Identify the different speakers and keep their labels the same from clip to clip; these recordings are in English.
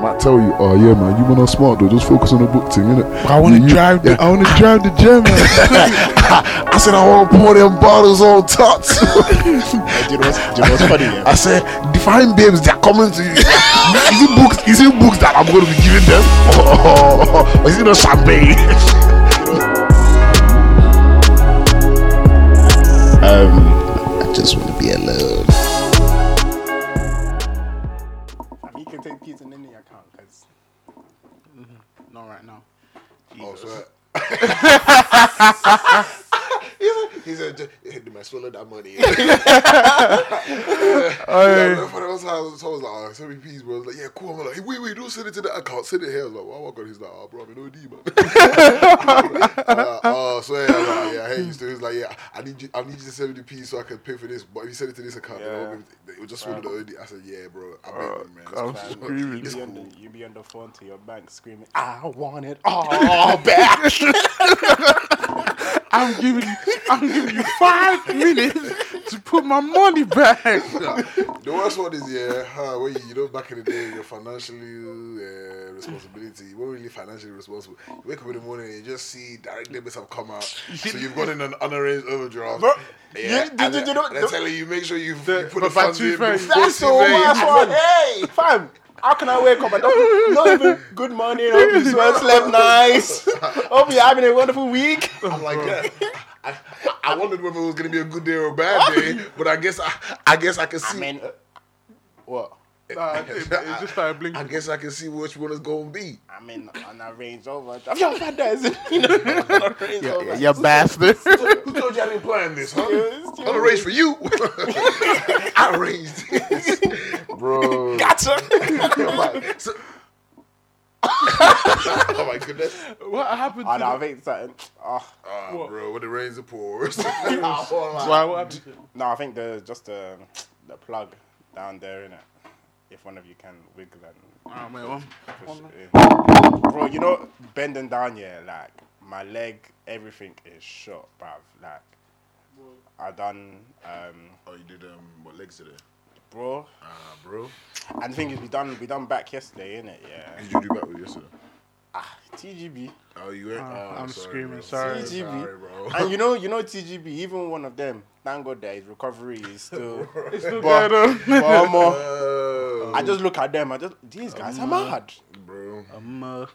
Speaker 1: might tell you, oh yeah, man, you were not smart though. Just focus on the book thing, innit?
Speaker 2: I want
Speaker 1: You-
Speaker 2: to drive. The, I want to drive the gym.
Speaker 1: I said I want to pour them bottles on tots.
Speaker 3: Do you know what's, do you know what's funny? Yeah?
Speaker 1: I said, define babes, they're coming to you. is it books? Is it books that I'm going to be giving them, or, is it not champagne?
Speaker 3: Um, I just want to be alone.
Speaker 4: You can take Peter Nini account because not right now.
Speaker 3: Oh, so he said, "Ju- he said, "Hey, man, swallow that money." Yeah.
Speaker 2: Aye.
Speaker 3: For the first time, I was like, "Oh, send me peas, bro." I was like, "Yeah, cool." I'm like, "Wait, wait, don't send it to that account. Send it here." I was like, "Why, what?" He's like, "Oh, bro, I'm no D, man." I'm like, oh, so yeah, I'm like, yeah, I hate you. So he's like, "Yeah, I need you. I need you to send me the peas so I can pay for this." But if you send it to this account, then I'll give it- it will just swallow the OD. I said, "Yeah, bro, I beg you, man." It's
Speaker 2: I'm
Speaker 3: cool.
Speaker 2: screaming.
Speaker 3: It's
Speaker 4: You be, on
Speaker 3: cool.
Speaker 4: the, you be on the phone to your bank screaming, "I want it all!"
Speaker 3: Oh, back.
Speaker 2: I'm giving. you- I'm giving you five minutes to put my money back.
Speaker 3: The worst one is yeah, huh, when you, you know back in the day you're financially uh, responsibility. You weren't really financially responsible. You wake up in the morning and you just see direct debits have come out, so you've gone in an unarranged overdraft.
Speaker 4: Bro,
Speaker 3: yeah,
Speaker 4: you- did-
Speaker 3: and
Speaker 4: did
Speaker 3: then-
Speaker 4: you know-
Speaker 3: they're telling you make sure you, you put
Speaker 2: the
Speaker 3: the funds
Speaker 2: factory
Speaker 3: in.
Speaker 2: friends.
Speaker 3: before
Speaker 4: That's the
Speaker 3: you make-
Speaker 4: worst one. Hey, fam, how can I wake up? I don't not even good morning. Hope you slept slept nice. Hope you're having a wonderful week.
Speaker 3: I'm like, yeah. I, I- I wondered whether it was gonna be a good day or a bad day, but I guess I, I guess I can see.
Speaker 4: I mean, uh, what?
Speaker 2: Nah, it, it just started
Speaker 3: I
Speaker 2: blinking.
Speaker 3: guess I can see which one it's gonna be.
Speaker 4: I mean, on a range over. I've never had that. is it? You know, on a range over.
Speaker 2: You bastard.
Speaker 3: Who told you I didn't plan this, huh? I arranged for you. I arranged this. Bro.
Speaker 4: Gotcha.
Speaker 3: So- oh my goodness.
Speaker 2: What happened
Speaker 4: Oh,
Speaker 2: to
Speaker 4: no, I
Speaker 2: the,
Speaker 4: think that. Oh,
Speaker 3: Ah, bro, when it rains, it pours. Why?
Speaker 2: Why? What happened?
Speaker 4: no, I think there's just the the plug down there in it. If one of you can wiggle and
Speaker 2: Oh, man, one-
Speaker 4: push it in. Bro, you know bending down here, like my leg, everything is shot, bruv. Like I done, um,
Speaker 3: Oh, you did um, what legs today?
Speaker 4: bro.
Speaker 3: Ah, bro.
Speaker 4: And the thing is, we done we done back yesterday, innit? Yeah.
Speaker 3: Did you do back with yesterday?
Speaker 4: Ah, TGB.
Speaker 3: Oh, you went. Ah,
Speaker 2: I'm
Speaker 3: sorry,
Speaker 2: screaming,
Speaker 3: bro.
Speaker 2: sorry.
Speaker 3: sorry, bro.
Speaker 4: And you know, you know TGB. Even one of them, thank God that his recovery is still.
Speaker 2: It's still
Speaker 4: But-
Speaker 2: going on.
Speaker 4: but omo,
Speaker 3: Oh,
Speaker 4: I just look at them. I just these guys are
Speaker 3: Mm.
Speaker 4: mad.
Speaker 3: bro.
Speaker 2: Um, uh,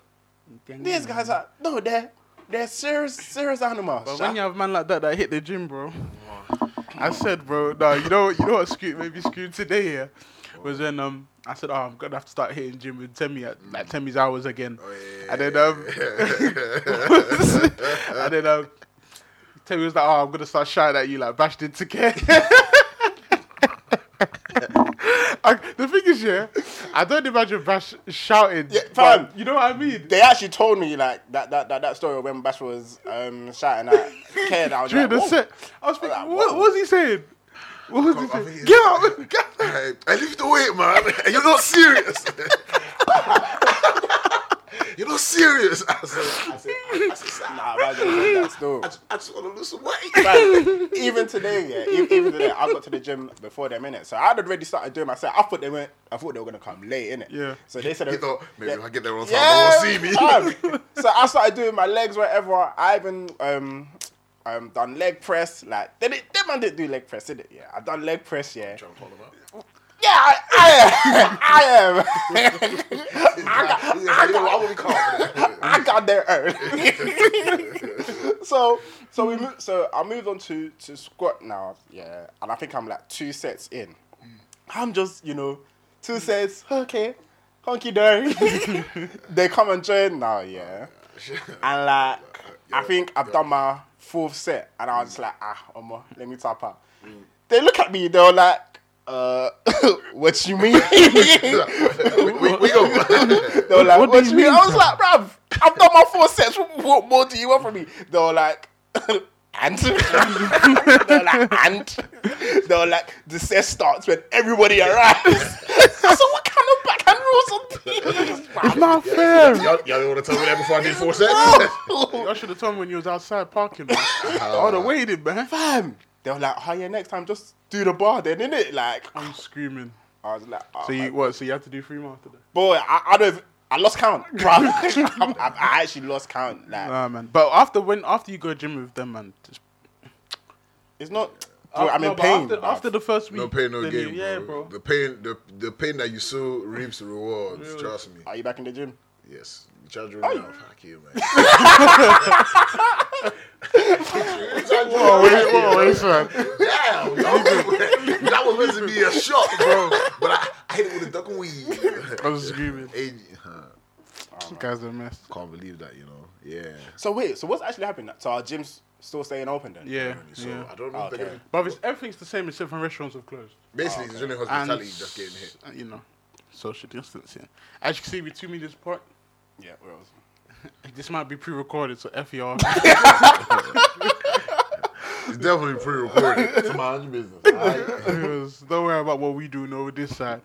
Speaker 4: These guys are no, they're they're serious serious animals.
Speaker 2: But
Speaker 4: sha.
Speaker 2: when you have a man like that that hit the gym, bro, I said, bro, nah, you know, you know what screwed maybe screwed today yeah, was when um I said, oh, I'm gonna have to start hitting gym with Temi at like Temi's hours again, and then um, and then um, Temi was like, oh, I'm gonna start shouting at you like bashed into care. I, the thing is, yeah, I don't imagine Bash shouting. Yeah,
Speaker 4: fam.
Speaker 2: you know what I mean?
Speaker 4: they actually told me like that that that, that story when Bash was um shouting at Ken. I was
Speaker 2: During
Speaker 4: like,
Speaker 2: the
Speaker 4: "Whoa."
Speaker 2: set, I was thinking,
Speaker 4: Like,
Speaker 2: what,
Speaker 4: whoa.
Speaker 2: what was he saying? What was he
Speaker 3: I think
Speaker 2: saying?
Speaker 3: it's-
Speaker 2: Get out! Get out.
Speaker 3: Hey, I live the weight, man. You're not serious. You're not serious. I said, I said, I said,
Speaker 4: Nah, but I just heard that story.
Speaker 3: I just want to lose some weight.
Speaker 4: Fam, even today, yeah, even, even today, I got to the gym before them innit? So I'd already started doing my set. I thought they went, I thought they were gonna come late innit?
Speaker 2: Yeah.
Speaker 4: So they said,
Speaker 3: You thought maybe if I get there on time, they won't see me.
Speaker 4: fam. so I started doing my legs, whatever. I even um um done leg press. Like they did, them man didn't do leg press, did it? Yeah, I done leg press. Yeah.
Speaker 3: Trying to call him out.
Speaker 4: Yeah, I, I am. I am.
Speaker 3: He's like, he's like, you know what, I will be confident.
Speaker 4: I got there early. so so we mo- so I moved on to to squat now. Yeah, and I think I'm like two sets in. I'm just you know two sets. Okay, honky dory. they come and join now. Yeah, and like I think I've done my fourth set, and I was just like ah, Omo, let me tap out. They look at me. They're like. Uh, what you mean?
Speaker 3: we, we, we go.
Speaker 4: They were like, what,
Speaker 2: What do
Speaker 4: do
Speaker 2: you
Speaker 4: you mean?
Speaker 2: mean,
Speaker 4: I was like, bruv, I've done my four sets. What more do you want from me? They were like, and they were like, and they were like, the set starts when everybody arrives. I said, what kind of backhand rules are
Speaker 2: It's not fair.
Speaker 3: y'all, y'all want to tell me that before I did four sets?
Speaker 4: these?
Speaker 2: Y'all should have told me when you was outside parking. Man. I would have waited, man.
Speaker 4: Fam, they were like, oh yeah, next time just do the bar then, innit? Like,
Speaker 2: I'm screaming.
Speaker 4: I was like, oh,
Speaker 2: So you what? So you have to do three more after that?
Speaker 4: boy, I, I don't. I lost count, bro. I, I, I actually lost count. Like,
Speaker 2: Nah, man. But after when after you go gym with them, man. Just,
Speaker 4: it's not. Bro, I'm in
Speaker 2: No, but
Speaker 4: pain.
Speaker 2: After,
Speaker 4: bruv.
Speaker 2: after the first week,
Speaker 3: No pain, no
Speaker 2: then
Speaker 3: gain,
Speaker 2: you- Yeah,
Speaker 3: bro.
Speaker 2: bro.
Speaker 3: The pain, the the pain that you sow reaps rewards. Trust me.
Speaker 4: Are you back in the gym?
Speaker 3: Yes, charge you now. Fuck you, man.
Speaker 1: Whoa, wait,
Speaker 2: Oh,
Speaker 1: whoa, wait, son.
Speaker 3: Damn, yo. that was meant to be a shot, bro. But I, I hit it with a duck and weed.
Speaker 2: I was screaming.
Speaker 3: Hey, huh,
Speaker 2: You guys are a mess.
Speaker 3: can't believe that, you know. Yeah.
Speaker 4: So wait, so what's actually happening? So our gyms still staying open then?
Speaker 2: Yeah,
Speaker 3: So
Speaker 2: yeah.
Speaker 3: I don't know. if
Speaker 4: Okay.
Speaker 3: they're gonna-
Speaker 2: But it's, everything's the same except when restaurants have closed.
Speaker 3: Basically, it's only
Speaker 2: And
Speaker 3: hospitality just getting hit.
Speaker 2: uh, You know, social distancing. As you can see, we're two meters apart.
Speaker 4: Yeah, where else?
Speaker 2: This might be pre-recorded, so f E y'all.
Speaker 3: It's definitely pre-recorded. it's my own business. I,
Speaker 2: Because don't worry about what we doing over this side.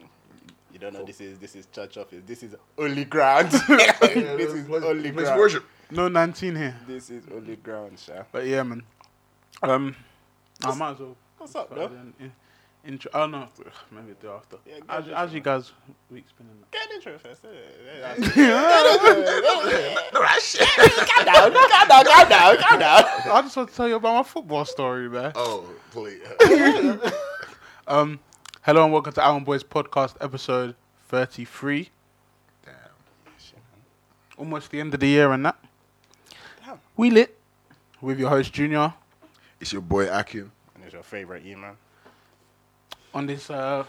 Speaker 4: You don't know this is this is church office. This is holy ground. this is holy
Speaker 3: Miss
Speaker 4: ground.
Speaker 3: worship.
Speaker 2: No 19 here.
Speaker 4: This is holy ground, Sha.
Speaker 2: But yeah, man. Um, I might as well.
Speaker 4: What's up,
Speaker 2: Rather
Speaker 4: bro?
Speaker 2: than in- Intro. Oh no, maybe the day after.
Speaker 4: Yeah, go
Speaker 2: How's
Speaker 4: just
Speaker 2: how's you guys week been? in
Speaker 4: Get intro first.
Speaker 3: No, that shit.
Speaker 4: Calm down, calm down, calm down, calm down.
Speaker 2: that? I just want to tell you about my football story, man.
Speaker 3: Oh, please.
Speaker 2: Um, hello and welcome to Allen Boys podcast episode 33.
Speaker 3: Damn.
Speaker 2: Almost the end of the year and that.
Speaker 4: Damn.
Speaker 2: We lit with your host Junior
Speaker 3: It's your boy Akin.
Speaker 4: And it's your favorite E man.
Speaker 2: on this uh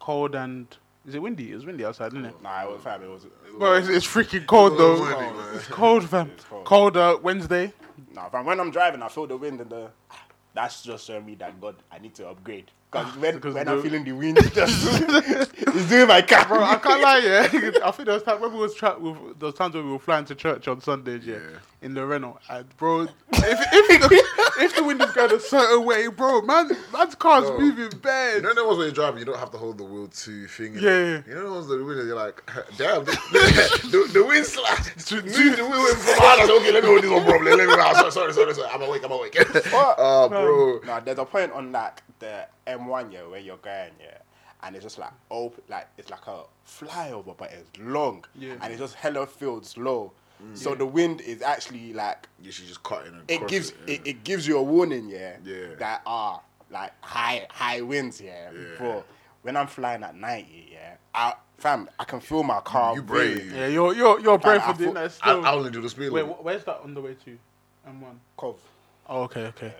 Speaker 2: cold and is it windy? It was windy outside, isn't it?
Speaker 4: Nah, it was fab. It was. it was-
Speaker 2: Bro, it's, it's freaking cold though.
Speaker 3: windy, man.
Speaker 2: it's cold, fam.
Speaker 4: It's cold.
Speaker 2: Colder Wednesday.
Speaker 4: Nah, fam, when I'm driving, I feel the wind and the. ah, That's just showing me that God, I need to upgrade. Cause when,
Speaker 2: Ah, Because
Speaker 4: when
Speaker 2: the-
Speaker 4: I'm feeling the wind, it's just it's doing my car.
Speaker 2: Bro, I can't lie, yeah. I think there was time when we was tra- with those times when we were flying to church on Sundays, yeah,
Speaker 3: Yeah.
Speaker 2: in the Renault. And bro, if if the, if the wind is going a certain way, bro, man, man's car's
Speaker 3: Bro.
Speaker 2: moving bad.
Speaker 3: You know the ones where you're driving, you don't have to hold the wheel too finger.
Speaker 2: Yeah, yeah.
Speaker 3: You know the ones that the wheel, you're like, damn, the, the, the wind slapped. The, the wheel went from hard. I said, okay, let me hold this one properly. Let me, sorry, sorry, sorry, sorry. I'm awake, I'm awake. uh, bro.
Speaker 4: No, there's a point on like the M1 yeah where you're going yeah, and it's just like open like it's like a flyover but it's long
Speaker 2: Yeah. Mm.
Speaker 4: and it's just hella fields low, so the wind is actually like
Speaker 3: You should just cut in and
Speaker 4: it
Speaker 3: cross
Speaker 4: gives
Speaker 3: yeah.
Speaker 4: it, it gives you a warning yeah,
Speaker 3: Yeah.
Speaker 4: that are like high high winds yeah,
Speaker 3: Yeah.
Speaker 4: bro. When I'm flying at 90 yeah, I, fam I can feel my car.
Speaker 3: You
Speaker 4: really-
Speaker 3: brave.
Speaker 2: yeah, you're you're you're brave
Speaker 4: I
Speaker 2: for doing
Speaker 4: thought-
Speaker 2: that
Speaker 3: I,
Speaker 2: still.
Speaker 3: I only do the speed
Speaker 2: Wait,
Speaker 3: limit.
Speaker 2: wh- where's that on the way to? M1.
Speaker 4: Cov.
Speaker 2: Oh, okay, okay.
Speaker 4: Cov.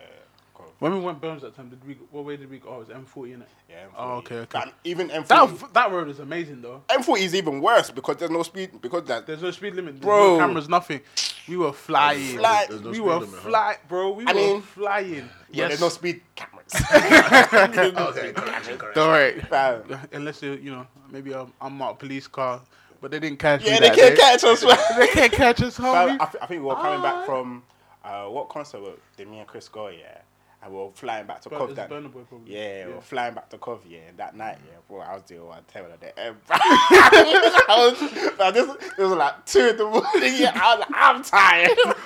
Speaker 2: When we went Burns that time, did we? go- What way did we go? Oh, it was M40 in it.
Speaker 4: Yeah, M40.
Speaker 2: Oh, okay, okay.
Speaker 4: Fam, even M40,
Speaker 2: That that road is amazing though.
Speaker 4: M40 is even worse because there's no speed because that
Speaker 2: There's no speed limit. There's
Speaker 4: Bro.
Speaker 2: no cameras, nothing. We were flying.
Speaker 4: Fly-
Speaker 3: There's no
Speaker 2: we
Speaker 3: speed
Speaker 2: were
Speaker 3: limit, huh?
Speaker 2: fly, bro. We
Speaker 4: I
Speaker 2: were
Speaker 4: mean-
Speaker 2: flying.
Speaker 4: Yeah,
Speaker 2: Yes.
Speaker 4: there's no speed cameras.
Speaker 3: Okay, correction, correction.
Speaker 2: All right.
Speaker 4: Fam.
Speaker 2: Uh, Unless you, you know, maybe a unmarked police car, but they didn't catch.
Speaker 4: yeah,
Speaker 2: me
Speaker 4: they
Speaker 2: that
Speaker 4: can't
Speaker 2: day.
Speaker 4: catch us. fam.
Speaker 2: They can't catch us, homie.
Speaker 4: Fam, I, thi- I think we were coming back from uh, what concert were did me and Chris go? Yeah, and we were flying back to
Speaker 2: Bur-
Speaker 4: Cov
Speaker 2: it's
Speaker 4: that.
Speaker 2: Burna Boy probably.
Speaker 4: Yeah, we
Speaker 2: Yeah. Mm.
Speaker 4: were flying back to Cov. Yeah, that night. Yeah, bro, I was doing one terrible at the end. I was, I just, it was like two in the morning. Yeah, I was like, I'm tired.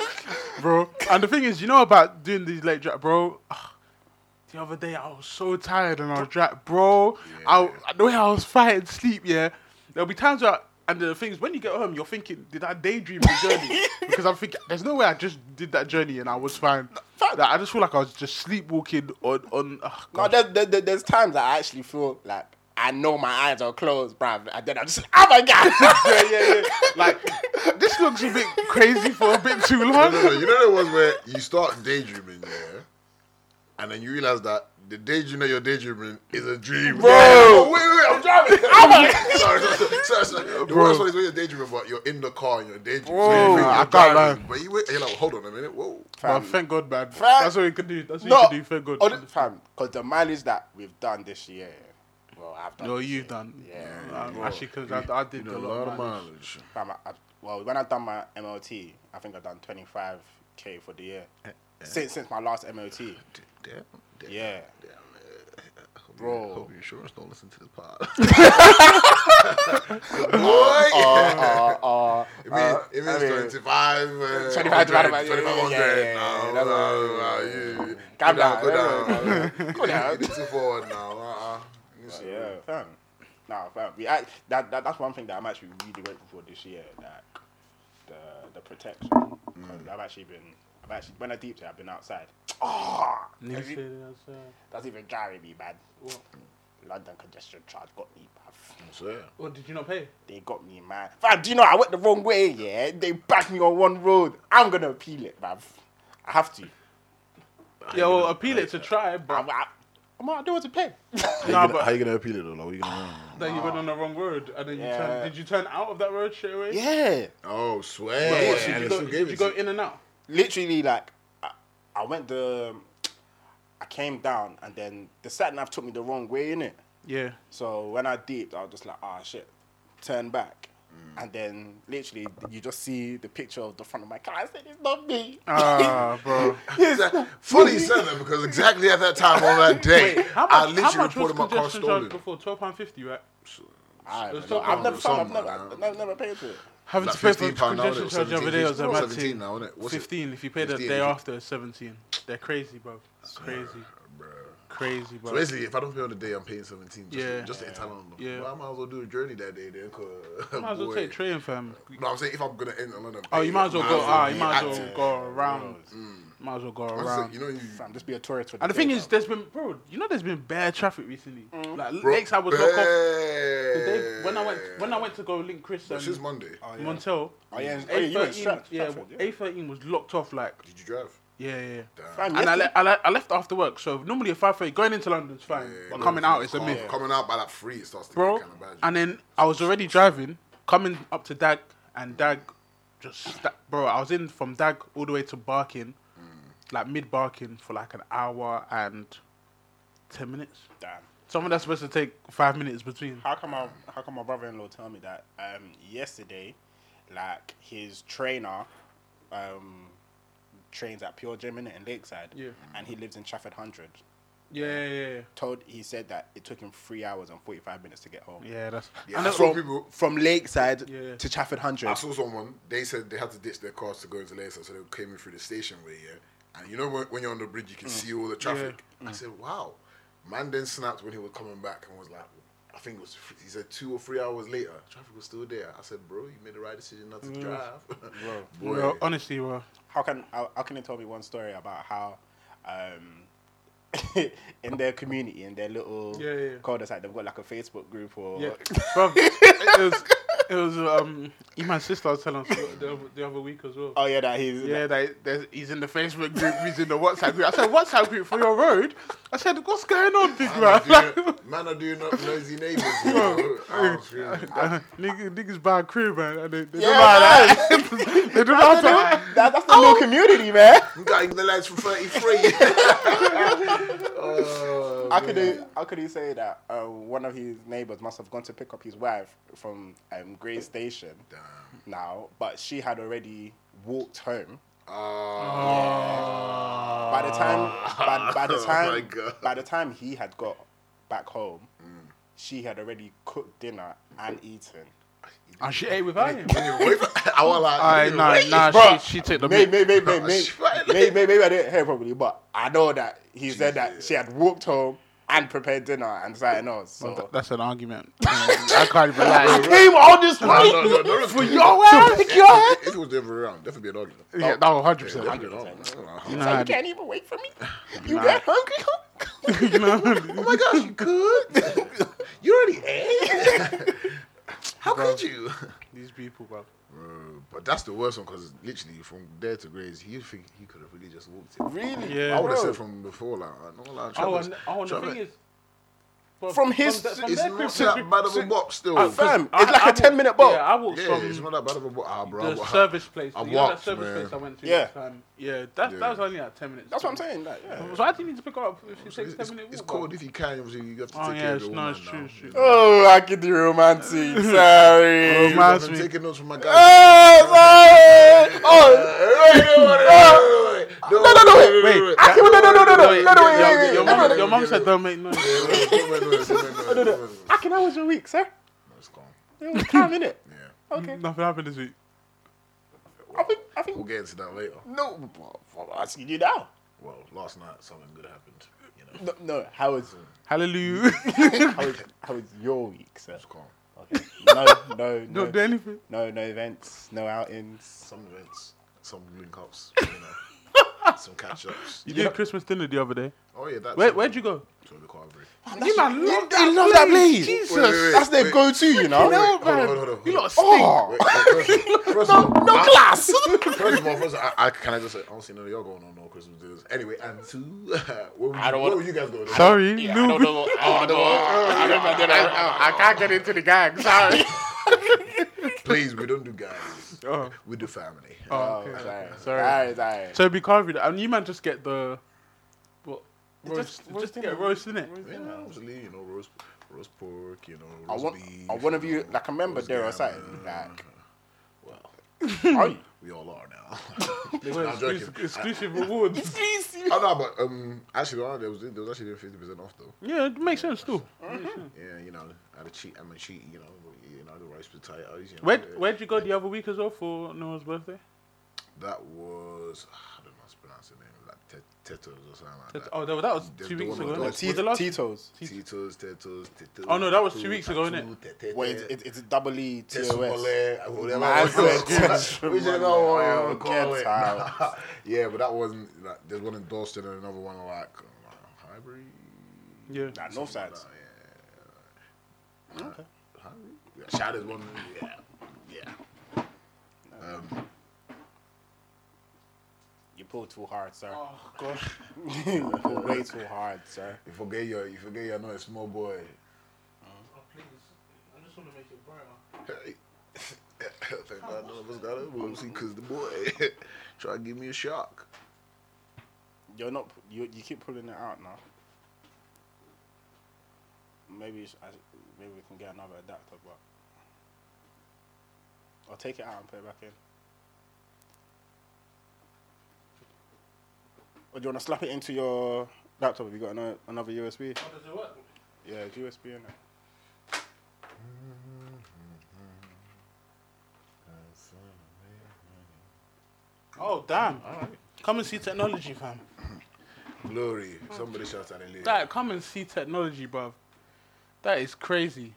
Speaker 2: bro. And the thing is, you know about doing these late drives, bro. Ugh, The other day I was so tired and I was dra- bro. I the way I was fighting sleep, yeah. There'll be times where, I, and the thing is, when you get home, you're thinking, did I daydream the journey? because I'm thinking, there's no way I just did that journey and I was fine. Like, I just feel like I was just sleepwalking on on. ugh,
Speaker 4: No,
Speaker 2: God.
Speaker 4: there, there, there- there's times that I actually feel like I know my eyes are closed, bruv. And then I'm just, oh my god.
Speaker 2: yeah, yeah, yeah. Like this looks a bit crazy for a bit too long.
Speaker 3: No, no, you know the ones where you start daydreaming, yeah, and then you realize that the daydream that you're daydreaming is a dream. Bro, wait, wait, wait, I'm driving. sorry, sorry, sorry, sorry, sorry. The worst one is when you're daydreaming, but you're in the car and you're daydreaming.
Speaker 2: Whoa,
Speaker 3: you think
Speaker 2: I
Speaker 3: you're
Speaker 2: can't
Speaker 3: driving, But you wait, and you're like, hold on a minute, whoa.
Speaker 2: But
Speaker 4: Fam.
Speaker 2: thank God, man.
Speaker 4: Fam.
Speaker 2: That's what you can do. That's what
Speaker 4: No,
Speaker 2: you can do. Thank God.
Speaker 4: on, fam, because the mileage that we've done this year, well, I've done.
Speaker 2: No,
Speaker 4: this
Speaker 2: you've
Speaker 4: year.
Speaker 2: done.
Speaker 4: Yeah,
Speaker 2: Um, actually, because I, I did
Speaker 3: You know,
Speaker 2: a lot of mileage.
Speaker 4: fam. I, I, well, when I've done my MLT, I think I've done 25k for the year
Speaker 2: Eh,
Speaker 4: since since my last MLT.
Speaker 3: Damn, damn,
Speaker 4: Yeah,
Speaker 3: damn, man. Hope
Speaker 4: Bro.
Speaker 3: your- Hope your insurance don't listen to this pod. Boy,
Speaker 4: uh, uh,
Speaker 3: It means, it means
Speaker 4: I mean-
Speaker 3: 25, uh,
Speaker 4: 25 divided by- yeah,
Speaker 3: 2500.
Speaker 4: yeah, yeah, yeah,
Speaker 3: No,
Speaker 4: that's
Speaker 3: no, no, no, you-
Speaker 4: Calm
Speaker 3: go
Speaker 4: down,
Speaker 3: Go
Speaker 4: no, no,
Speaker 3: down.
Speaker 4: no, no.
Speaker 3: You- you- you need to forward now. Uh-uh.
Speaker 4: yeah, fam. Nah, fam. We act, that, that that's one thing that I'm actually really grateful for this year. That the the protection. 'Cause I've actually been. I've actually when I deep say I've been outside. Ah,
Speaker 2: Niggas
Speaker 4: every-
Speaker 2: say that's, uh,
Speaker 4: that's even carrying me, man. London congestion charge got me, bruv.
Speaker 2: Oh, did you not pay?
Speaker 4: They got me, man. Fam, do you know I went the wrong way? Yeah, they backed me on one road. I'm gonna appeal it, bruv. I have to.
Speaker 2: Yeah, well, appeal it to try, but
Speaker 4: I'm, I, I'm out doing to pay.
Speaker 2: nah,
Speaker 1: gonna-
Speaker 2: but
Speaker 1: how you gonna appeal it though? Like, what you gonna?
Speaker 2: then you went on the wrong road, and then you
Speaker 4: Yeah.
Speaker 2: turned. Did you turn out of that road straight away?
Speaker 4: yeah,
Speaker 3: Oh,
Speaker 2: But
Speaker 3: swear.
Speaker 2: what, did
Speaker 3: and they
Speaker 2: you go,
Speaker 3: still
Speaker 2: did
Speaker 3: gave
Speaker 2: you
Speaker 3: it
Speaker 2: go
Speaker 3: to
Speaker 2: in and out?
Speaker 4: literally, like I, I went the, I came down and then the sat nav took me the wrong way in it.
Speaker 2: Yeah.
Speaker 4: So when I deeped, I was just like, ah, shit, turn back. And then literally, you just see the picture of the front of my car. I said, it's not me.
Speaker 2: Ah, bro.
Speaker 3: Exactly. Funny you said that because exactly at that time on that day,
Speaker 2: How much,
Speaker 3: I
Speaker 2: how
Speaker 3: literally
Speaker 2: much was
Speaker 3: reported my car
Speaker 2: congestion charge
Speaker 3: stolen.
Speaker 2: before? Twelve pound fifty, right?
Speaker 4: I,
Speaker 2: It's
Speaker 4: don't know.
Speaker 2: not
Speaker 4: I've never,
Speaker 3: wrong
Speaker 4: found, I've
Speaker 3: with
Speaker 4: never,
Speaker 3: someone,
Speaker 4: I've never, never paid for it.
Speaker 2: Having
Speaker 3: Like
Speaker 2: to pay for
Speaker 3: 15 pound now,
Speaker 2: congestion
Speaker 3: innit?
Speaker 2: charge the
Speaker 3: 17
Speaker 2: other day was a
Speaker 3: now,
Speaker 2: mad
Speaker 3: isn't
Speaker 2: thing.
Speaker 3: it? What's it?
Speaker 2: Fifteen. If you paid the
Speaker 3: 15,
Speaker 2: day
Speaker 3: is it?
Speaker 2: after, it's seventeen. They're crazy, bro. It's crazy, crazy,
Speaker 3: So
Speaker 2: bro.
Speaker 3: basically, if I don't pay on the day, I'm paying 17 just,
Speaker 2: Yeah.
Speaker 3: to, just to entitle them.
Speaker 2: Yeah.
Speaker 3: Well, I might as well do a journey that day then. Cause,
Speaker 2: Might as well
Speaker 3: boy.
Speaker 2: take train, fam.
Speaker 3: No, I'm saying if I'm going to enter London.
Speaker 2: Oh, you might as well go. Ah, you might as well
Speaker 3: active.
Speaker 2: go around. Might as well go
Speaker 3: I said,
Speaker 2: around.
Speaker 3: you know, you,
Speaker 4: Fam, just be a tourist. For
Speaker 2: And the
Speaker 4: day,
Speaker 2: thing
Speaker 4: fam.
Speaker 2: is, there's been, bro, you know, there's been bad traffic recently.
Speaker 4: Mm.
Speaker 2: Like
Speaker 3: bro,
Speaker 2: Lakeside was locked off.
Speaker 3: babe.
Speaker 2: The day when I went, when I went to go link Chris and
Speaker 3: Which is Monday.
Speaker 4: Oh, yeah.
Speaker 2: Montel,
Speaker 4: Oh, yeah, and- oh, yeah, you went
Speaker 2: A13,
Speaker 4: Strat-
Speaker 2: yeah,
Speaker 4: Stratford, yeah.
Speaker 2: A13 was locked off. Like,
Speaker 3: Did you drive?
Speaker 2: yeah, yeah. yeah.
Speaker 4: Fam,
Speaker 2: And I,
Speaker 4: yesterday-
Speaker 2: le- I, le- I left after work, so normally at five thirty, going into London's fine, but coming out it's a
Speaker 3: Oh,
Speaker 2: myth,
Speaker 3: Coming out by like three, it starts to
Speaker 2: bro.
Speaker 3: get kind of bad.
Speaker 2: And then I was already driving, coming up to Dag, and Dag, just sta- bro, I was in from Dag all the way to Barking,
Speaker 3: Mm.
Speaker 2: like mid Barking for like an hour and ten minutes.
Speaker 4: Damn.
Speaker 2: Someone that's supposed to take five minutes between.
Speaker 4: How come my how come my brother in law tell me that um, yesterday, like his trainer, um, trains at Pure Gym innit, in Lakeside,
Speaker 2: Yeah.
Speaker 4: and he lives in Trafford Hundred.
Speaker 2: Yeah, yeah, yeah.
Speaker 4: Told he said that it took him three hours and forty five minutes to get home.
Speaker 2: Yeah, that's.
Speaker 3: Yeah,
Speaker 2: and
Speaker 3: I
Speaker 2: that-
Speaker 3: saw people.
Speaker 4: From Lakeside
Speaker 2: Yeah.
Speaker 4: to Trafford
Speaker 3: I
Speaker 4: Hundred.
Speaker 3: saw someone. They said they had to ditch their cars to go into Leicester, so they came in through the station way. Yeah, and you know when, when you're on the bridge, you can
Speaker 2: Mm.
Speaker 3: see all the traffic. I said, "Wow." Man then snapped when he was coming back and was like, "I think it was." He said two or three hours later, traffic was still there. I said, "Bro, you made the right decision not to drive." Boy,
Speaker 2: Mm. Bro, honestly, bro.
Speaker 4: How can how, how can you tell me one story about how, um, in their community in their little
Speaker 2: Yeah, yeah.
Speaker 4: cul-de-sac they've got like a Facebook group or
Speaker 2: Yeah, bro. It was, it was um, Iman's sister was telling us the other, the other week as well.
Speaker 4: oh yeah that he's
Speaker 2: Yeah, that, that he's in the Facebook group, he's in the WhatsApp group. I said, WhatsApp group for your road? I said, what's going on, big
Speaker 3: Man are
Speaker 2: man? Like,
Speaker 3: doing, man are doing up nosy neighbors. You know? Oh, I was feeling it.
Speaker 2: uh, niggas, niggas buy a crib, man. And they, they
Speaker 4: Yeah,
Speaker 2: don't buy that. they don't buy that.
Speaker 4: That- that's the little community, man.
Speaker 3: I'm getting the lights for thirty-three. Oh,
Speaker 4: How could he, how could he say that uh, one of his neighbors must have gone to pick up his wife from um, Grey Station now, but she had already walked home. By the time, by, by the
Speaker 3: Ah. Oh
Speaker 4: time,
Speaker 3: my God. Mm.
Speaker 4: by the time he had got back home, she had already cooked dinner and eaten.
Speaker 2: And she ate without him.
Speaker 3: I want like.
Speaker 2: Aye, nah, nah,
Speaker 4: Bruh.
Speaker 2: she, she took the
Speaker 4: Maybe,
Speaker 2: meat.
Speaker 4: maybe, maybe, maybe,
Speaker 3: she might-
Speaker 4: maybe, maybe I didn't hear properly, but I know that he said that she had walked home and prepared dinner and something else. So.
Speaker 2: Th- That's an argument. I can't even lie.
Speaker 4: came all this
Speaker 3: No, no, no, no,
Speaker 4: for
Speaker 3: no.
Speaker 4: your ass, pick your ass.
Speaker 3: If it was the other way around, definitely be an argument.
Speaker 2: Yeah, no, 100%.
Speaker 3: Definitely be an argument.
Speaker 4: So
Speaker 2: Nah,
Speaker 4: you can't even wait for me. You that hungry?
Speaker 2: you know,
Speaker 3: Oh my gosh, you could. you already ate. How could you?
Speaker 2: these people, bro.
Speaker 3: Uh, But that's the worst one because literally from there to Grays, you think he could have really just walked it.
Speaker 4: really?
Speaker 2: Yeah.
Speaker 3: I would have
Speaker 4: Bro.
Speaker 3: said from before, like, no, like,
Speaker 2: Oh,
Speaker 3: Travis-
Speaker 2: and, oh, and the
Speaker 3: Travis-
Speaker 2: thing is, bro,
Speaker 4: From his-
Speaker 2: the-
Speaker 3: it's
Speaker 2: their
Speaker 3: not
Speaker 2: group
Speaker 3: that
Speaker 2: to-
Speaker 3: bad of a bop still.
Speaker 2: I-
Speaker 4: fam,
Speaker 2: I-
Speaker 4: it's like
Speaker 2: I
Speaker 4: a
Speaker 2: walked-
Speaker 4: 10 minute bop.
Speaker 2: Yeah, I walked
Speaker 3: yeah,
Speaker 2: from
Speaker 3: it's not that bad of a bop. Ah, bro, I
Speaker 2: the
Speaker 3: wa-
Speaker 2: service place.
Speaker 3: I
Speaker 2: you know that
Speaker 3: walked,
Speaker 2: service
Speaker 3: man.
Speaker 2: place I went to.
Speaker 4: Yeah.
Speaker 2: Um, yeah, that, that was only like 10 minutes.
Speaker 4: That's what I'm saying. Like, yeah.
Speaker 2: So I didn't need to pick her up if she takes
Speaker 3: It's,
Speaker 2: 10
Speaker 3: it's,
Speaker 2: minute walk.
Speaker 3: it's
Speaker 2: bro.
Speaker 3: cold if you can. Obviously, you have to take
Speaker 2: Oh,
Speaker 3: care
Speaker 2: yeah,
Speaker 3: of
Speaker 2: it's
Speaker 3: the woman
Speaker 2: nice.
Speaker 3: now.
Speaker 2: True, true.
Speaker 4: Oh, I get the romantic. Sorry.
Speaker 2: Roma- Reminds
Speaker 3: I'm
Speaker 2: me.
Speaker 3: taking notes from my guy.
Speaker 4: Oh, sorry. Oh.
Speaker 3: no, no, no, no, wait,
Speaker 2: Wait,
Speaker 3: wait.
Speaker 4: Actually, no, no, no, no, no,
Speaker 2: wait,
Speaker 4: no, no, wait,
Speaker 2: your-
Speaker 4: wait,
Speaker 2: your
Speaker 4: wait, no,
Speaker 2: mum-
Speaker 4: no, no.
Speaker 2: Your mum said don't make noise.
Speaker 4: I can. How was your week, sir?
Speaker 3: It's gone.
Speaker 4: It was calm, innit?
Speaker 3: Yeah,
Speaker 4: Okay.
Speaker 2: Nothing happened this week.
Speaker 4: I think. I think.
Speaker 3: we'll get into that later.
Speaker 4: No, well, I'm asking you now.
Speaker 3: Well, last night something good happened. You know,
Speaker 4: No, no how is
Speaker 2: Hallelujah.
Speaker 4: how is how is your week, sir?
Speaker 3: calm.
Speaker 4: Okay. No, no, no,
Speaker 2: Don't do anything.
Speaker 4: no, no events, no outings.
Speaker 3: Some events, some link ups, you know, some catch ups.
Speaker 2: You did Christmas dinner the other day.
Speaker 3: Oh yeah, that's
Speaker 2: Where, where'd you go?
Speaker 3: to recovery.
Speaker 4: Oh,
Speaker 2: You man love that,
Speaker 4: They love that place.
Speaker 2: Jesus.
Speaker 3: Wait, wait, wait.
Speaker 4: That's their go-to, you know.
Speaker 2: No,
Speaker 3: Hold on,
Speaker 2: man.
Speaker 3: hold on, hold on.
Speaker 2: You lot stink.
Speaker 4: Oh,
Speaker 3: First of all,
Speaker 4: no class.
Speaker 3: First of all, first of all, I, I can I just say I don't see none of y'all going on no Christmas dinners. Anyway, and two, where, were you,
Speaker 4: I don't
Speaker 3: where
Speaker 4: wanna-
Speaker 3: were you guys going?
Speaker 2: Sorry,
Speaker 4: Yeah, I
Speaker 2: Lou.
Speaker 4: don't know. I don't know. I don't know. I don't know. I can't get into the gang. Sorry.
Speaker 3: Please, we don't do guys.
Speaker 2: Oh.
Speaker 3: We do family.
Speaker 2: Oh,
Speaker 4: Oh,
Speaker 2: okay.
Speaker 4: sorry.
Speaker 2: Sorry.
Speaker 4: Sorry. Sorry.
Speaker 2: So it'd be carved, and you man just get the what? Roast,
Speaker 4: Just-
Speaker 2: just,
Speaker 4: roast
Speaker 2: get
Speaker 4: dinner.
Speaker 2: roast in it.
Speaker 3: Yeah, obviously, you know, roast, roast pork, you know,
Speaker 4: I
Speaker 3: roast
Speaker 4: want,
Speaker 3: beef.
Speaker 4: I want to be
Speaker 3: know,
Speaker 4: like a member
Speaker 3: roast
Speaker 4: there or
Speaker 3: gammon.
Speaker 4: something. Like,
Speaker 3: Well,
Speaker 4: are you?
Speaker 3: we all are now.
Speaker 2: Well,
Speaker 3: I'm joking.
Speaker 2: exclusive, exclusive rewards.
Speaker 4: Please.
Speaker 3: oh no, but um, actually, no, there was there was actually doing fifty percent off though.
Speaker 2: Yeah, it makes sense too.
Speaker 4: Hmm.
Speaker 3: Yeah, you know, I had a cheat, I'm a cheat, you know, but, you know, the rice potatoes. You know,
Speaker 2: Where
Speaker 3: yeah.
Speaker 2: Where'd you go the other week as well for Noah's birthday?
Speaker 3: That was ah, I don't know how to pronounce the name, like te- Tetos or something like that.
Speaker 2: Oh, that that was
Speaker 3: Uh, The-
Speaker 2: two
Speaker 3: the
Speaker 2: weeks
Speaker 3: one
Speaker 2: ago.
Speaker 3: on
Speaker 2: innit?
Speaker 3: the
Speaker 2: Was the last-
Speaker 4: Tito's.
Speaker 3: Tito's, Tetos, Tetos.
Speaker 2: Oh, no, that was two weeks ago, innit?
Speaker 4: Wait, it's, it's, it's double E T O S. I said
Speaker 3: TOS.
Speaker 4: Tetos.
Speaker 3: Whichever one you wanna
Speaker 4: Oh,
Speaker 3: call
Speaker 4: get
Speaker 3: it.
Speaker 4: out.
Speaker 3: Yeah, but that wasn't. Like, there's one in Dalston and another one like uh, Highbury.
Speaker 2: Yeah.
Speaker 4: Nah, no sides.
Speaker 3: Highbury? Yeah, Shadows one. Yeah, yeah. Um,
Speaker 4: You pull too hard, sir.
Speaker 2: Oh god.
Speaker 4: you pull way too hard, sir.
Speaker 3: you forget your, you forget you're not a small boy.
Speaker 2: please. I just want to make it brighter.
Speaker 3: Thank God none of us got it. We'll see, cause the boy try to give me a shock.
Speaker 4: You're not. pu- You you keep pulling it out now. Maybe you sh- I, maybe we can get another adapter, but I'll take it out and put it back in. Or Oh, do you want to slap it into your laptop? Have you got another, another USB?
Speaker 2: How Oh, does it work?
Speaker 4: Yeah, it's USB in it.
Speaker 2: Oh damn. Come and see technology, fam.
Speaker 3: Glory. Somebody shout out Hallelujah.
Speaker 2: Oh. That come and see technology, bruv. That is crazy.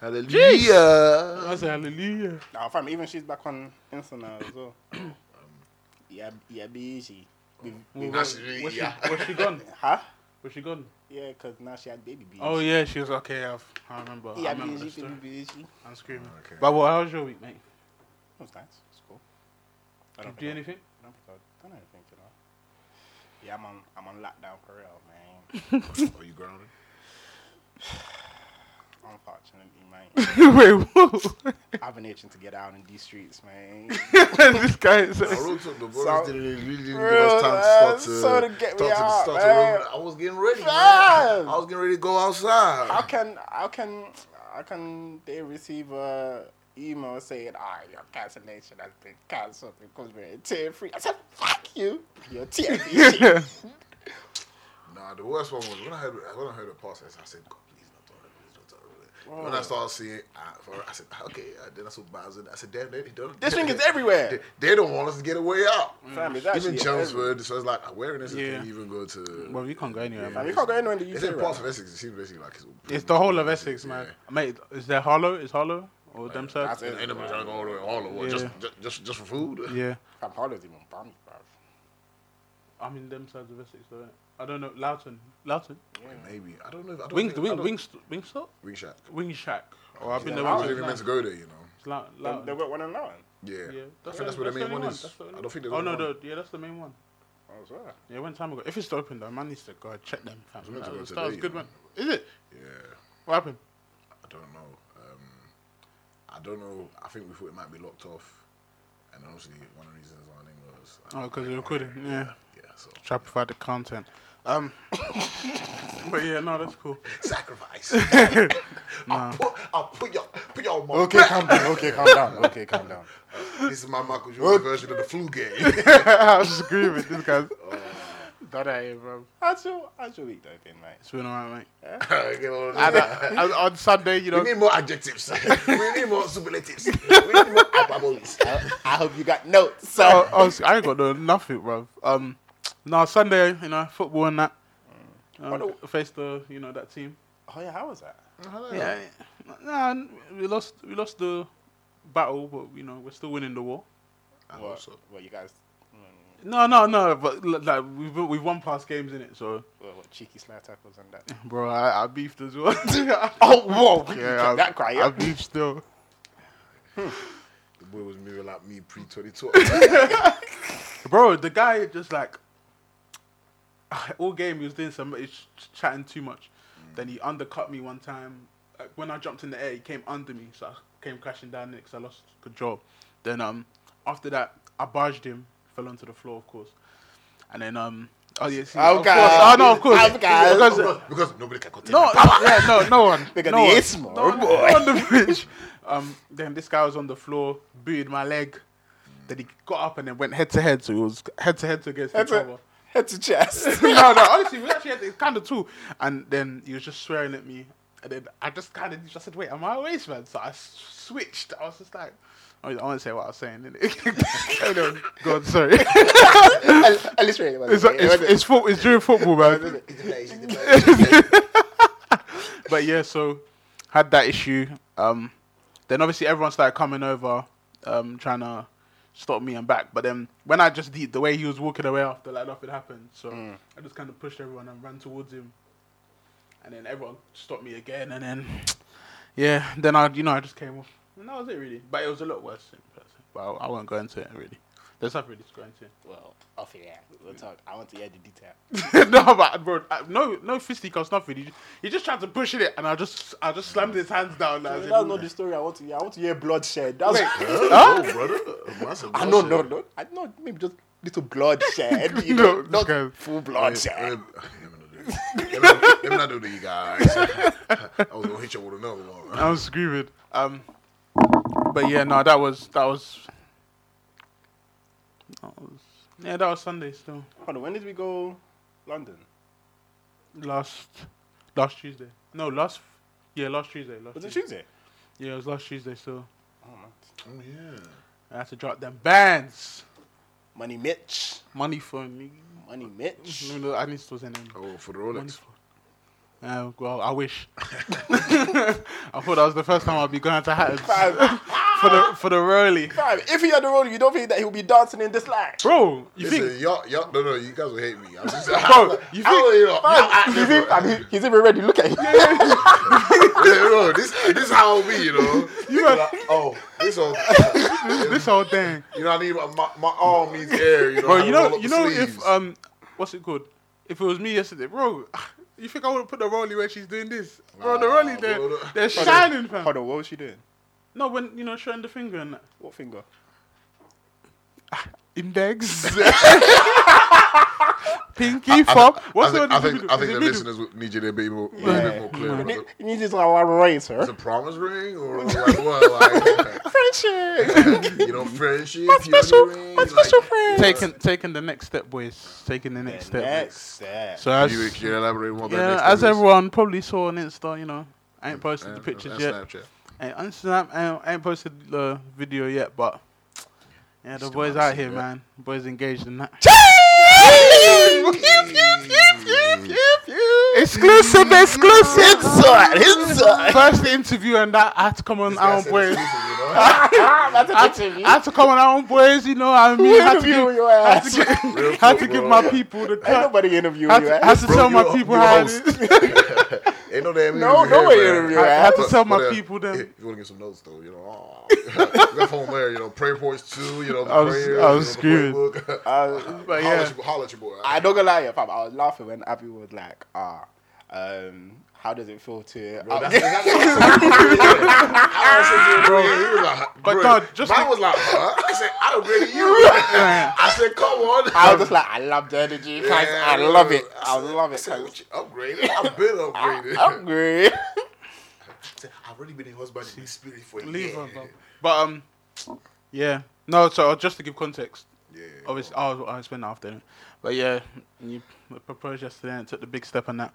Speaker 3: Hallelujah.
Speaker 2: I said hallelujah.
Speaker 4: Now, fam, even she's back on Insta now as well.
Speaker 2: Um,
Speaker 4: yeah, yeah, busy.
Speaker 3: That's-
Speaker 2: Where's she,
Speaker 3: yeah.
Speaker 2: where's she gone?
Speaker 4: Huh?
Speaker 2: Where's she gone?
Speaker 4: Yeah, 'cause now she had baby B.
Speaker 2: Oh yeah, she was okay. I've, I remember. I
Speaker 4: yeah,
Speaker 2: remember the
Speaker 4: busy,
Speaker 2: story.
Speaker 4: baby busy.
Speaker 2: I'm screaming.
Speaker 3: Okay.
Speaker 2: But what? How was your week, mate?
Speaker 4: That was nice. It's cool. I
Speaker 2: Did you
Speaker 4: think
Speaker 2: do
Speaker 4: I-
Speaker 2: anything?
Speaker 4: I don't think I've done anything, you know. Yeah, I'm on, I'm on lockdown for real, man.
Speaker 3: Are you grounded?
Speaker 4: Unfortunately, man.
Speaker 2: Wait, what?
Speaker 4: I have an itching to get out in these streets, man.
Speaker 2: this guy is.
Speaker 3: I wrote up the brothers
Speaker 4: So-
Speaker 3: didn't really give
Speaker 4: Real,
Speaker 3: us time to start
Speaker 4: man.
Speaker 3: to,
Speaker 4: So to get me
Speaker 3: start to,
Speaker 4: out,
Speaker 3: start
Speaker 4: man.
Speaker 3: to roll. I was getting ready. Man.
Speaker 4: Man.
Speaker 3: I was getting ready to go outside.
Speaker 4: How can, how can, how can they receive a email saying, ah, your cancellation has been cancelled because we're tear free? I said, fuck you. You're tear free.
Speaker 3: Nah, the worst one was when I heard when I heard the pass, I said, God, please not tolerate, please not tolerate. When I started seeing, I, for, I said, okay, uh, then I saw Bowser. I said, damn, they, they don't.
Speaker 4: This
Speaker 3: they-
Speaker 4: thing is
Speaker 3: they-
Speaker 4: everywhere.
Speaker 3: They, they don't want us to get away out.
Speaker 4: Fam, it's
Speaker 3: Even
Speaker 4: actually
Speaker 3: Chelmsford, so it's like awareness.
Speaker 2: Yeah.
Speaker 3: Yeah. Can't even go to.
Speaker 2: Well, you can't go anywhere,
Speaker 4: Fam,
Speaker 2: man.
Speaker 4: you can't go anywhere in the
Speaker 3: It's in
Speaker 4: UK.
Speaker 3: parts
Speaker 4: Right?
Speaker 3: of Essex. It seems basically like it's.
Speaker 2: It's the whole of Essex, man. Mate, is there Harlow? Is Harlow or them side?
Speaker 4: That's
Speaker 3: And
Speaker 4: it.
Speaker 3: ain't nobody trying to go all the way to Harlem. What,
Speaker 2: Yeah.
Speaker 3: Just, just, just, just for food.
Speaker 2: Yeah,
Speaker 4: Fam, Harlem's even bummed, bro.
Speaker 2: I'm in them sides of Essex, though. innit? I don't know. Loughton, Loughton,
Speaker 3: Maybe I don't know. If, I don't
Speaker 2: Wing,
Speaker 3: think, I
Speaker 2: Wing,
Speaker 3: don't-
Speaker 2: Wing, Wing Stop,
Speaker 3: Wing Shack.
Speaker 2: Wing Shack. Oh, I've been
Speaker 3: I
Speaker 2: there
Speaker 3: wasn't
Speaker 2: once.
Speaker 3: even meant to go there, you know.
Speaker 2: It's Lou-
Speaker 4: They- They've
Speaker 2: Loughton.
Speaker 4: got one in London.
Speaker 3: Yeah.
Speaker 2: Yeah,
Speaker 3: I think that's where the main
Speaker 2: only
Speaker 3: one is.
Speaker 2: That's the only
Speaker 3: I don't think there's
Speaker 2: Oh
Speaker 3: only
Speaker 2: no,
Speaker 3: one.
Speaker 2: no, yeah, that's the main one.
Speaker 4: I swear.
Speaker 2: Yeah, one time ago. If it's still open though, man needs to go and check them. Fam.
Speaker 3: meant to
Speaker 2: That
Speaker 3: go
Speaker 2: was, that
Speaker 3: today,
Speaker 2: was
Speaker 3: you
Speaker 2: good,
Speaker 3: know.
Speaker 2: man. Is it?
Speaker 3: Yeah.
Speaker 2: What happened?
Speaker 3: I don't know. Um, I don't know. I think we thought it might be locked off, and obviously one of the reasons I think was uh,
Speaker 2: Oh, 'cause they recorded, yeah.
Speaker 3: yeah. So
Speaker 2: Shopify the content. Um, but yeah, no, that's cool.
Speaker 3: sacrifice. I'll put I'll put your put your mom.
Speaker 4: Okay, calm down. Okay, calm down. Okay, calm down.
Speaker 3: This is my Michael Jordan version of the flu game.
Speaker 2: I was screaming. This guy's. That I am, bro.
Speaker 4: How's your, how's your week though been, mate?
Speaker 2: It's been alright, mate.
Speaker 3: Get all of
Speaker 2: And,
Speaker 3: that.
Speaker 2: uh, and on Sunday, you
Speaker 3: We
Speaker 2: know,
Speaker 3: need more adjectives. we need more superlatives. We need
Speaker 2: Uh,
Speaker 3: more hyperboles.
Speaker 4: I hope you got notes,
Speaker 2: I,
Speaker 4: sir.
Speaker 2: I, was, I ain't got no nothing, bro. Um, No, Sunday, you know, football and that. Um,
Speaker 4: What
Speaker 2: face the, you know, that team.
Speaker 4: Oh yeah, how was that?
Speaker 2: Yeah, nah, we lost. We lost the battle, but you know, we're still winning the war.
Speaker 3: Uh,
Speaker 4: Well, well, you guys,
Speaker 2: No, no, no. But l- like we've we've won past games in it, so
Speaker 4: well, what, cheeky slide tackles and that.
Speaker 2: bro, I, I beefed as well. yeah,
Speaker 4: oh whoa!
Speaker 2: I,
Speaker 4: that guy.
Speaker 2: I
Speaker 4: Yeah.
Speaker 2: beefed still.
Speaker 3: The boy was moving like me pre 22.
Speaker 2: Bro, the guy just like all game he was doing some he's ch- chatting too much. Then he undercut me one time. Like, when I jumped in the air, he came under me, so I came crashing down because I lost control. Then um after that, I barged him, fell onto the floor, of course. And then um oh yes,
Speaker 4: Oh,
Speaker 2: of course.
Speaker 4: God.
Speaker 2: Oh, no, of course.
Speaker 4: Oh, God.
Speaker 2: Because,
Speaker 3: because nobody can contain
Speaker 2: no, no, yeah, no, no one.
Speaker 4: Look at
Speaker 2: no
Speaker 4: the
Speaker 2: one.
Speaker 4: ace,
Speaker 2: no,
Speaker 4: man,
Speaker 2: one-
Speaker 4: boy.
Speaker 2: no one on the bridge. Um, then this guy was on the floor, booted my leg. Then he got up and then went head to head. So it was head to head against
Speaker 4: Head
Speaker 2: each
Speaker 4: to,
Speaker 2: other.
Speaker 4: head to chest.
Speaker 2: no, no, honestly, we actually had it kind of too. And then he was just swearing at me. And then I just kind of just said, wait, am I a waste man? So I s- switched. I was just like, I mean, I won't say what I was saying, innit? Anyway, God, sorry. it's,
Speaker 4: At least really, it was- it
Speaker 2: it's,
Speaker 4: was-
Speaker 2: it's, fo- it's during football, man. but yeah, so had that issue. Um, then obviously everyone started coming over, um, trying to stop me and back. But then when I just did the way he was walking away after, like nothing happened. So I just kind of pushed everyone and ran towards him, and then everyone stopped me again. And then yeah, then I you know I just came off, and that was it really. But it was a lot worse in person. But I, I won't go into it really. There's nothing really to go into.
Speaker 4: well, off yeah, we'll talk. I want to hear the detail.
Speaker 2: no, but bro, I- no, no fisticuffs, nothing. He just, he just tried to push it, and I just, I just slammed his hands down. as
Speaker 4: That's
Speaker 2: if-
Speaker 4: not the story I want to hear. I want to hear bloodshed. That's
Speaker 3: Huh? No, brother. Massive
Speaker 2: Ah,
Speaker 4: I know,
Speaker 3: bloodshed.
Speaker 4: no, no. I know, maybe just little bloodshed. You
Speaker 2: No,
Speaker 4: know,
Speaker 2: this
Speaker 4: not
Speaker 2: guy-
Speaker 4: full
Speaker 3: Hey,
Speaker 4: bloodshed.
Speaker 3: um, Let me not do- let me not do these guys. I was gonna hit you with another one.
Speaker 2: I was screaming. Um, but yeah, no, that was that was. That was yeah, that was Sunday still.
Speaker 4: Hold on, when did we go London?
Speaker 2: Last, last Tuesday. No, last. Yeah, last Tuesday. Last
Speaker 4: Was it
Speaker 2: Tuesday.
Speaker 4: Tuesday?
Speaker 2: Yeah, it was last Tuesday. So
Speaker 3: Oh yeah.
Speaker 2: I had to drop them bands.
Speaker 4: Money Mitch.
Speaker 2: Money for me.
Speaker 4: Money Mitch.
Speaker 2: No, no, I need to say name.
Speaker 3: Oh, for the
Speaker 2: Money
Speaker 3: Rolex.
Speaker 2: for. Uh, well, I wish. I thought that was the first time I'd be going to Hatton
Speaker 4: Fam,
Speaker 2: for the for the Rowley.
Speaker 4: fam, if he had the role, you don't think that he'll be dancing in this line.
Speaker 2: Bro, you think
Speaker 3: Listen, y'all, y'all, no, no, you guys will hate me. I'm just,
Speaker 2: Bro, you
Speaker 3: I don't, you know, I- I-
Speaker 4: He's, even, fam, he- he's even ready. Look at him.
Speaker 3: you know, this, this how it be, you know. You
Speaker 2: are-
Speaker 3: like, oh, this one,
Speaker 2: this whole thing?
Speaker 3: you know, I need my, my, my arm needs air, you know. I
Speaker 2: Bro,
Speaker 3: roll
Speaker 2: you know,
Speaker 3: up
Speaker 2: you
Speaker 3: the
Speaker 2: know
Speaker 3: sleeves.
Speaker 2: if um, what's it called? If it was me yesterday, bro, you think I would have put the Rolly where she's doing this, bro? the
Speaker 3: Nah,
Speaker 2: Rolly,
Speaker 3: bro,
Speaker 2: they're,
Speaker 3: the-
Speaker 2: they're shining, fam.
Speaker 4: Hold on, what was she doing?
Speaker 2: No, when you know showing the finger and that.
Speaker 4: What finger?
Speaker 2: index, pinky, thumb.
Speaker 3: I
Speaker 2: What's
Speaker 3: think,
Speaker 2: the
Speaker 3: I
Speaker 2: one?
Speaker 3: think, I think the
Speaker 2: middle?
Speaker 3: listeners would need you to be more, a little bit more clear.
Speaker 4: He,
Speaker 3: Is
Speaker 4: need- he needs this one right,
Speaker 3: it
Speaker 4: sir.
Speaker 3: a promise ring or like what?
Speaker 4: Friendship.
Speaker 3: Like, you know, friendship, special, ring, like,
Speaker 2: Taking taking the next step, boys. Taking the next step.
Speaker 4: Next step.
Speaker 2: So as,
Speaker 3: Can you, can you elaborate more on that
Speaker 2: yeah,
Speaker 3: next
Speaker 2: as
Speaker 3: time, please?
Speaker 2: everyone probably saw on Insta, you know, I ain't posted
Speaker 3: Uh,
Speaker 2: the pictures
Speaker 3: uh,
Speaker 2: yet.
Speaker 3: Snapchat.
Speaker 2: Hey, on Snap, I ain't, I ain't posted the video yet, but yeah, the
Speaker 3: Still
Speaker 2: boys
Speaker 3: haven't
Speaker 2: out
Speaker 3: seen
Speaker 2: here,
Speaker 3: that.
Speaker 2: man. Boys engaged in that. exclusive, exclusive.
Speaker 4: Inside, inside.
Speaker 2: First interview and that, I had to come on
Speaker 3: This guy
Speaker 2: our own
Speaker 3: said
Speaker 2: boys. I
Speaker 3: exclusive, you know?
Speaker 4: That's an interview.
Speaker 2: had to come on our own boys, you know. what I mean, had to
Speaker 4: interview
Speaker 2: give,
Speaker 4: your
Speaker 2: had to
Speaker 4: ass.
Speaker 2: give,
Speaker 3: Real
Speaker 2: had to
Speaker 3: talk,
Speaker 2: give
Speaker 3: bro.
Speaker 2: my people the
Speaker 4: Ain't
Speaker 2: cut.
Speaker 4: nobody interviewing
Speaker 2: Had
Speaker 4: you.
Speaker 2: to,
Speaker 4: eh?
Speaker 2: had to
Speaker 3: Bro,
Speaker 2: tell my
Speaker 3: you're-
Speaker 2: people
Speaker 3: you're
Speaker 2: how it
Speaker 3: host.
Speaker 2: is.
Speaker 3: Ain't no damn
Speaker 4: No,
Speaker 3: interview here,
Speaker 4: no way
Speaker 3: man.
Speaker 4: interview,
Speaker 2: I- I
Speaker 4: eh?
Speaker 2: had to tell my
Speaker 3: But, uh,
Speaker 2: people
Speaker 3: If
Speaker 2: then.
Speaker 3: you want to get some notes though, you know, oh, got phone there, you know, prayer points too, you know, the
Speaker 2: I was-
Speaker 3: prayers,
Speaker 2: I was
Speaker 3: you know,
Speaker 2: screwed.
Speaker 3: the prayer book.
Speaker 4: Uh,
Speaker 2: But
Speaker 3: Holler
Speaker 2: yeah,
Speaker 3: at your- holler at your boy.
Speaker 4: I don't gonna lie, fam. I was laughing when Abby was like, "Ah, um, how does it feel to?"
Speaker 3: Bro, that's- that's- I was thinking, bro, he was like,
Speaker 2: But
Speaker 3: bro,
Speaker 2: no, just
Speaker 3: mine
Speaker 2: like-
Speaker 3: was like, huh? I said, I agree with you. I said, come on.
Speaker 4: I was just like, "I love the energy,
Speaker 3: Yeah,
Speaker 4: guys. I love it. I
Speaker 3: said-
Speaker 4: love
Speaker 3: I
Speaker 4: it."
Speaker 3: said,
Speaker 4: guys.
Speaker 3: what you upgraded? I've been upgraded.
Speaker 4: I'm great.
Speaker 3: said, I've already been in husband in spirit for a
Speaker 2: leave
Speaker 3: year.
Speaker 2: her, bro. But um, yeah, no. So just to give context,
Speaker 3: Yeah.
Speaker 2: obviously I was I was spent after, but yeah, you proposed yesterday and took the big step on that.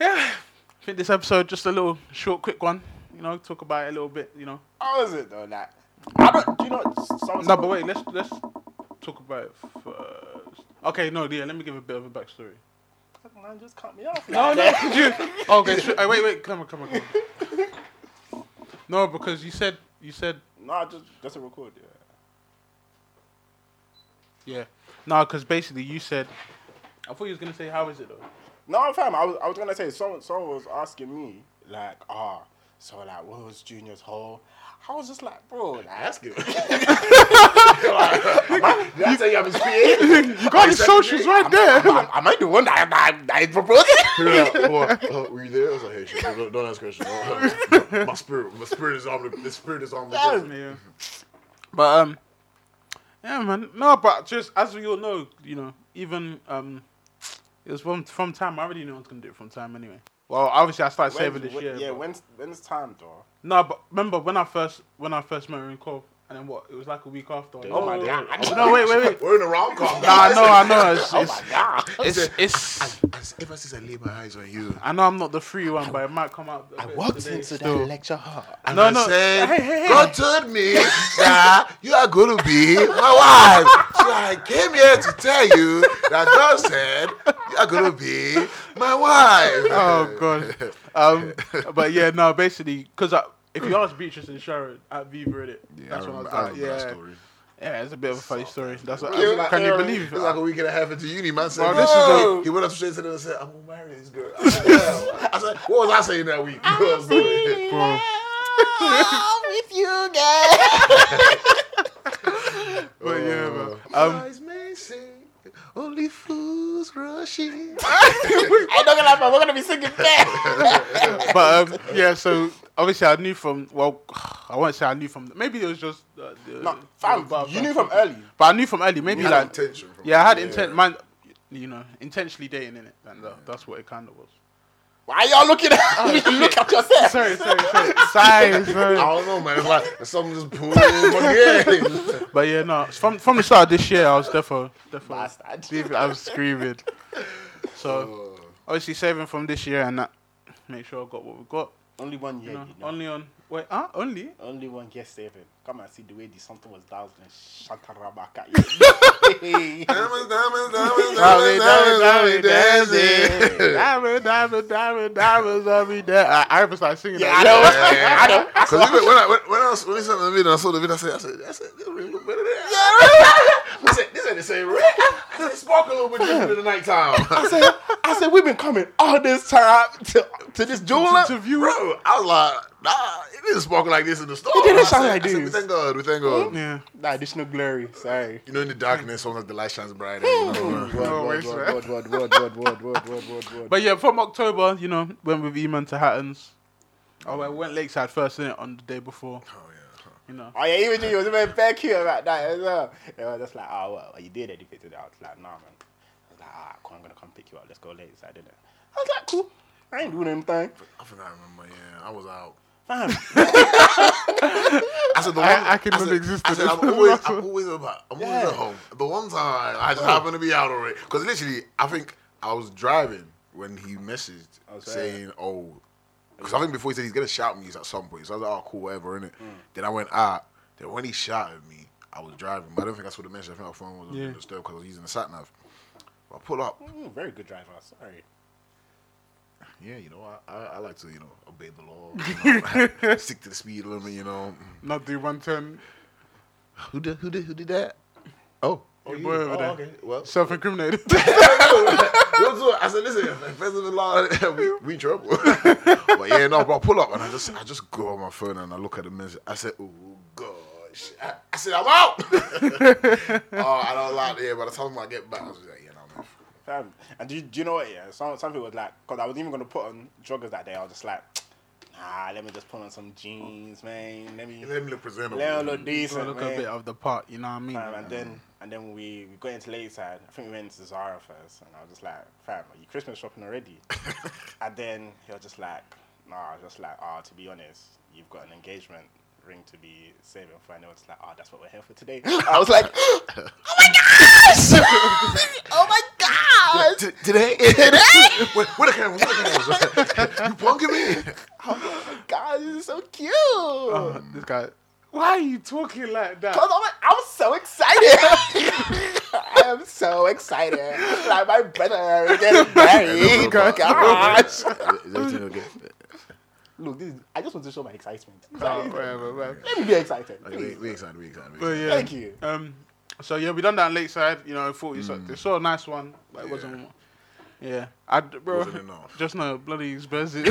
Speaker 2: Yeah, I think this episode just a little short, quick one. You know, talk about it a little bit. You know,
Speaker 4: How is it though? Like, I don't. Do you know? Some,
Speaker 2: no, but wait, let's let's talk about it first. Okay, no, yeah. Let me give a bit of a backstory.
Speaker 4: Man, just cut me off.
Speaker 2: No, no. you, Oh, okay, sure. wait, wait. Come on, come on, come on. No, because you said you said
Speaker 4: no, just doesn't record. Yeah.
Speaker 2: yeah. No, because basically you said. I thought you was gonna say how is it though.
Speaker 4: No, fam. I was, I was gonna say someone someone was asking me like, ah, so like, what was Junior's hole? I was just like, bro, like,
Speaker 3: Ask him. Like, Did I tell you I'm his PA?
Speaker 2: You got his socials right there.
Speaker 4: am, am I the one that that, that is proposing?
Speaker 3: Yeah, what? Uh, were you there? I was like, hey, shit, don't, don't ask questions. Don't- don't- my spirit, my spirit is on the, the spirit is on the.
Speaker 4: Yes.
Speaker 2: Yeah. But um, yeah, man. No, but just as we all know, you know, even um, it was from from time. I already knew I was gonna do it from time anyway. Well, obviously I started saving this
Speaker 4: when,
Speaker 2: year.
Speaker 4: Yeah,
Speaker 2: but-
Speaker 4: when's when's time, though?
Speaker 2: No, but remember when I first when I first met her in Cove, and then what? It was like a week after.
Speaker 3: Oh my God.
Speaker 2: No, wait, wait, wait.
Speaker 3: We're in a rom com.
Speaker 2: Nah, I know, I know. It's,
Speaker 4: Oh
Speaker 2: it's,
Speaker 3: God.
Speaker 2: it's, it's.
Speaker 3: Ever since I laid my eyes on you,
Speaker 2: I know I'm not the free one, but it might come out. I
Speaker 3: walked
Speaker 2: into
Speaker 4: lecture hall.
Speaker 3: and
Speaker 2: No,
Speaker 3: I
Speaker 2: no.
Speaker 3: said, God told me that you are going to be my wife. So I came here to tell you that God said you are going to be my wife.
Speaker 2: Oh god. Um, but yeah, no, basically, because if you ask Beatrice and Sharon at Viva in it, that's when I was like, yeah, yeah, it's a bit of a funny story. That's what, um,
Speaker 3: It was like-
Speaker 2: can
Speaker 3: it
Speaker 2: you
Speaker 3: was-
Speaker 2: believe?
Speaker 3: It was like a week and a half into uni, man. Said,
Speaker 2: Bro, this is a-
Speaker 3: "No." he went up to Jason and said, I'm going to marry this girl. I said, "Wow." I said, what was I saying that week? You know what I'm saying?
Speaker 2: Bro.
Speaker 5: with you guys.
Speaker 2: But yeah, man.
Speaker 3: Um, Eyes may say, only fools rush in.
Speaker 4: I'm not gonna lie, man, we're gonna be singing that.
Speaker 2: But um, yeah, so obviously I knew from well, I won't say I knew from maybe it was just uh, the,
Speaker 4: no, fam,
Speaker 2: but-
Speaker 4: you knew from early.
Speaker 2: but I knew from early. Maybe
Speaker 3: You had
Speaker 2: like
Speaker 3: intention from
Speaker 2: yeah, I had
Speaker 3: it.
Speaker 2: intent, man. You know, intentionally dating in it, and uh, that's what it kind of was.
Speaker 4: Why y'all looking at me? Look at yourself.
Speaker 2: Sorry, sorry, sorry, sorry,
Speaker 3: I
Speaker 2: sorry.
Speaker 3: don't know, man. It's like something just pulled my game.
Speaker 2: But yeah, no. From from the start of this year, I was defo, defo.
Speaker 4: Bastard.
Speaker 2: Leave it, I was screaming. So obviously saving from this year and that, make sure I got what we got.
Speaker 4: Only one year,
Speaker 2: You know,
Speaker 4: you know.
Speaker 2: only on wait, ah, only.
Speaker 4: Only one year saving. Come and see the way the something was dazzling. Shatarabaka.
Speaker 3: Diamonds, diamonds, diamonds, diamonds, diamonds, diamonds, dancing.
Speaker 2: diamond, diamond, diamond, diamonds are me there. I, I was like singing. that.
Speaker 4: yeah, I know.
Speaker 3: Yeah, yeah, yeah.
Speaker 4: I know.
Speaker 3: Cause even when I when, when I was when he sent me the video, I saw the video. I said, I said, I said, this really look better than I said, this ain't the same red. Cause it sparkle a little bit different in the nighttime.
Speaker 4: I said, I said, we've been coming all this time to, to this jeweler.
Speaker 2: To view.
Speaker 3: Bro, I was like, nah, it didn't sparkle like this in the store.
Speaker 4: It didn't
Speaker 3: I
Speaker 4: sound
Speaker 3: said-
Speaker 4: like Mm-hmm.
Speaker 3: I said,
Speaker 4: this.
Speaker 3: we thank God, we thank God.
Speaker 2: Yeah.
Speaker 4: Nah, additional glory. Sorry.
Speaker 3: You know, in the darkness, sometimes the light shines brighter.
Speaker 4: Mm-hmm.
Speaker 3: You know,
Speaker 2: No worries, man.
Speaker 4: word, word, word, word, word, word, word, word, word.
Speaker 2: But yeah, from October, you know, went with Eman to Hattons. Oh, I went Lakeside first, innit, on the day before.
Speaker 3: oh, yeah.
Speaker 2: You know.
Speaker 4: Oh yeah, even you was even very cute about that as well. They were just like, oh well, you did anything to that? I was like, nah, man. I was like, alright, cool, I'm gonna come pick you up. Let's go late. So I didn't. I was like, cool. I ain't doing anything.
Speaker 3: I think I remember. Yeah, I was out.
Speaker 4: Fam,
Speaker 3: I said the
Speaker 2: I-
Speaker 3: one
Speaker 2: I can
Speaker 3: said-
Speaker 2: remember existing.
Speaker 3: I said, I'm always, I'm always about. I'm always at home. The one time I just happened to be out already, because literally, I think I was driving when he messaged
Speaker 4: was
Speaker 3: saying, "Oh," because I think before he said he's gonna shout at me at some point. So I was like, "Oh, cool, whatever." innit?
Speaker 4: Hmm.
Speaker 3: Then I went out. Then when he shouted at me, I was driving, but I don't think I saw the message. I think my phone was
Speaker 2: Yeah.
Speaker 3: yeah. disturbed because I was using the sat nav. But I pull up.
Speaker 4: mm, very good driver. Sorry.
Speaker 3: Yeah, you know, I, I, I like to you know obey the law, you know, stick to the speed limit. You know,
Speaker 2: Not do 110.
Speaker 3: who did who did who did that? Oh.
Speaker 2: Your boy over there.
Speaker 3: Well,
Speaker 2: Self incriminated.
Speaker 3: What's up? I said, listen, offensive in law, we, we in trouble. but yeah, no, bro, I pull up and I just, I just go on my phone and I look at the message. I said, oh gosh. I, I said, I'm out. oh, I don't like. Yeah, by the time I get back, I was just like, yeah, no, man.
Speaker 4: Fam. And do you, do you know what? Yeah, some some people was like, cause I was even gonna put on joggers that day. I was just like, nah, let me just put on some jeans, man. Let me
Speaker 3: Let me look presentable.
Speaker 4: let me look
Speaker 2: So I
Speaker 4: decent,
Speaker 2: look
Speaker 4: man.
Speaker 2: a bit of the part, you know what I mean?
Speaker 4: Fam, Um, and then and then we, we got into Lakeside. I think we went to Zara first, and I was just like, "Fam, are you Christmas shopping already?" and then he was just like, "Nah," I was just like, "Ah, to be honest, you've got an engagement ring to be saving for." And they was just like, "Ah, that's what we're here for today." I was like,
Speaker 5: Oh my god.
Speaker 3: T- today? Today? where, where the cameras? Where the cameras? you punking me?
Speaker 4: "God, this is so cute!"
Speaker 2: Uh, this guy. Why are you talking like that?
Speaker 4: I was, like, I was so excited. I am so excited. Like my brother is getting married.
Speaker 6: God.
Speaker 4: Gosh.
Speaker 3: Is everything okay?
Speaker 4: Look, this is, I just want to show my excitement.
Speaker 2: Oh, whatever, whatever.
Speaker 4: Let me be excited.
Speaker 3: Okay,
Speaker 4: please.
Speaker 3: we, we excited, we excited. We
Speaker 2: But
Speaker 3: excited.
Speaker 2: yeah.
Speaker 4: Thank you.
Speaker 2: Um, so yeah, we done that on Lakeside. You know, forty. So
Speaker 3: Mm.
Speaker 2: they saw a nice one, but it wasn't. Yeah, I d- bro.
Speaker 3: Wasn't enough.
Speaker 2: Just no bloody Spurs.
Speaker 4: Th-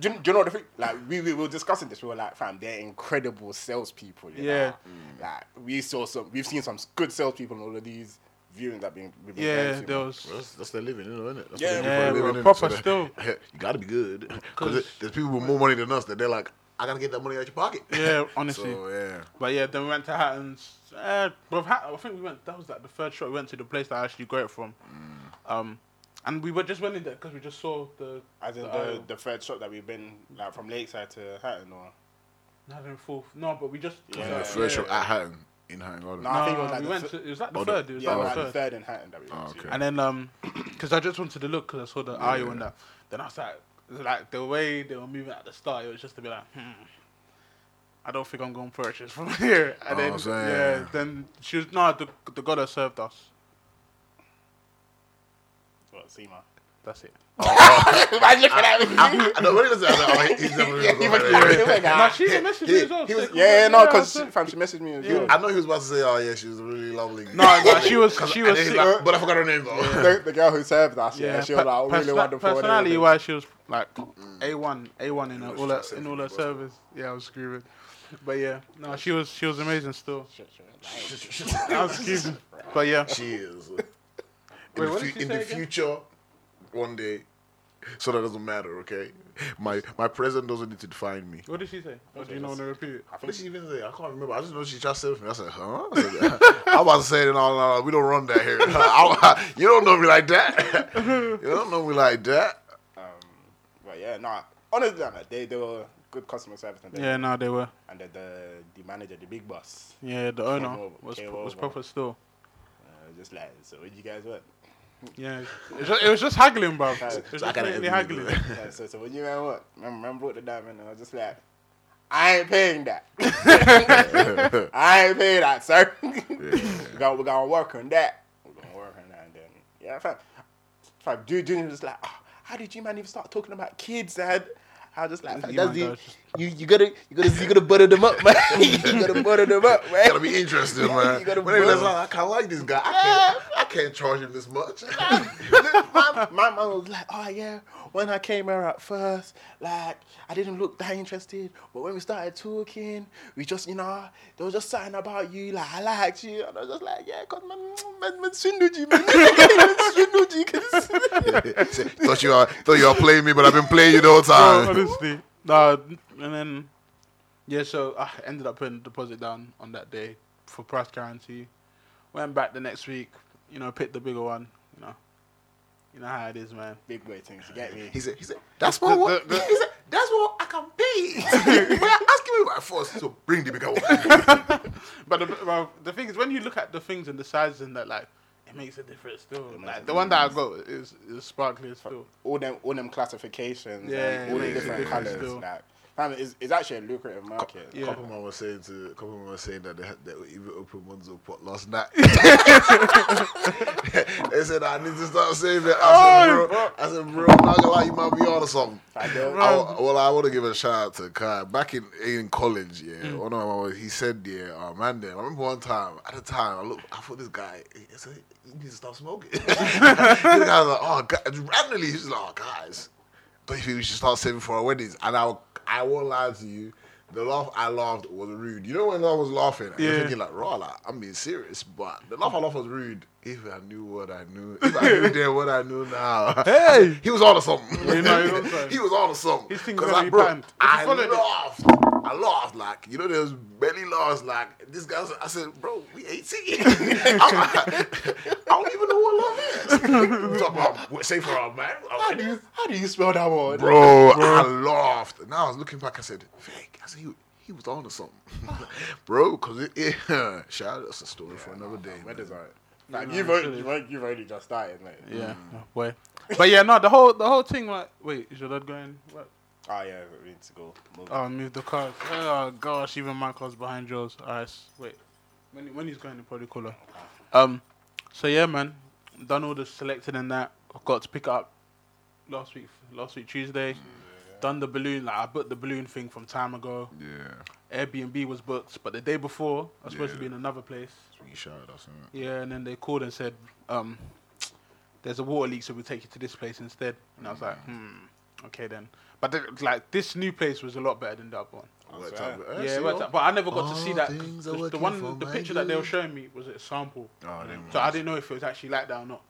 Speaker 4: Do you, do you know the thing? Like we, we were discussing this. We were like, fam, they're incredible salespeople. you
Speaker 2: Yeah.
Speaker 4: know? Mm. Like we saw some. We've seen some good salespeople in all of these viewings that been. We've been going
Speaker 2: yeah,
Speaker 4: to.
Speaker 2: there was.
Speaker 3: Well, that's, that's their living, you know, isn't it? That's
Speaker 4: Yeah,
Speaker 3: their
Speaker 2: yeah,
Speaker 3: living,
Speaker 2: bro,
Speaker 3: innit?
Speaker 2: proper
Speaker 3: that-
Speaker 2: still.
Speaker 3: you gotta be good.
Speaker 2: Cause-
Speaker 3: Because there's people with more money than us that they're like, I gotta get that money out your pocket.
Speaker 2: Yeah, honestly.
Speaker 3: So, yeah.
Speaker 2: But yeah, then we went to Hatton's. Uh, bro, Hatton, I think we went. That was like the third shot we went to the place that I actually got it from.
Speaker 3: Mm.
Speaker 2: Um, and we were just went in there because we just saw the.
Speaker 4: As in
Speaker 2: the,
Speaker 4: the,
Speaker 2: aisle.
Speaker 4: the third shot that we've been like from Lakeside to Hatton or.
Speaker 2: No, then fourth. No, but we just.
Speaker 3: yeah.
Speaker 4: Yeah,
Speaker 3: the first shop at Hatton, in Hatton Garden.
Speaker 4: No,
Speaker 2: No,
Speaker 4: I think it was like
Speaker 2: Uh, we
Speaker 4: the
Speaker 2: went
Speaker 4: fir-
Speaker 2: to, it was like the
Speaker 3: Oh, the-
Speaker 2: third. It was
Speaker 4: Yeah,
Speaker 2: like
Speaker 4: like
Speaker 2: the third.
Speaker 4: the third in Hatton that we went
Speaker 3: Oh,
Speaker 4: to.
Speaker 3: okay.
Speaker 2: And then, um, because I just wanted to look because I saw the aisle and that. Then I was like, like the way they were moving at the start, it was just to be like, hmm, I don't think I'm going to purchase from here. And
Speaker 3: Oh,
Speaker 2: then,
Speaker 3: so,
Speaker 2: yeah.
Speaker 3: yeah.
Speaker 2: then she was, no, the, the god that served us.
Speaker 4: What, Seema?
Speaker 2: That's it.
Speaker 4: Man, looking at me.
Speaker 3: I don't know what that. He's definitely
Speaker 4: Yeah, he was-
Speaker 3: gonna go
Speaker 4: he
Speaker 3: there.
Speaker 4: was like,
Speaker 2: Nah,
Speaker 4: ah.
Speaker 2: she even messaged me
Speaker 3: he-
Speaker 2: as well. "Oh,
Speaker 3: he
Speaker 2: so
Speaker 3: was-
Speaker 2: it could've
Speaker 4: Yeah, yeah,
Speaker 2: been
Speaker 4: no,
Speaker 2: her,
Speaker 4: because
Speaker 2: so-
Speaker 4: fam, she messaged me. as
Speaker 2: Yeah.
Speaker 4: well.
Speaker 3: I know he was about to say, oh, yeah, she was really lovely.
Speaker 2: No, no, she was, she
Speaker 3: And then
Speaker 2: was,
Speaker 3: he's
Speaker 2: sick.
Speaker 3: like, but I forgot her name, though.
Speaker 4: the, the girl who served us, yeah,
Speaker 2: yeah,
Speaker 4: she was
Speaker 2: per-
Speaker 4: like "Oh, really
Speaker 2: persona-
Speaker 4: wonderful. and
Speaker 2: Personality
Speaker 4: everything.
Speaker 2: wise, she was like A1, A1 in her,
Speaker 6: was
Speaker 2: all her,
Speaker 6: just
Speaker 2: in
Speaker 6: everything
Speaker 2: all her
Speaker 6: possible.
Speaker 2: service. Yeah, I was screaming. But yeah, no, she was, she was amazing still.
Speaker 4: Shit, shit, like-
Speaker 2: I was screaming. But yeah.
Speaker 6: She is.
Speaker 2: Wait,
Speaker 6: in the,
Speaker 2: what
Speaker 6: fu-
Speaker 2: did she
Speaker 6: in
Speaker 2: say
Speaker 6: the
Speaker 2: again?
Speaker 6: future, one day, so that doesn't matter, okay? My my present doesn't need to define me.
Speaker 2: What did she say? Or do you not want to repeat it?
Speaker 6: What did she even say? I can't remember. I just know she tried to say it for me. I said, huh? I said, I'm about to say it, no, no, no, we don't run that here. I- you don't know me like that. you don't know me like that.
Speaker 4: But yeah, no, honestly, nah, they they were good customer service and, they,
Speaker 2: Yeah, no, they were.
Speaker 4: and the, the the manager, the big boss,
Speaker 2: Yeah, the owner
Speaker 4: over,
Speaker 2: was
Speaker 4: came
Speaker 2: was
Speaker 4: over.
Speaker 2: proper still.
Speaker 4: uh, just like, so what you guys want?
Speaker 2: Yeah, it was just, it was just haggling, bro. It was
Speaker 4: So
Speaker 2: just
Speaker 3: I gotta agree
Speaker 2: literally haggling.
Speaker 3: with her.
Speaker 4: yeah, so so what you guys want? Man, man brought the diamond, and I was just like, I ain't paying that. I ain't paying that, sir. we got we gonna work on that. We're gonna work on that, and then yeah, fam, fam, dude, dude was like, "Ah, how did you man even start talking about kids? And I was just like, fam,
Speaker 2: You
Speaker 4: that's
Speaker 2: man
Speaker 4: the,
Speaker 2: does just-
Speaker 4: you you gotta you gotta you gotta butter them up, man. you gotta butter them up, man.
Speaker 6: Gotta be interested, man.
Speaker 4: You gotta
Speaker 6: Whenever
Speaker 4: burn.
Speaker 6: that's like, I kind of like this guy. I can't, I can't charge him this much.
Speaker 4: my, my mom was like, oh yeah, when I came here at first, like I didn't look that interested, but when we started talking, we just, you know, there was just something about you, like I liked you, and I was just like, yeah, cause man, man, man, swindled you, man, man, swindled you, 'cause-
Speaker 6: thought you are, thought you are playing me, but I've been playing you the
Speaker 3: Uh,
Speaker 6: whole
Speaker 2: Bro,
Speaker 6: time.
Speaker 2: honestly, nah, and then yeah, so I ended up putting the deposit down on that day for price guarantee. Went back the next week, you know, picked the bigger one. You know, you know how it is, man.
Speaker 4: big boy things, you get me?
Speaker 6: He said, he said, that's what,
Speaker 2: the- the-
Speaker 6: he said, that's what I can pay. but you're asking me by force to bring the bigger one.
Speaker 2: But the, well, the thing is, when you look at the things and the sizes and that, like, it makes a difference still. Like the one that I got is is sparkly still.
Speaker 4: All them, all them classifications,
Speaker 2: Yeah,
Speaker 4: and all the
Speaker 2: yeah,
Speaker 4: different
Speaker 2: yeah,
Speaker 4: colors,
Speaker 2: still.
Speaker 4: like. fam, it's, it's actually a lucrative market.
Speaker 2: Yeah.
Speaker 3: Coupleman was saying to Coupleman was saying that they, had, they were even open Monzo pot last night. they said I need to start saving.
Speaker 6: Oh,
Speaker 3: I said, bro, I said, bro, I'm not gonna lie, you might be on or something.
Speaker 4: I don't-
Speaker 3: I wa- well, I want to give a shout out to Kai. Back in in college, yeah, one of my boys, he said, yeah, oh, man, then I remember one time at the time I look, I thought this guy, I said, you need to stop smoking. this guy was like, oh, God. randomly, he's just like, oh, guys, don't you think we should start saving for our weddings? And I, I won't lie to you. The laugh I laughed was rude. You know when I was laughing, I
Speaker 2: Yeah.
Speaker 3: was thinking like, "Raw, like, I'm being serious." But the laugh I laughed was rude. If I knew what I knew, if I knew then what I knew now,
Speaker 2: Hey!
Speaker 3: he was on to something.
Speaker 2: You know,
Speaker 3: he
Speaker 2: he was onto something.
Speaker 3: was on to something.
Speaker 2: His thing
Speaker 3: Cause
Speaker 2: was
Speaker 3: I,
Speaker 2: already
Speaker 3: bro,
Speaker 2: planned. If you
Speaker 3: I
Speaker 2: followed it-
Speaker 3: laughed. I laughed like you know there's many laughs like this guy. I said, bro, we 18. I'm- I, don't even know what love is. Talk about what- say for our man.
Speaker 4: How do you, how do you spell that word?
Speaker 3: Bro, I laughed. And I was looking back. I said, fake. I said, he, he was on to something, bro. Cause it, it shout out. That's a story for another day. man.
Speaker 4: Weddings are like, you've, only, you've, only, you've only just started, mate.
Speaker 2: Yeah, no, Mm. boy. But yeah, no, the whole the whole thing like, wait, is your dad going? What?
Speaker 4: Oh yeah, we need to go. Move.
Speaker 2: Oh, move the car. Uh, Oh gosh, even my car's behind yours. Alright, s- wait. When when he's going to probably call her. Um, so yeah, man, done all the selecting and that. I got to pick it up last week, last week Tuesday. Done the balloon, like I booked the balloon thing from time ago.
Speaker 3: Yeah.
Speaker 2: Airbnb was booked, but the day before I was supposed to be in another place.
Speaker 3: You shouted us, innit?
Speaker 2: Yeah, and then they called and said, um, "There's a water leak, so we'll take you to this place instead." And I was like, "Hmm, okay then." But the, like this new place was a lot better than that one.
Speaker 3: Worked out- eh,
Speaker 2: yeah,
Speaker 3: see,
Speaker 2: it worked
Speaker 3: oh.
Speaker 2: out. but I never got to see
Speaker 3: All
Speaker 2: that.
Speaker 3: things are
Speaker 2: The, the
Speaker 3: working for
Speaker 2: one, the
Speaker 3: my
Speaker 2: picture that they were
Speaker 3: good.
Speaker 2: showing me was a sample,
Speaker 3: Oh, I didn't Mm.
Speaker 2: so I didn't know if it was actually like that or not.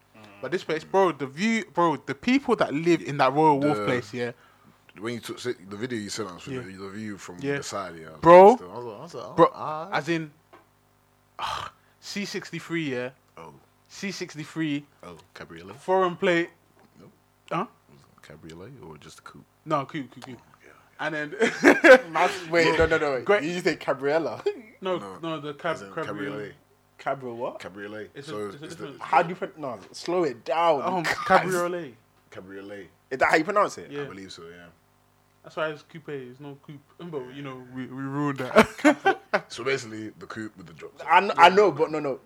Speaker 2: But this place, bro, the view, bro, the people that live in that Royal Wolf
Speaker 3: The-
Speaker 2: place, yeah,
Speaker 3: When you took the video you sent us with
Speaker 2: Yeah.
Speaker 3: the, the view from
Speaker 2: Yeah.
Speaker 3: the side, yeah. I was
Speaker 2: Bro.
Speaker 3: like, I was like, I was like, oh,
Speaker 2: bro,
Speaker 3: ah.
Speaker 2: as in C sixty three, yeah,
Speaker 3: oh,
Speaker 2: C sixty three,
Speaker 3: oh, cabriolet,
Speaker 2: foreign plate, huh?
Speaker 3: cabriolet, or just a coupe?
Speaker 2: No, cool, cool, cool. And then
Speaker 6: Mas- wait, no, no, no. Wait.
Speaker 2: Great-
Speaker 6: You just say Cabriella.
Speaker 2: no,
Speaker 3: No,
Speaker 2: no, the
Speaker 3: As
Speaker 2: cab,
Speaker 3: in
Speaker 2: cabriolet.
Speaker 3: cabriolet,
Speaker 6: Cabri what?
Speaker 3: cabriolet.
Speaker 2: It's a-
Speaker 3: so
Speaker 2: it's a
Speaker 3: it's the
Speaker 2: different-
Speaker 6: How do you put? No, slow it down.
Speaker 2: Oh,
Speaker 6: guys.
Speaker 2: cabriolet.
Speaker 3: cabriolet.
Speaker 6: Is that how you pronounce it?
Speaker 2: Yeah,
Speaker 3: I believe so, yeah.
Speaker 2: that's why it's coupe. It's no coupe. Mm, But you know, we, we ruined that.
Speaker 3: So basically, the coupe with the drops.
Speaker 6: I, kn- I know, but no, no.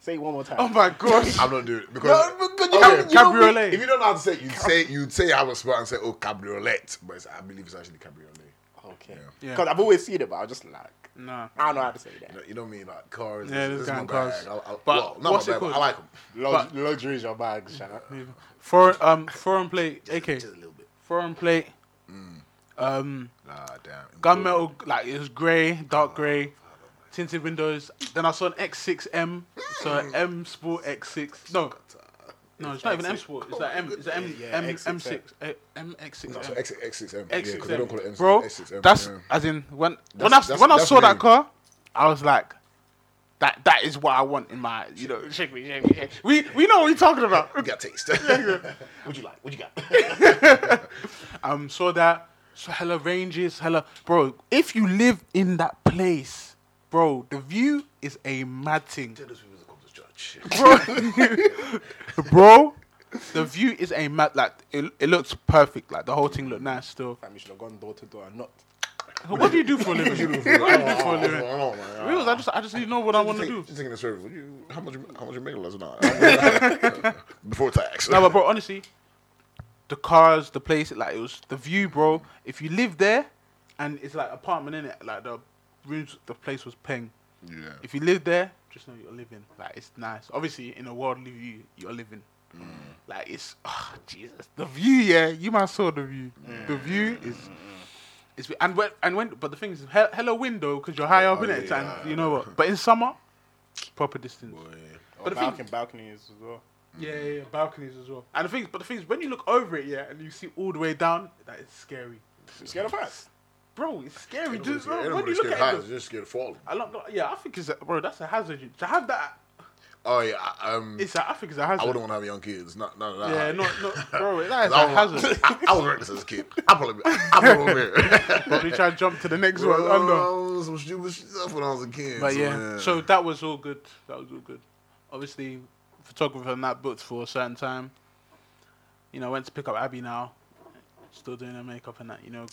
Speaker 6: Say it one more time.
Speaker 2: oh my gosh.
Speaker 3: I'm not doing it because
Speaker 6: no, because you
Speaker 3: Okay,
Speaker 6: can't. You don't be-
Speaker 2: Cabriolet.
Speaker 3: if you don't know how to say, it, you'd say you'd say have a spot and say, "Oh, cabriolet," but it's, I believe it's actually cabriolet.
Speaker 6: Okay.
Speaker 2: Yeah.
Speaker 6: Because I've always seen it, but I was just like,
Speaker 2: Nah.
Speaker 6: I don't know how to say
Speaker 3: You
Speaker 6: that.
Speaker 3: know, you know me, like cars.
Speaker 2: Yeah,
Speaker 3: this,
Speaker 2: this
Speaker 3: this
Speaker 2: guy
Speaker 3: is my
Speaker 2: in cars.
Speaker 3: bag. I, I,
Speaker 2: But
Speaker 3: well, not
Speaker 2: what's it
Speaker 3: my bag, but
Speaker 2: called?
Speaker 3: I like them.
Speaker 6: Lug- luxury is your bag, shut up.
Speaker 2: For um foreign plate, AK.
Speaker 3: Just a little bit. Mm.
Speaker 2: Foreign plate. Um,
Speaker 3: Nah, damn.
Speaker 2: gunmetal like it was grey, dark grey, tinted windows. Then I saw an X6M, so an M Sport X6. No, no, it's not even M Sport. It's like M. It's like M.
Speaker 6: Yeah, yeah,
Speaker 2: M.
Speaker 6: X6M.
Speaker 2: M6. eh, M X6.
Speaker 3: No, so X X six M. Yeah,
Speaker 2: X
Speaker 3: 'cause
Speaker 2: six
Speaker 3: they
Speaker 2: M.
Speaker 3: don't call it M.
Speaker 2: Bro,
Speaker 3: X six M.
Speaker 2: that's
Speaker 3: yeah.
Speaker 2: as in when when I
Speaker 3: That's- that's-
Speaker 2: when I
Speaker 3: that's
Speaker 2: saw that
Speaker 3: me.
Speaker 2: car, I was like, that that is what I want in my you know. Shake me, shake me, shake. We we know what we're talking about.
Speaker 3: You got taste.
Speaker 7: What you like? What you got?
Speaker 2: Um, saw that. So hella ranges, hella bro. If you live in that place, bro, the view is a mad thing,
Speaker 7: Those people that come to church.
Speaker 2: bro. bro, the view is a mad. Like it, it looks perfect. Like the whole thing looked nice still.
Speaker 6: Fam, you should have gone door to door and not.
Speaker 2: What do you do for a living? what do you do for a living?
Speaker 3: Oh my God.
Speaker 2: Reels, I just I just need to know what I want to do.
Speaker 3: You're taking the service. What you, how much? How much you make last night? Before tax.
Speaker 2: No, but bro, honestly, the cars, the place, like it was the view, bro. If you live there, and it's like apartment in it, like the rooms, the place was peng.
Speaker 3: Yeah.
Speaker 2: If you live there, just know you're living. Like it's nice. Obviously, in a worldly view, you're living. Like it's oh, Jesus. The view, yeah. You might saw the view. The view is. It's, and when and when but the thing is he, hello window because you're high up in it and you know what but in summer proper distance
Speaker 6: But
Speaker 2: But
Speaker 6: or
Speaker 2: the thing-
Speaker 6: balcony, balconies as well.
Speaker 2: yeah, yeah, yeah, balconies as well. And the thing, but the thing is, when you look over it, yeah, and you see all the way down, that is scary,
Speaker 6: You scared of us?
Speaker 2: bro. It's scary.
Speaker 3: Nobody's
Speaker 2: Just
Speaker 3: scared-
Speaker 2: bro, when you
Speaker 3: nobody's
Speaker 2: look
Speaker 3: scared
Speaker 2: at
Speaker 3: of heights,
Speaker 2: it,
Speaker 3: they're just scared of falling.
Speaker 2: I don't know. Yeah, I think it's a, bro. That's a hazard. you- To have that,
Speaker 3: Oh yeah, I- um,
Speaker 2: it's a, I think it's a
Speaker 3: I
Speaker 2: hazard.
Speaker 3: wouldn't want to have young kids. Not, none of that.
Speaker 2: yeah, no, no, bro. That is
Speaker 3: I,
Speaker 2: a
Speaker 3: was,
Speaker 2: hazard.
Speaker 3: I, I was reckless as a kid. I probably, I probably
Speaker 2: Probably try to jump to the next one.
Speaker 3: Bro,
Speaker 2: Under.
Speaker 3: I was some stupid stuff when I was a kid.
Speaker 2: But
Speaker 3: so,
Speaker 2: yeah, so that was all good. That was all good. Obviously, photographer and that booked for a certain time. You know, went to pick up Abby now. Still doing her makeup and that. You know,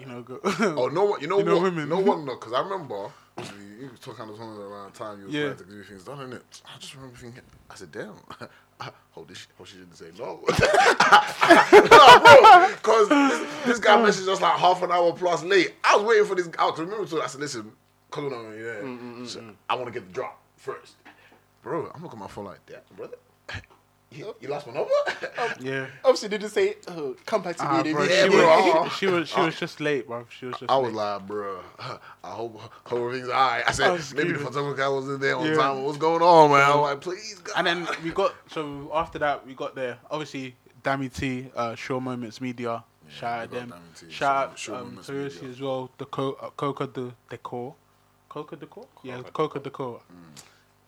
Speaker 2: you know, go.
Speaker 3: Oh no! what- You know,
Speaker 2: You know
Speaker 3: what?
Speaker 2: women.
Speaker 3: No one because I remember obviously, you were talking to someone around the time you were
Speaker 2: Yeah.
Speaker 3: trying to do things done in it. I just remember thinking, I said, "Damn, I hope this, hope she didn't say no." because this, this guy messaged us like half an hour plus late. I was waiting for this. I was remember to. I said, "Listen, come on, over
Speaker 2: Mm,
Speaker 3: here. So, I want to get the drop first, bro." I'm looking at my phone like that, brother. You, you lost my number?
Speaker 2: yeah.
Speaker 6: Obviously, they didn't say, oh, come back to
Speaker 2: Ah,
Speaker 6: me.
Speaker 2: bro,
Speaker 6: they
Speaker 2: she,
Speaker 6: didn't.
Speaker 3: bro.
Speaker 2: was, she was she was just late, bro. She was just.
Speaker 3: I was
Speaker 2: late.
Speaker 3: like, bro, I hope, hope everything's all right. I said,
Speaker 2: I was
Speaker 3: maybe the
Speaker 2: scared.
Speaker 3: photographer guy wasn't there on
Speaker 2: Oh, Yeah.
Speaker 3: time. What's going on, man? I'm like, please, God.
Speaker 2: and then we got so after that we got there. Obviously, Dammy T, uh, Sure Moments Media, shout out
Speaker 3: we got
Speaker 2: them.
Speaker 3: Dammy T,
Speaker 2: shout out
Speaker 3: Sure
Speaker 2: um,
Speaker 3: Moments
Speaker 2: Toyosi
Speaker 3: Media.
Speaker 2: as well. The co- uh, Coca the Decor, Coca Decor, yeah, Coca Decor.
Speaker 3: Mm.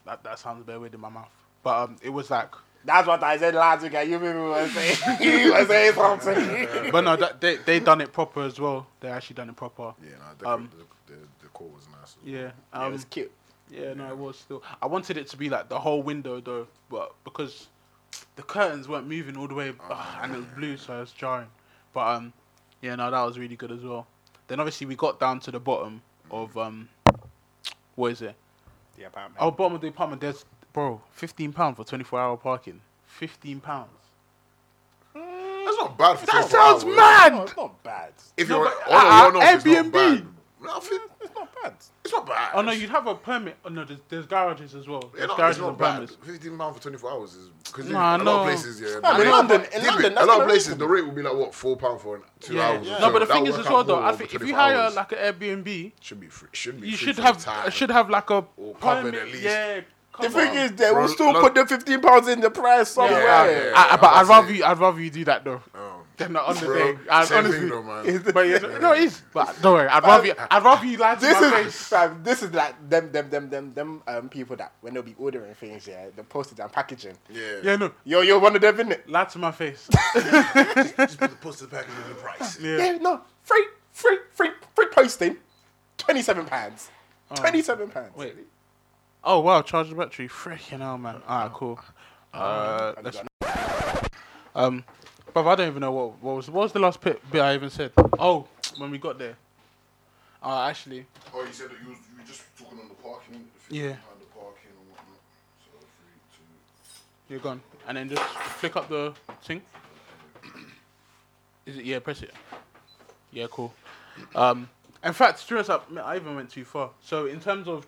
Speaker 2: That that sounds better with in my mouth, but um, it was like,
Speaker 6: That's what I said last week. and You people were saying, you were saying something.
Speaker 2: but no, that, they they done it proper as well. They actually done it proper.
Speaker 3: yeah, no, the,
Speaker 2: Um,
Speaker 3: the, the, the call was nice.
Speaker 2: Yeah,
Speaker 6: it
Speaker 2: um,
Speaker 6: was cute.
Speaker 2: Yeah, no, it was still. I wanted it to be like the whole window though, but because the curtains weren't moving all the way,
Speaker 3: Oh,
Speaker 2: ah, and it was blue, so it was jarring. But um, yeah, no, that was really good as well. Then obviously we got down to
Speaker 3: Mm.
Speaker 2: the bottom of um, what is it?
Speaker 6: The apartment.
Speaker 2: Oh, bottom of the apartment. There's bro, fifteen pound for twenty four hour parking. Fifteen pounds.
Speaker 3: That's not bad for
Speaker 2: That
Speaker 3: 24 hours.
Speaker 2: sounds
Speaker 6: No,
Speaker 2: mad.
Speaker 6: it's not bad.
Speaker 3: If
Speaker 2: No,
Speaker 3: you're on
Speaker 2: but, uh,
Speaker 3: a one off,
Speaker 2: Airbnb.
Speaker 3: Nothing.
Speaker 6: It's not bad.
Speaker 3: It's not bad.
Speaker 2: Oh no, you'd have a permit. Oh no, there's, there's garages as well.
Speaker 3: Yeah,
Speaker 2: There's
Speaker 3: no, it's
Speaker 2: garages
Speaker 3: not
Speaker 2: and
Speaker 3: bad.
Speaker 2: permits.
Speaker 3: Fifteen pound for twenty four hours is because
Speaker 2: Nah,
Speaker 3: a lot
Speaker 2: no.
Speaker 3: of places, yeah.
Speaker 6: but
Speaker 3: they-
Speaker 6: in London- in
Speaker 3: give it,
Speaker 6: London,
Speaker 3: a
Speaker 6: that's
Speaker 3: lot
Speaker 6: not
Speaker 3: of places the rate would be like what four pound for an, two
Speaker 2: Yeah.
Speaker 3: hours. or
Speaker 2: No,
Speaker 3: so.
Speaker 2: but the
Speaker 3: That
Speaker 2: thing
Speaker 3: would
Speaker 2: is
Speaker 3: work
Speaker 2: as
Speaker 3: out
Speaker 2: well though,
Speaker 3: more
Speaker 2: I
Speaker 3: over
Speaker 2: think if you
Speaker 3: 24
Speaker 2: hire
Speaker 3: hours.
Speaker 2: like an Airbnb,
Speaker 3: should be free. Should be
Speaker 2: you
Speaker 3: free
Speaker 2: should
Speaker 3: for
Speaker 2: have uh,
Speaker 3: time.
Speaker 2: should have like a
Speaker 3: Or covered
Speaker 2: permit.
Speaker 3: at least.
Speaker 2: Yeah.
Speaker 6: The
Speaker 2: come
Speaker 6: thing
Speaker 2: on.
Speaker 6: is, they will
Speaker 3: Bro,
Speaker 6: still
Speaker 3: lo-
Speaker 6: put the fifteen pounds in the price somewhere.
Speaker 3: yeah, yeah.
Speaker 2: I, I- but
Speaker 3: that's
Speaker 2: I'd rather
Speaker 3: it.
Speaker 2: you, I'd rather you do that though.
Speaker 3: Oh.
Speaker 2: Than not on the
Speaker 3: Bro,
Speaker 2: day. I,
Speaker 3: same
Speaker 2: honestly,
Speaker 3: thing though, man.
Speaker 2: but yeah, no, it is. But don't worry, I'd rather you, I'd rather you lie to
Speaker 6: This
Speaker 2: my
Speaker 6: is
Speaker 2: face.
Speaker 6: fam, this is like them them them them them um, people that when they'll be ordering things, yeah, the postage and packaging.
Speaker 3: Yeah.
Speaker 2: Yeah, no,
Speaker 6: Yo, you're one of them, innit?
Speaker 2: lie to my face.
Speaker 3: Just put the postage package in the price.
Speaker 2: Yeah.
Speaker 6: Yeah, no, free free free free posting, twenty seven pounds, twenty seven pounds.
Speaker 2: Oh. Wait. Oh wow, charge the battery. Freaking hell, man. Alright, cool. Uh, let's. Um, but I don't even know what what was what was the last bit, bit I even said. Oh, when we got there. Uh, actually,
Speaker 8: Oh, you said that you was, you were just talking on the parking. The
Speaker 2: Yeah.
Speaker 8: Behind the parking and whatnot. So three, two.
Speaker 2: you're gone, and then just flick up the thing. Is it? Yeah, press it. Yeah, cool. Um, in fact, to us up, I even went too far. So in terms of,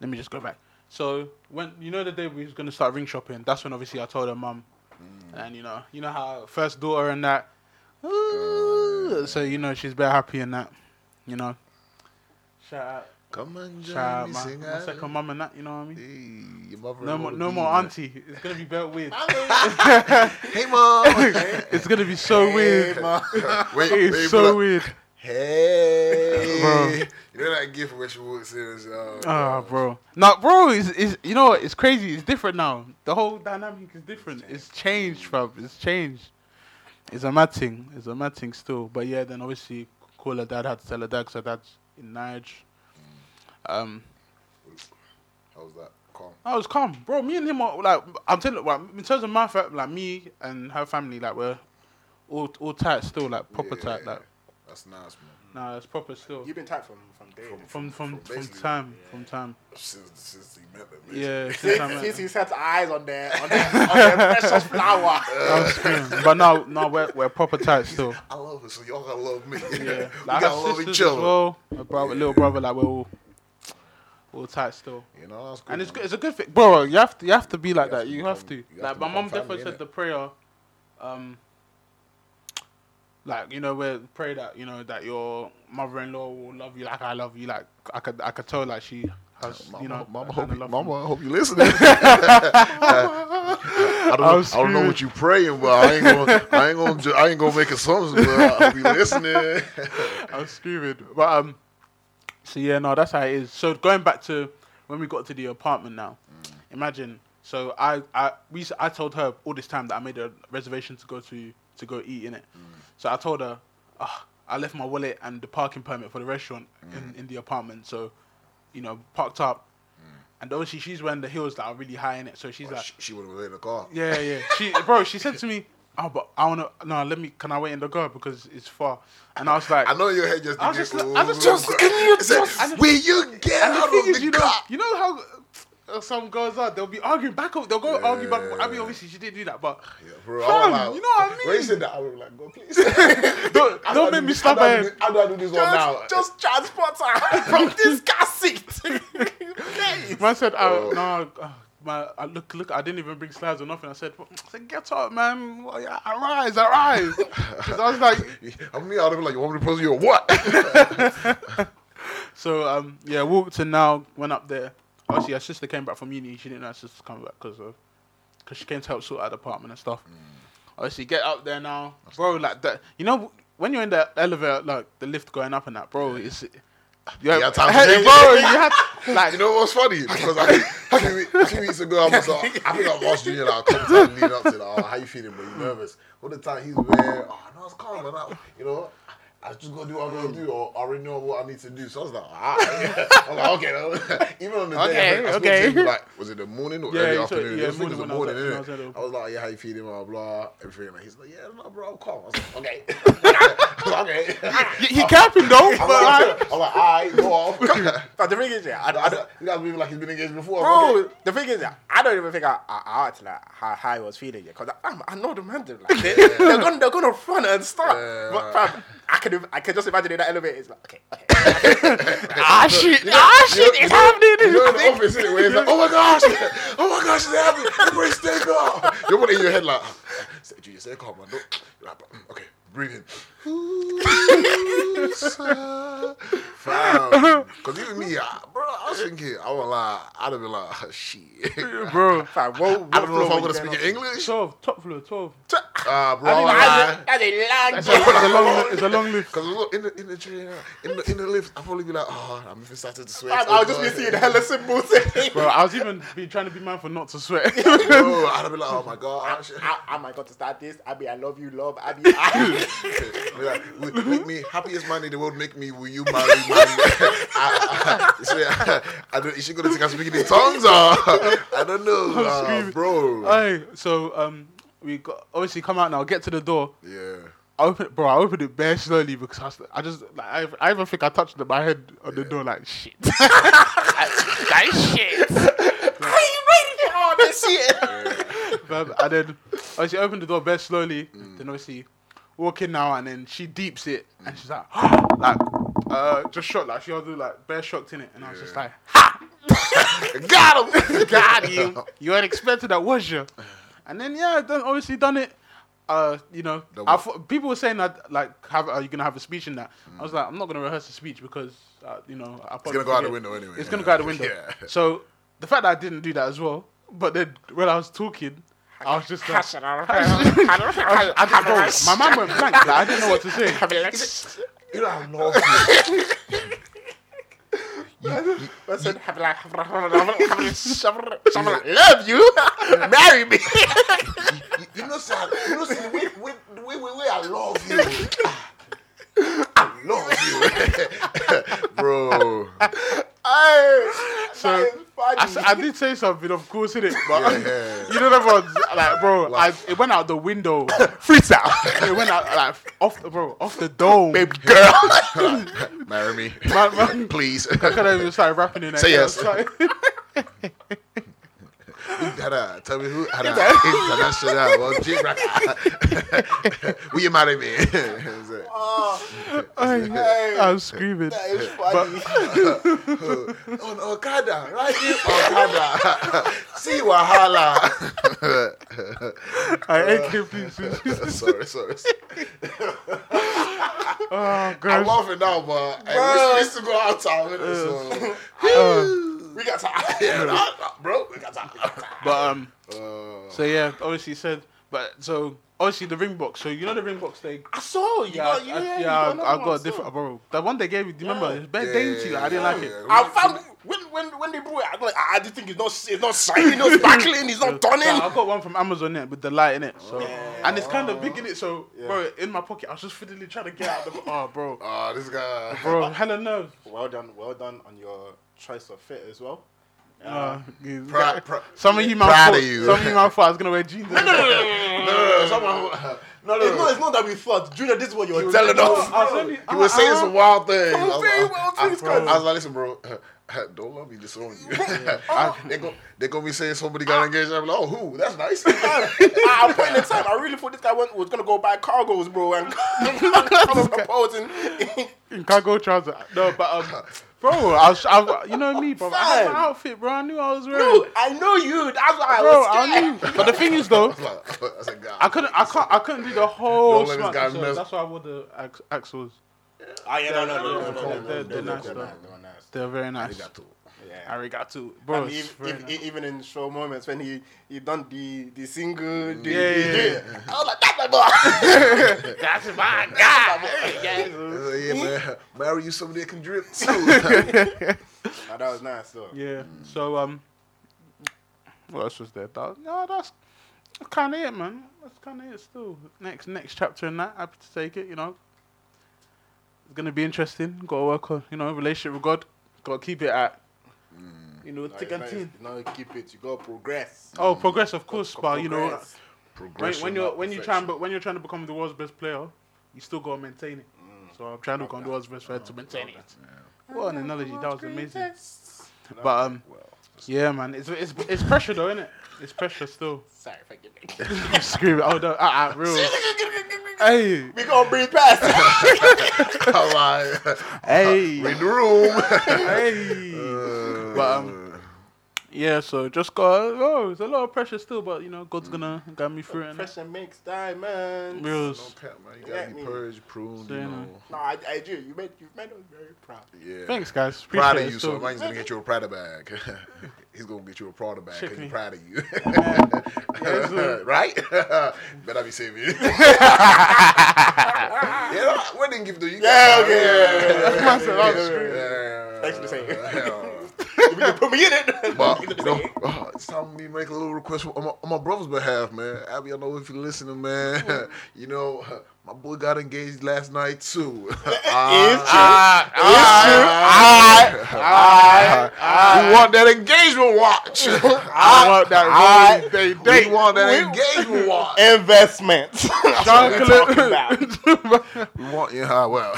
Speaker 2: let me just go back. So when you know the day we was gonna start ring shopping, that's when obviously I told her mum, and you know, you know how first daughter and that. Ooh, so you know she's very happy and that, you know. Shout out,
Speaker 3: Come and join
Speaker 2: shout out
Speaker 3: me,
Speaker 2: my,
Speaker 3: sing
Speaker 2: my second mum and that. You know what I mean?
Speaker 3: Hey, your mother
Speaker 2: No more, no more auntie. It's gonna be very weird.
Speaker 3: Hey, mom. hey,
Speaker 2: It's gonna be so weird.
Speaker 3: mom. wait, wait,
Speaker 2: It is so
Speaker 3: like,
Speaker 2: weird.
Speaker 3: Hey,
Speaker 2: Bro.
Speaker 3: You know that gift where she walks in and she, oh,
Speaker 2: Ah, bro. Now, bro, is is you know what? It's crazy. It's different now. The whole dynamic is different. It's changed, fam. It's changed. It's a mad thing. It's a mad thing still. But yeah, then obviously call her dad. Had to tell her dad. So dad's in Niger. Um,
Speaker 3: How's that? Calm.
Speaker 2: I was calm, bro. Me and him are like I'm telling you, well, in terms of my family, like me and her family, like we're all all tight still, like proper
Speaker 3: Yeah.
Speaker 2: tight. Like
Speaker 3: That's nice, man.
Speaker 2: nah, it's proper still.
Speaker 6: You've been tight from from day. one.
Speaker 2: From from
Speaker 3: from
Speaker 2: from
Speaker 3: basically-
Speaker 2: time from time.
Speaker 3: Since, since he met them,
Speaker 2: Yeah, since I met
Speaker 6: Since he set eyes on their on their, on their precious flower.
Speaker 3: Uh,
Speaker 2: I was screaming. But now, now we're, we're proper tight still.
Speaker 3: I love her, so y'all gotta love me.
Speaker 2: Yeah,
Speaker 3: we
Speaker 2: like, I
Speaker 3: gotta
Speaker 2: have
Speaker 3: love
Speaker 2: sisters
Speaker 3: each
Speaker 2: as
Speaker 3: other.
Speaker 2: well. A brother, little brother, like we're all, all tight still.
Speaker 3: You know, that's good.
Speaker 2: And it's
Speaker 3: man.
Speaker 2: good, it's a good thing, bro. You have to, you have to be like
Speaker 3: have
Speaker 2: that.
Speaker 3: to
Speaker 2: You
Speaker 3: become-
Speaker 2: have to.
Speaker 3: you have
Speaker 2: Like
Speaker 3: to
Speaker 2: my
Speaker 3: become
Speaker 2: mum definitely
Speaker 3: family,
Speaker 2: said the prayer, um, like you know, where pray that you know that your mother-in-law will love you like I love you. Like I could, I could tell like she has, you know,
Speaker 3: Mama, mama,
Speaker 2: that
Speaker 3: hope
Speaker 2: kind
Speaker 3: you,
Speaker 2: of love for me.
Speaker 3: mama, I hope you listening. I don't, know,
Speaker 2: I'm
Speaker 3: I don't know what you praying, but I ain't gonna, I ain't gonna, ju- I ain't gonna make assumptions. But I hope you listening.
Speaker 2: I'm stupid. But um, so yeah, no, that's how it is. So going back to when we got to the apartment now, imagine. So I, I, we, s- I told her all this time that I made a reservation to go to to go eat in it. So I told her, "Ah, I left my wallet and the parking permit for the restaurant in, in the apartment. So, you know, parked up. And obviously she's wearing the heels that are really high in it. So she's like,
Speaker 3: she, she would have been in the car.
Speaker 2: yeah, yeah. She, bro, she said to me, oh, but I wanna, no, let me, can I wait in the car because it's far. And I was like,
Speaker 3: I know your head just.
Speaker 2: I
Speaker 3: thinking,
Speaker 2: was just like-
Speaker 3: "Ooh,
Speaker 2: I was
Speaker 3: ooh,
Speaker 2: just-
Speaker 3: ooh."
Speaker 2: can you
Speaker 3: It's like,
Speaker 2: just- I just-
Speaker 3: Will you get
Speaker 2: And the
Speaker 3: out
Speaker 2: thing
Speaker 3: of
Speaker 2: is,
Speaker 3: the
Speaker 2: you know,
Speaker 3: car?
Speaker 2: you know how uh, some girls are. They'll be arguing back. They'll go argue back. I mean, obviously she didn't do that, but
Speaker 3: Yeah, bro,
Speaker 2: Fam,
Speaker 3: I was like,
Speaker 2: you know what I
Speaker 3: When you
Speaker 2: mean?
Speaker 3: said that, I was like, go please.
Speaker 2: don't,
Speaker 3: How do I
Speaker 2: don't
Speaker 3: do
Speaker 2: make me
Speaker 3: this-
Speaker 2: slap
Speaker 3: how
Speaker 2: her.
Speaker 3: do I do
Speaker 2: head.
Speaker 3: this- How do I do this one now?
Speaker 6: Just transport her from this car seat. Please.
Speaker 2: Man said, oh, "No, uh, my I look, look. I didn't even bring slides or nothing." I said, "What?" I said "Get up, man. Well, yeah, Arise, arise." 'Cause I was like,
Speaker 3: I'm me. I'd have been like, you want me to pose you or what?
Speaker 2: So um, yeah, walked and now went up there. Obviously, her sister came back from uni. She didn't know her sister come back because of because she came to help sort out the apartment and stuff.
Speaker 3: Mm.
Speaker 2: Obviously, get up there now, bro. Like that, you know, when you're in the elevator, like the lift going up and that, bro, it's yeah,
Speaker 3: had time to
Speaker 2: hey,
Speaker 3: think.
Speaker 2: bro, you had like
Speaker 3: You know what's funny? Because I, two, wee- two weeks ago, I was like, I think I've asked Junior like a couple times leading up to like, oh, how you feeling, bro? You nervous? All the time he's there, oh, no, it's calm, man. I, you know, I I just gotta do what I'm gonna do, or I already know what I need to do. So I was like, ah, I'm like, okay, no. even on the
Speaker 2: Okay,
Speaker 3: day, I think I spoke
Speaker 2: okay.
Speaker 3: to him, like, was it the morning or
Speaker 2: Yeah,
Speaker 3: early
Speaker 2: you told-
Speaker 3: afternoon?
Speaker 2: yeah,
Speaker 3: It was- I think it was the
Speaker 2: morning when
Speaker 3: morning,
Speaker 2: I was at- when I was
Speaker 3: innit?
Speaker 2: at the-
Speaker 3: I was like, yeah, how you feeling, blah, blah, everything. Like, he's like, yeah, no, bro, I'm calm. I was like, okay, I was like, okay.
Speaker 2: He, he capping though, but like,
Speaker 9: I'm like, all right, go off.
Speaker 6: But the thing is, yeah, I, I don't,
Speaker 9: you guys moving like he's been engaged before.
Speaker 6: bro. The thing is, yeah, I don't even think I, I, I acted like how, how I was feeling yet, cause I, I know the man. Did, like, they, they're gonna they're gonna run and start. but fam, I can im- I can just imagine in that elevator. It's like okay, okay.
Speaker 2: ah shit, ah shit, it's happening.
Speaker 9: You're in the office, isn't it? Where it's like, oh my gosh, oh my gosh, it's happening. Everybody stay calm. You're putting in your head like, "Stay- Junior, stay calm, man. Don't, you're like, "Mm, okay, breathe in.
Speaker 3: Because even me, I, bro, I was thinking, I won't lie, I'd have been like, shit.
Speaker 2: Bro,
Speaker 6: Fam, what, what
Speaker 3: I don't know if
Speaker 6: floor
Speaker 3: I'm going to
Speaker 6: would you
Speaker 3: speak
Speaker 6: get
Speaker 3: in English.
Speaker 2: twelve, top floor, twelve.
Speaker 3: Uh, bro, I
Speaker 6: on?
Speaker 3: lie.
Speaker 6: That's a lie.
Speaker 2: It's a long, it's a long lift.
Speaker 3: Because look, in the, in the train, in the, in the lift, I'd probably be like, oh, I'm even starting to sweat. Oh,
Speaker 6: Fam, I'll just be seeing hella symbols.
Speaker 2: Bro, I was even be trying to be mindful not to sweat.
Speaker 3: Bro, I'd have been like, oh my gosh.
Speaker 6: I, I might got to start this. I be I love you, love. I be I,
Speaker 3: I'd be like, "Would- make me happiest man in the world. Make me. Will you marry me? Ah, I, I, so, yeah, I don't. Is she gonna think I'm speaking in tongues? Or, I don't know,
Speaker 2: I'm
Speaker 3: uh,
Speaker 2: screaming.
Speaker 3: bro.
Speaker 2: Hey, so um, we got obviously come out now. Get to the door.
Speaker 3: yeah.
Speaker 2: I open, bro. I opened it bare slowly because I, was, I just, like, I, I even think I touched the- my head on the door like shit.
Speaker 10: That shit.
Speaker 6: oh, this shit.
Speaker 2: But- and then obviously I opened the door very slowly. Then obviously walk in now, and then she deeps it, and she's like, like, uh, just shocked, like she was like bare shocked in it, and I was just like, ha, got him, got you. You weren't expecting that, was you? And then yeah, I done obviously done it. Uh, you know, I thought, people were saying that like, have are you gonna have a speech in that? I was like, I'm not gonna rehearse a speech because uh, you know, I
Speaker 3: It's gonna go out the window anyway.
Speaker 2: it's gonna
Speaker 3: Yeah.
Speaker 2: go out the window.
Speaker 3: Yeah.
Speaker 2: So the fact that I didn't do that as well, but then when I was talking, I was just like, I, I just, bro, my mind went blank. Like, I didn't know what to say.
Speaker 9: You know how long you
Speaker 6: I said, have like, have like, have like, have like, have like, love you, marry me.
Speaker 9: You know, sir, you know, sir, we, we, we, we, we, I love you. I love
Speaker 3: bro.
Speaker 6: Ay,
Speaker 2: So I, s- I did say something, of course, in it, but
Speaker 3: Yeah.
Speaker 2: you know that one's like, bro, I, it went out the window, freestyle. It went out like off, the bro, off the dome. Baby girl,
Speaker 3: Marry me,
Speaker 2: man, man,
Speaker 3: please.
Speaker 2: I could have even started rapping in that.
Speaker 3: Say
Speaker 2: yeah,
Speaker 3: yes.
Speaker 2: it's like-
Speaker 3: Dada, tell me who. Dada, international. Well, Jim Raka. Will you marry me? It's like,
Speaker 2: I, I'm screaming.
Speaker 6: it's funny.
Speaker 3: On Okada, right here, Okada. See Wahala.
Speaker 2: I ain't kidding, please.
Speaker 3: sorry, sorry.
Speaker 2: Oh,
Speaker 3: I'm
Speaker 2: gosh.
Speaker 3: laughing now, but I wish we still go out time. innit? So,
Speaker 6: We got time.
Speaker 3: yeah, nah, nah, bro, we got time.
Speaker 2: But um,
Speaker 3: Uh,
Speaker 2: so yeah, obviously said, but so obviously the ring box. So you know the ring box they.
Speaker 6: I saw
Speaker 2: Oh,
Speaker 6: you.
Speaker 2: Yeah,
Speaker 6: got-
Speaker 2: I,
Speaker 6: you-
Speaker 2: I-
Speaker 6: yeah, you
Speaker 2: yeah,
Speaker 6: another
Speaker 2: I
Speaker 6: one
Speaker 2: got a
Speaker 6: still.
Speaker 2: different, bro. The one they gave you, do you remember? It's very
Speaker 3: Yeah,
Speaker 2: dainty. I didn't like it.
Speaker 6: I found when when when they blew it, I'm like, I just think it's not it's not shining, it's not sparkling, it's not
Speaker 2: Nah,
Speaker 6: dawning.
Speaker 2: I got one from Amazon it with the light in it, so
Speaker 3: Oh.
Speaker 2: and it's kind of big in it. So, bro, in my pocket, I was just fiddling trying to get out the. Oh, bro,
Speaker 3: oh, this guy.
Speaker 2: bro, hella nerves.
Speaker 6: Well done, well done on your choice of fit as well.
Speaker 2: Uh,
Speaker 3: Pri- pri-
Speaker 2: some of you man
Speaker 3: Proud
Speaker 2: thought,
Speaker 3: of you.
Speaker 2: some of you man thought I was gonna wear jeans.
Speaker 3: no, no,
Speaker 6: It's
Speaker 3: no.
Speaker 6: not, it's not that we thought, Junior. This is what you were telling us.
Speaker 2: I was only-
Speaker 3: You were saying
Speaker 2: Uh-huh.
Speaker 3: some wild things. I was
Speaker 6: saying
Speaker 3: like,
Speaker 6: wild
Speaker 3: I-
Speaker 6: things,
Speaker 3: I, I was like, listen, bro, don't let me disown you. They're going to be saying somebody
Speaker 2: Uh-huh.
Speaker 3: got engaged. I'm like, oh, who? That's nice.
Speaker 6: I, I put in the time. I really thought this guy went, was gonna go buy cargos, bro, and come propose and
Speaker 2: in cargo trousers. No, but um, bro, I was, I, you know me, bro. I had my
Speaker 6: Fam.
Speaker 2: outfit, bro. I knew I was wearing.
Speaker 6: Bro, I know you. That's why I
Speaker 2: Bro,
Speaker 6: was
Speaker 2: I
Speaker 6: scared.
Speaker 2: knew. But the thing is, though,
Speaker 3: That's a guy.
Speaker 2: I couldn't, I can't, I couldn't do the whole
Speaker 3: Don't let this
Speaker 2: smack.
Speaker 3: guy
Speaker 2: so
Speaker 3: mess-
Speaker 2: That's why I wore the ax- axles.
Speaker 6: Oh yeah, no, no, no,
Speaker 2: They're,
Speaker 6: no, no, no.
Speaker 2: they're, they're nice, though. They're very nice.
Speaker 6: Yeah.
Speaker 2: Arigato,
Speaker 6: I
Speaker 2: bro.
Speaker 6: mean,
Speaker 2: it's
Speaker 6: ev-
Speaker 2: very
Speaker 6: ev-
Speaker 2: nice.
Speaker 6: e- even in short moments when he he done the the single, the,
Speaker 2: Yeah, yeah,
Speaker 6: the,
Speaker 2: yeah.
Speaker 6: I was like, that's my boy.
Speaker 10: That's my guy.
Speaker 3: I was like, yeah,
Speaker 2: Mm-hmm.
Speaker 3: man, marry you somebody that can drip too.
Speaker 6: Nah, Ah, that was nice though.
Speaker 2: Yeah. So um, what else was there? That, no, that's kind of it, man. That's kind of it. Still, next next chapter in that. Happy to take it. You know, it's gonna be interesting. Got to work on you know relationship with God. Got to keep it at you know
Speaker 6: Nah,
Speaker 2: thick
Speaker 6: it's
Speaker 2: and
Speaker 6: not-
Speaker 2: thin.
Speaker 6: it's not keep it. You gotta progress.
Speaker 2: Oh, progress, of course, but you know,
Speaker 6: Progress.
Speaker 2: when,
Speaker 3: Progression,
Speaker 2: when you're
Speaker 3: not
Speaker 2: when you try and, but when you're trying to become the world's best player, you still gotta maintain it. So I'm trying to condole as best for her to maintain it. What an analogy! That was amazing. But um, yeah, man, it's it's it's pressure though, innit? It's pressure still.
Speaker 6: Sorry, forgive me.
Speaker 2: Screw it! Oh no! Ah, ah, real. Hey,
Speaker 6: We gonna breathe past.
Speaker 3: Come on.
Speaker 2: hey,
Speaker 3: In the room. Uh,
Speaker 2: hey. But um, yeah. So just got oh, it's a lot of pressure still, but you know, God's gonna guide me through it. innit?
Speaker 6: Pressure makes diamonds.
Speaker 2: Reals.
Speaker 3: Pep, man, you
Speaker 6: Yeah,
Speaker 3: gotta be
Speaker 6: me.
Speaker 3: purged, pruned,
Speaker 2: So,
Speaker 3: you
Speaker 2: you
Speaker 3: know.
Speaker 6: No, I, I do. You made you made us very proud.
Speaker 3: Yeah.
Speaker 2: Thanks, guys. Appreciate
Speaker 3: Proud
Speaker 2: it
Speaker 3: of you, so
Speaker 2: still.
Speaker 3: man's gonna get you a Prada bag. He's gonna get you a Prada bag
Speaker 2: Check
Speaker 3: because
Speaker 2: me.
Speaker 3: he's proud of you.
Speaker 2: Yeah, so-
Speaker 3: right? Better be saving it. you know, we didn't give the you
Speaker 6: Yeah,
Speaker 3: guys-
Speaker 6: okay, yeah, yeah, yeah, yeah,
Speaker 3: yeah,
Speaker 6: yeah,
Speaker 3: yeah,
Speaker 6: yeah, yeah,
Speaker 3: yeah, yeah,
Speaker 6: Thanks for saying.
Speaker 3: yeah.
Speaker 6: You can put me in it.
Speaker 3: But you know, uh, it's time for me to make a little request on my, on my brother's behalf, man. Abby, I know if you're listening, man. you know, uh, my boy got engaged last night too. Ah.
Speaker 6: It's true.
Speaker 2: Ah,
Speaker 3: we want that engagement watch.
Speaker 2: I want that
Speaker 6: I-
Speaker 2: they
Speaker 3: we want that engagement watch.
Speaker 6: Investment. That's what we're
Speaker 2: Chocolate.
Speaker 6: talking about.
Speaker 3: We want yeah, well.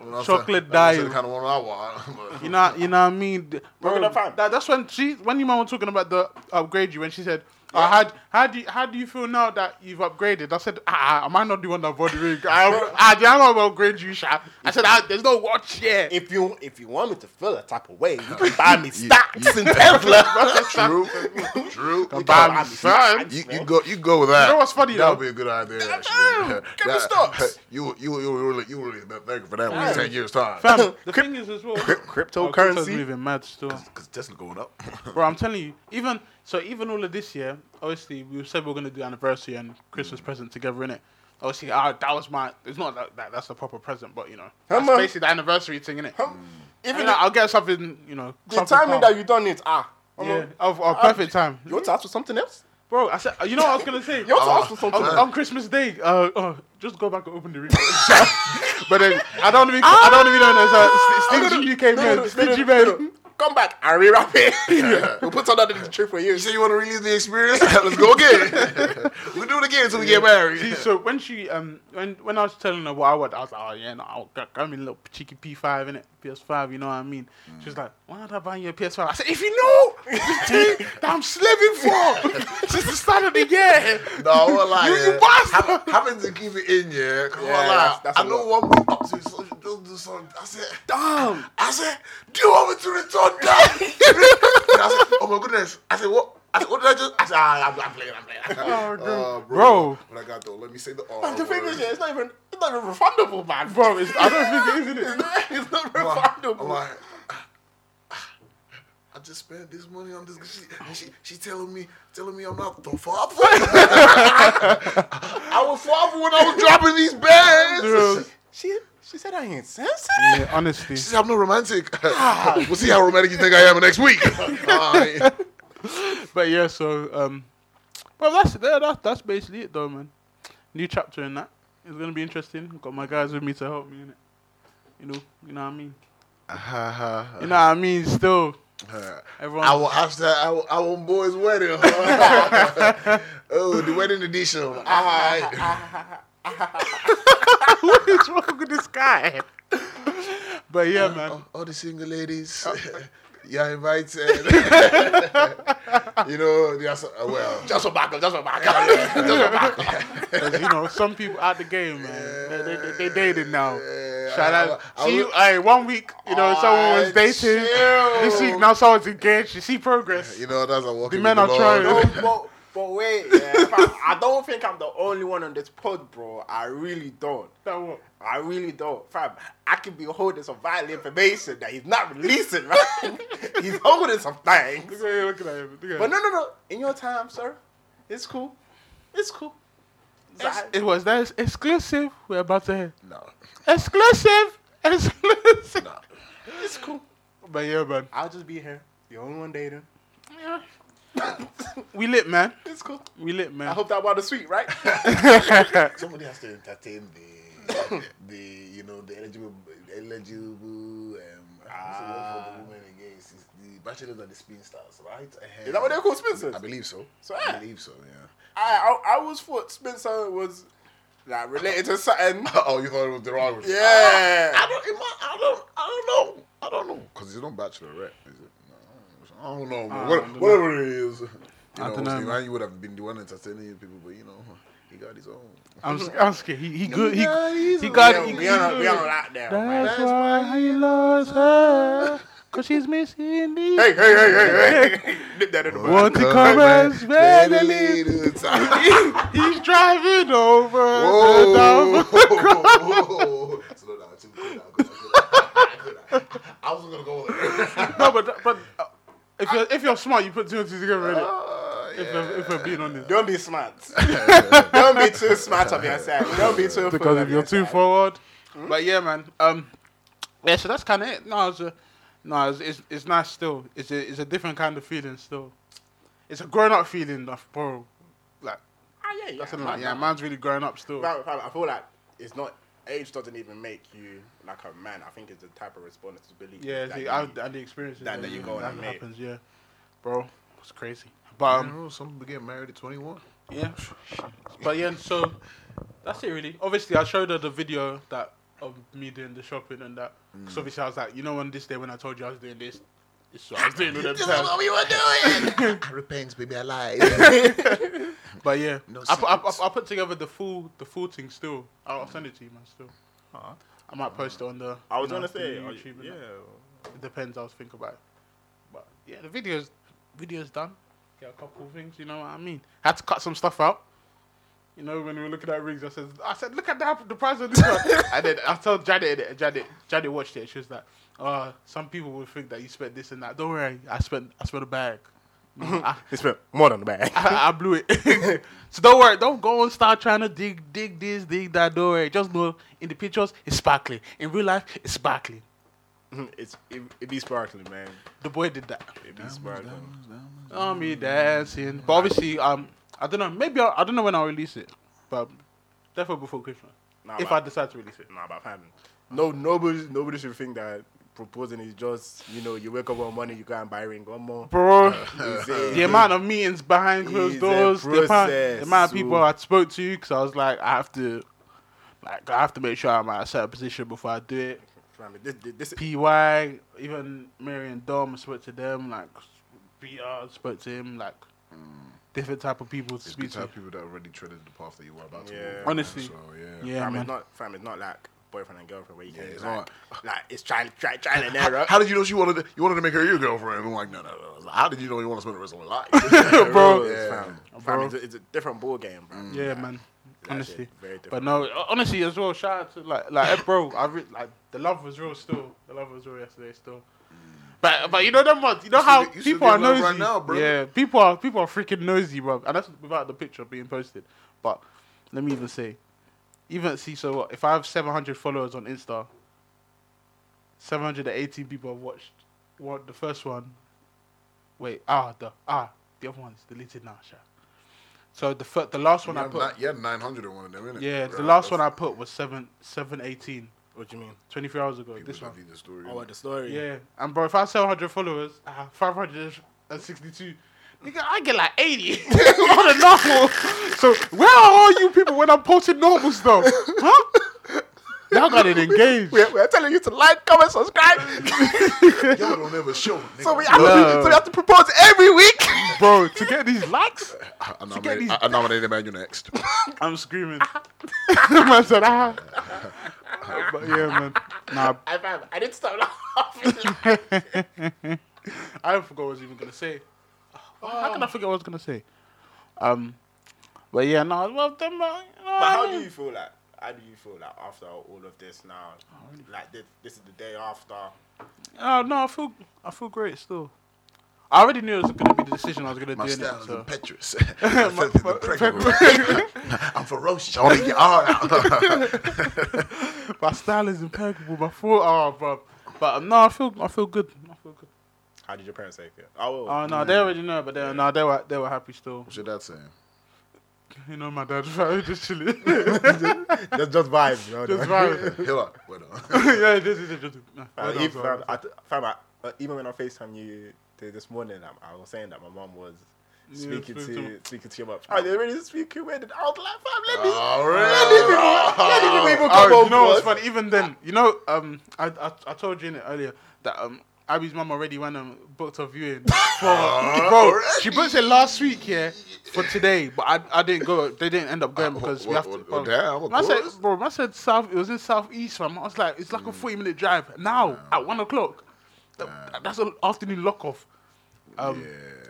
Speaker 3: I'm not
Speaker 2: Chocolate
Speaker 3: saying- I'm not
Speaker 2: dye.
Speaker 3: saying the kind of one I want. but-
Speaker 2: You know, you know what I mean. D- Bro,
Speaker 6: gonna find-
Speaker 2: that, that's when she, when your mom was talking about the upgrade you, when she said, uh, "How how do you, how do you feel now that you've upgraded?" I said, "Ah, am I not the one that bought the ring? I, I, I not upgrade you, Sha." I said, ah, "There's no watch here."
Speaker 6: If you if you want me to feel a type of way, you can buy me stocks and
Speaker 3: True, true. You,
Speaker 2: buy me
Speaker 3: got-
Speaker 2: some.
Speaker 3: you, you go, you go with that.
Speaker 2: You know what's funny,
Speaker 3: That
Speaker 2: though?
Speaker 3: would be a good idea. actually. Yeah,
Speaker 6: get me
Speaker 3: that-
Speaker 6: stocks.
Speaker 3: You, you, you really, you really thank you for that. one in
Speaker 6: Hey.
Speaker 3: ten years time,
Speaker 2: Fam, the thing is as well, Oh, crypto's
Speaker 6: cryptocurrency.
Speaker 2: moving mad still.
Speaker 3: because Tesla going up.
Speaker 2: Bro, I'm telling you, even so, even all of this year, obviously, we said we were gonna do anniversary and Christmas
Speaker 6: Mm.
Speaker 2: present together, innit? Obviously, ah, that was my. It's not that, that that's a proper present, but you know, that's
Speaker 6: much?
Speaker 2: basically the anniversary thing, innit? Even
Speaker 6: Even
Speaker 2: you know, I'll get something, you know,
Speaker 6: the, the
Speaker 2: something
Speaker 6: timing
Speaker 2: calm.
Speaker 6: that you done it, ah. I'm
Speaker 2: yeah,
Speaker 6: like,
Speaker 2: of, of perfect time,
Speaker 6: You want to ask for something else?
Speaker 2: bro. I said, you know what I was gonna say.
Speaker 6: You want to
Speaker 3: Oh,
Speaker 6: ask for
Speaker 2: on,
Speaker 6: something else?
Speaker 2: on Christmas Day, uh, oh, just go back and open the ring. but then I don't even, I don't even know.
Speaker 6: No, no,
Speaker 2: There's a
Speaker 6: no,
Speaker 2: st- stingy UK
Speaker 6: Ah! no,
Speaker 2: man,
Speaker 6: no, no,
Speaker 2: stingy
Speaker 6: no, no,
Speaker 2: man.
Speaker 6: no. Come back and rewrap it. we'll put another in the tree for you.
Speaker 3: You say you want to relive the experience? Let's go again. we do it again until we get married.
Speaker 2: See, so when she um when when I was telling her what I want, I was like, oh yeah, no, I'll g- get me a little cheeky P five in it, PS five, you know what I mean? She was like, why not I buy you a PS five? I said, if you know the thing that I'm slaving for since the start of the year,
Speaker 3: No, I won't lie.
Speaker 2: You- you
Speaker 3: yeah.
Speaker 2: bastard.
Speaker 3: Ha- Having to keep it in, yeah. Cause
Speaker 6: Yeah,
Speaker 3: I, won't lie.
Speaker 6: that's- that's
Speaker 3: I
Speaker 6: a
Speaker 3: know
Speaker 6: lot.
Speaker 3: one week up to so don't do something. I said, damn. I said, do you want me to return that? And I said, oh my goodness. I said, what? I said, what did I just? I said, ah, I'm, I'm playing. I'm playing.
Speaker 2: oh, bro.
Speaker 3: Uh,
Speaker 2: Bro.
Speaker 3: When I got though, let me say the R
Speaker 6: The thing is,
Speaker 3: word.
Speaker 6: yeah, it's not even it's not even refundable, man.
Speaker 2: bro, it's, I don't think it is, is it?
Speaker 6: it's not
Speaker 3: I'm like, I'm
Speaker 6: refundable.
Speaker 3: like, I just spent this money on this. She, she, she telling me, telling me I'm not the father. I was father when I was dropping these
Speaker 2: Bro.
Speaker 3: bags.
Speaker 6: She she said I ain't sensitive.
Speaker 2: Yeah, honestly.
Speaker 3: She said, I'm not romantic. we'll see how romantic you think I am next week. Alright.
Speaker 2: But yeah, so um, well, that's yeah, that, that's basically it though, man. New chapter in that. It's gonna be interesting. Got my guys with me to help me in it. You know, you know what I mean. You know what I mean. Still, everyone.
Speaker 3: I will hashtag our, our boy's wedding. oh, the wedding edition. Alright.
Speaker 2: what is wrong with this guy? but yeah, man.
Speaker 3: all, Oh, all the single ladies,
Speaker 2: Oh.
Speaker 3: you're invited. you know, they are so, uh, well,
Speaker 6: Just for backup, just for backup.
Speaker 2: 'cause, you know, some people out the game, man. They, they, they, they dated now.
Speaker 3: Yeah,
Speaker 2: Shout
Speaker 3: uh, I-
Speaker 2: out.
Speaker 3: I- I
Speaker 2: see,
Speaker 3: would-
Speaker 2: hey, one week, you know, someone was
Speaker 3: Ah,
Speaker 2: dating. This week,
Speaker 3: chill.
Speaker 2: now someone's engaged. You see progress.
Speaker 3: you know, that's a walking.
Speaker 2: The men
Speaker 3: with
Speaker 2: are
Speaker 3: Lord.
Speaker 2: trying.
Speaker 6: no, but, but wait, yeah, fam, I don't think I'm the only one on this pod, bro. I really don't.
Speaker 2: That what?
Speaker 6: I really don't, fam. I could be holding some vital information that he's not releasing, right? he's holding some
Speaker 2: Look
Speaker 6: things.
Speaker 2: at him. Look at him. Look at
Speaker 6: But
Speaker 2: him.
Speaker 6: no, no, no. In your time, sir, it's cool. It's cool.
Speaker 2: Ex- it was that is exclusive. We're about to hear.
Speaker 3: No,
Speaker 2: Exclusive. Exclusive.
Speaker 3: no.
Speaker 6: It's cool.
Speaker 2: But yeah, man.
Speaker 6: I'll just be here. The only one dating.
Speaker 2: We lit, man.
Speaker 6: It's cool.
Speaker 2: We lit, man.
Speaker 6: I hope that water sweet, right?
Speaker 3: Somebody has to entertain the, the you know, the eligible, eligible, um, ah. the women against it's the bachelors and the spinsters, right? Uh,
Speaker 6: Is that what they're called, Spencers?
Speaker 2: ah.
Speaker 3: I believe so.
Speaker 6: So,
Speaker 3: I
Speaker 6: yeah.
Speaker 3: believe so. Yeah.
Speaker 6: I, I I was thought Spencer was like related to something.
Speaker 3: oh, you thought it was derogatory?
Speaker 6: Yeah.
Speaker 3: I don't, it might- I don't, I don't know. I don't know. Because it's not bachelorette, is it? No, I don't know. man. What-
Speaker 2: don't know.
Speaker 3: whatever it is. You know,
Speaker 2: don't know,
Speaker 3: obviously,
Speaker 2: man.
Speaker 3: man, you would have been the one entertaining people, but you know, he got his own.
Speaker 2: I'm s- I'm scared. He he good. He
Speaker 3: got his
Speaker 2: he
Speaker 3: own.
Speaker 2: got.
Speaker 6: We
Speaker 2: he
Speaker 6: we are
Speaker 2: good.
Speaker 6: we are out there. man.
Speaker 2: That's why he loves her. Cause she's missing me.
Speaker 6: Hey, hey, hey, hey, hey! Nip that in the butt.
Speaker 2: Want to come as family. He's driving over
Speaker 3: Whoa.
Speaker 2: the dog.
Speaker 3: Slow down, too. Slow down, go down, go down. I wasn't gonna go there.
Speaker 2: No, but but uh, if you're if you're smart, you put two and two together. innit?
Speaker 3: Uh,
Speaker 2: If
Speaker 3: yeah.
Speaker 2: we're, if we're being honest,
Speaker 6: Don't be smart. Don't be too smart of yourself. Don't be too. full
Speaker 2: because
Speaker 6: of
Speaker 2: if you're too
Speaker 6: yourself.
Speaker 2: forward. Hmm? But yeah, man. Um, yeah. So that's kind of it. No, it's a, no, it's, it's it's nice still. It's a it's a different kind of feeling still. It's a grown up feeling of bro. Like
Speaker 6: Ah, yeah, yeah.
Speaker 2: that's a, yeah, man's really growing up still.
Speaker 6: Fam, fam, I feel like it's not age doesn't even make you like a man. I think it's the type of responsibility.
Speaker 2: Yeah,
Speaker 6: that
Speaker 2: see,
Speaker 6: you-
Speaker 2: I had the experience
Speaker 6: that- that you go and make.
Speaker 2: happens. Yeah, bro, it's crazy. But
Speaker 3: I
Speaker 2: um,
Speaker 3: don't know, some people get married at 21.
Speaker 2: yeah, but yeah. So that's it, really. Obviously, I showed her the video that of me doing the shopping and that.
Speaker 6: Mm.
Speaker 2: Because obviously, I was like, you know, on this day when I told you I was doing this, this is what I was doing all the time.
Speaker 3: we were doing. I repent, baby, I lied.
Speaker 2: But yeah,
Speaker 3: No
Speaker 2: I, put, I,
Speaker 3: secrets.
Speaker 2: I, I put together the full the full thing still. I'll, I'll send it to you, man. Still,
Speaker 3: Alright.
Speaker 2: I might post it on the.
Speaker 6: I was
Speaker 2: you know,
Speaker 6: gonna say,
Speaker 2: the
Speaker 6: are you-
Speaker 2: YouTube and
Speaker 6: yeah.
Speaker 2: that. It depends. I was thinking about it. But yeah, the video's video's done. Get a couple things. You know what I mean. Had to cut some stuff out. You know when we were looking at rings, I said, I said, look at the, the price of this one. and then I told Janet, and Janet, Janet watched it. She was like, uh, some people would think that you spent this and that. Don't worry, I spent, I spent a bag. I,
Speaker 6: They spent more than the bag.
Speaker 2: I, I blew it. so don't worry, don't go and start trying to dig, dig this, dig that. Don't worry. Just know in the pictures it's sparkling. In real life, it's sparkling.
Speaker 6: it's it, it be sparkling, man.
Speaker 2: The boy did that.
Speaker 6: It be sparkling.
Speaker 2: Oh, me dancing. But obviously, um, I don't know. Maybe I, I don't know when I'll release it, but definitely before Christmas.
Speaker 6: Nah,
Speaker 2: if I
Speaker 6: but-
Speaker 2: decide to release it.
Speaker 6: Nah, but fam, no, nobody, nobody should think that proposing is just you know you wake up one morning you go and buy a ring one more.
Speaker 2: Bro,
Speaker 6: It's
Speaker 2: the
Speaker 6: a-
Speaker 2: amount of meetings behind closed
Speaker 6: It's a
Speaker 2: doors, the amount, the
Speaker 6: process,
Speaker 2: amount of people
Speaker 6: so-
Speaker 2: I spoke to, because I was like, I have to, like, I have to make sure I'm at a certain position before I do it.
Speaker 6: fam, this, this, this-
Speaker 2: PY, even Mary and Dom I spoke to them, like BR spoke to him, like different type of people to
Speaker 3: It's
Speaker 2: speak
Speaker 3: good to
Speaker 2: to.
Speaker 3: have people that already treaded the path that you were about to
Speaker 6: Yeah.
Speaker 3: walk.
Speaker 2: Honestly.
Speaker 3: So, yeah.
Speaker 2: Yeah,
Speaker 6: fam,
Speaker 2: man.
Speaker 6: it's not, fam, it's not like boyfriend and girlfriend where you can
Speaker 3: it's
Speaker 6: like, like it's trial, trial, trial and error.
Speaker 3: How did you know she wanted to, you wanted to make her your girlfriend? I'm like, no, no, no. How did you know you want to spend the rest of her life?
Speaker 2: Bro.
Speaker 3: Yeah.
Speaker 6: fam,
Speaker 2: Bro.
Speaker 6: fam it's, a, it's a different ball game, bro.
Speaker 2: Yeah, man.
Speaker 6: That
Speaker 2: Honestly.
Speaker 6: shit very
Speaker 2: But
Speaker 6: different.
Speaker 2: no, ho- honestly as well. Shout out to like, like, eh, bro. I re- like the love was real still. The love was real yesterday still. But but you know them ones. You know
Speaker 3: You
Speaker 2: how
Speaker 3: still- you still
Speaker 2: people are
Speaker 3: get love
Speaker 2: nosy.
Speaker 3: right now, bro.
Speaker 2: Yeah, people are people are freaking nosy, bro. And that's without the picture being posted. But let me even say, even see. So what, if I have seven hundred followers on Insta, seven hundred and eighteen people have watched. What the first one? Wait, ah the ah the other one's deleted now. Sha. So the fir- the last one
Speaker 3: You
Speaker 2: I
Speaker 3: had
Speaker 2: put.
Speaker 3: ni- you had 900 in one of them, innit?
Speaker 2: Yeah, the
Speaker 3: Bro,
Speaker 2: last
Speaker 3: that's
Speaker 2: one I put was seven seven eighteen.
Speaker 6: What do you mean?
Speaker 2: 23 hours ago.
Speaker 3: people
Speaker 2: This
Speaker 3: that
Speaker 2: one.
Speaker 3: need the story.
Speaker 6: Oh, the story.
Speaker 2: Yeah. And bro, if I have 700 followers, I have 562. Nigga, I get like 80 on a normal. So where are all you people when I'm posting normal stuff? Huh? Y'all got it engaged.
Speaker 6: We're, we're telling you to like, comment, subscribe.
Speaker 3: Y'all don't ever show. Nigga.
Speaker 6: So we, have to, so we have to propose every week.
Speaker 2: Bro, to get these likes,
Speaker 3: I, I, nominate, I, I nominate Emmanuel next.
Speaker 2: I'm screaming. man said, ah. But yeah, man. Nah,
Speaker 6: I, I, I didn't stop laughing.
Speaker 2: I forgot what I was even gonna say. How can I forget what I was gonna say? Um, but yeah, no, well, them, uh, you know
Speaker 6: But
Speaker 2: what
Speaker 6: how
Speaker 2: I
Speaker 6: do
Speaker 2: mean?
Speaker 6: you feel like? How do you feel like after all of this now? Like this, this is the day after.
Speaker 2: Oh, no, I feel, I feel great still. I already knew it was gonna be the decision I was gonna
Speaker 3: My
Speaker 2: do in
Speaker 3: style
Speaker 2: it.
Speaker 3: is
Speaker 2: So.
Speaker 3: impetuous. My senses are impregnable. I'm ferocious. I want to get all out.
Speaker 2: my style is impeccable. My full, oh, bro. But um, no, I feel, I feel good. I feel good.
Speaker 6: How did your parents take it? Oh,
Speaker 2: Oh no, they already know, but they, no, they were, they were happy still.
Speaker 3: What's your dad saying?
Speaker 2: You know, my dad just chilling,
Speaker 6: that's Uh, just vibes, you know.
Speaker 2: just vibing.
Speaker 3: He'll like, well done.
Speaker 2: yeah, just, just, just, nah,
Speaker 6: Uh,
Speaker 2: well done,
Speaker 6: if,
Speaker 2: bro.
Speaker 6: um, fam, I, th- fam, I, uh, even when I FaceTime you th- this morning, I, I was saying that my mom was speaking
Speaker 2: speak
Speaker 6: to
Speaker 2: to-
Speaker 6: speaking to your mom. Are Oh, they really speaking weird? And I was like, fam, let me.
Speaker 3: All
Speaker 6: Let
Speaker 3: right.
Speaker 6: me even, let me even
Speaker 2: Oh,
Speaker 6: come on
Speaker 2: you know what's
Speaker 6: board.
Speaker 2: funny? Even then, you know, um, I, I, I told you in it earlier that um, Abby's mum already went and booked a viewing for bro. She booked it last week, yeah, for today, but I, I didn't go. They didn't end up going because we
Speaker 3: well,
Speaker 2: have to.
Speaker 3: well,
Speaker 2: bro.
Speaker 3: damn, of
Speaker 2: Man said,
Speaker 3: course.
Speaker 2: bro, man said south. It was in southeast, fam. I was like, it's like a forty-minute drive now at one o'clock. Th- That's an afternoon lock off. Um,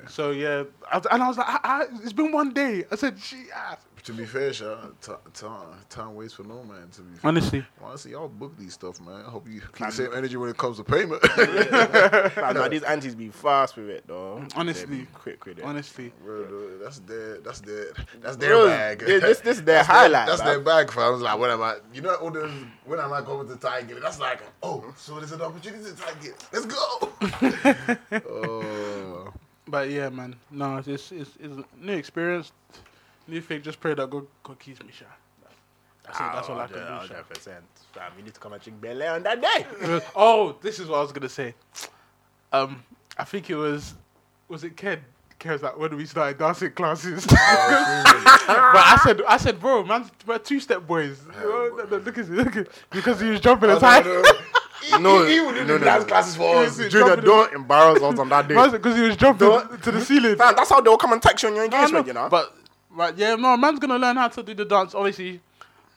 Speaker 2: So yeah, I, and I was like, I, I, it's been one day. I said, she, ah.
Speaker 3: To be fair, Sha, ti- time time waits for no man. To be fair.
Speaker 2: honestly,
Speaker 3: Honestly, y'all book these stuff, man. I hope you keep the same energy when it comes to payment.
Speaker 6: Fam, nah, these aunties be fast with it, though.
Speaker 2: Honestly.
Speaker 6: They be quick with it.
Speaker 2: honestly.
Speaker 3: Bro, dude, that's their that's their that's their
Speaker 6: Bro,
Speaker 3: bag.
Speaker 6: this- this- this their
Speaker 3: That's
Speaker 6: highlight,
Speaker 3: that's
Speaker 6: man.
Speaker 3: their bag, fam. It's like when am I? You know, all those, when am I going to Tiger? That's like, oh, so there's an opportunity to Tiger. Let's go. oh,
Speaker 2: But yeah, man, no, it's it's, it's, it's a new experience, new thing. Just pray that God, God keeps me, shy. That's,
Speaker 6: Ah,
Speaker 2: all that's all I can do. Sha.
Speaker 6: percent. Fam, you need to come and drink Bel Air on that day.
Speaker 2: Oh, this is what I was gonna say. Um, I think it was, was it Ken? Ken was like, when we started dancing classes.
Speaker 6: Oh,
Speaker 2: but I said, I said, bro, man, we're two step boys. Oh, no, no, look at it, look at because he was jumping as high.
Speaker 6: Oh, No,
Speaker 3: he would do
Speaker 6: no,
Speaker 3: the
Speaker 6: no.
Speaker 3: dance classes for us.
Speaker 2: Listen,
Speaker 6: Junior,
Speaker 2: jumping-
Speaker 6: don't embarrass us on that day.
Speaker 2: Man, Because he was jumping to the ceiling.
Speaker 6: Fam, that's how they'll come and text you on your
Speaker 2: No,
Speaker 6: engagement,
Speaker 2: no,
Speaker 6: you know.
Speaker 2: But right, yeah, no, man's gonna learn how to do the dance. Obviously,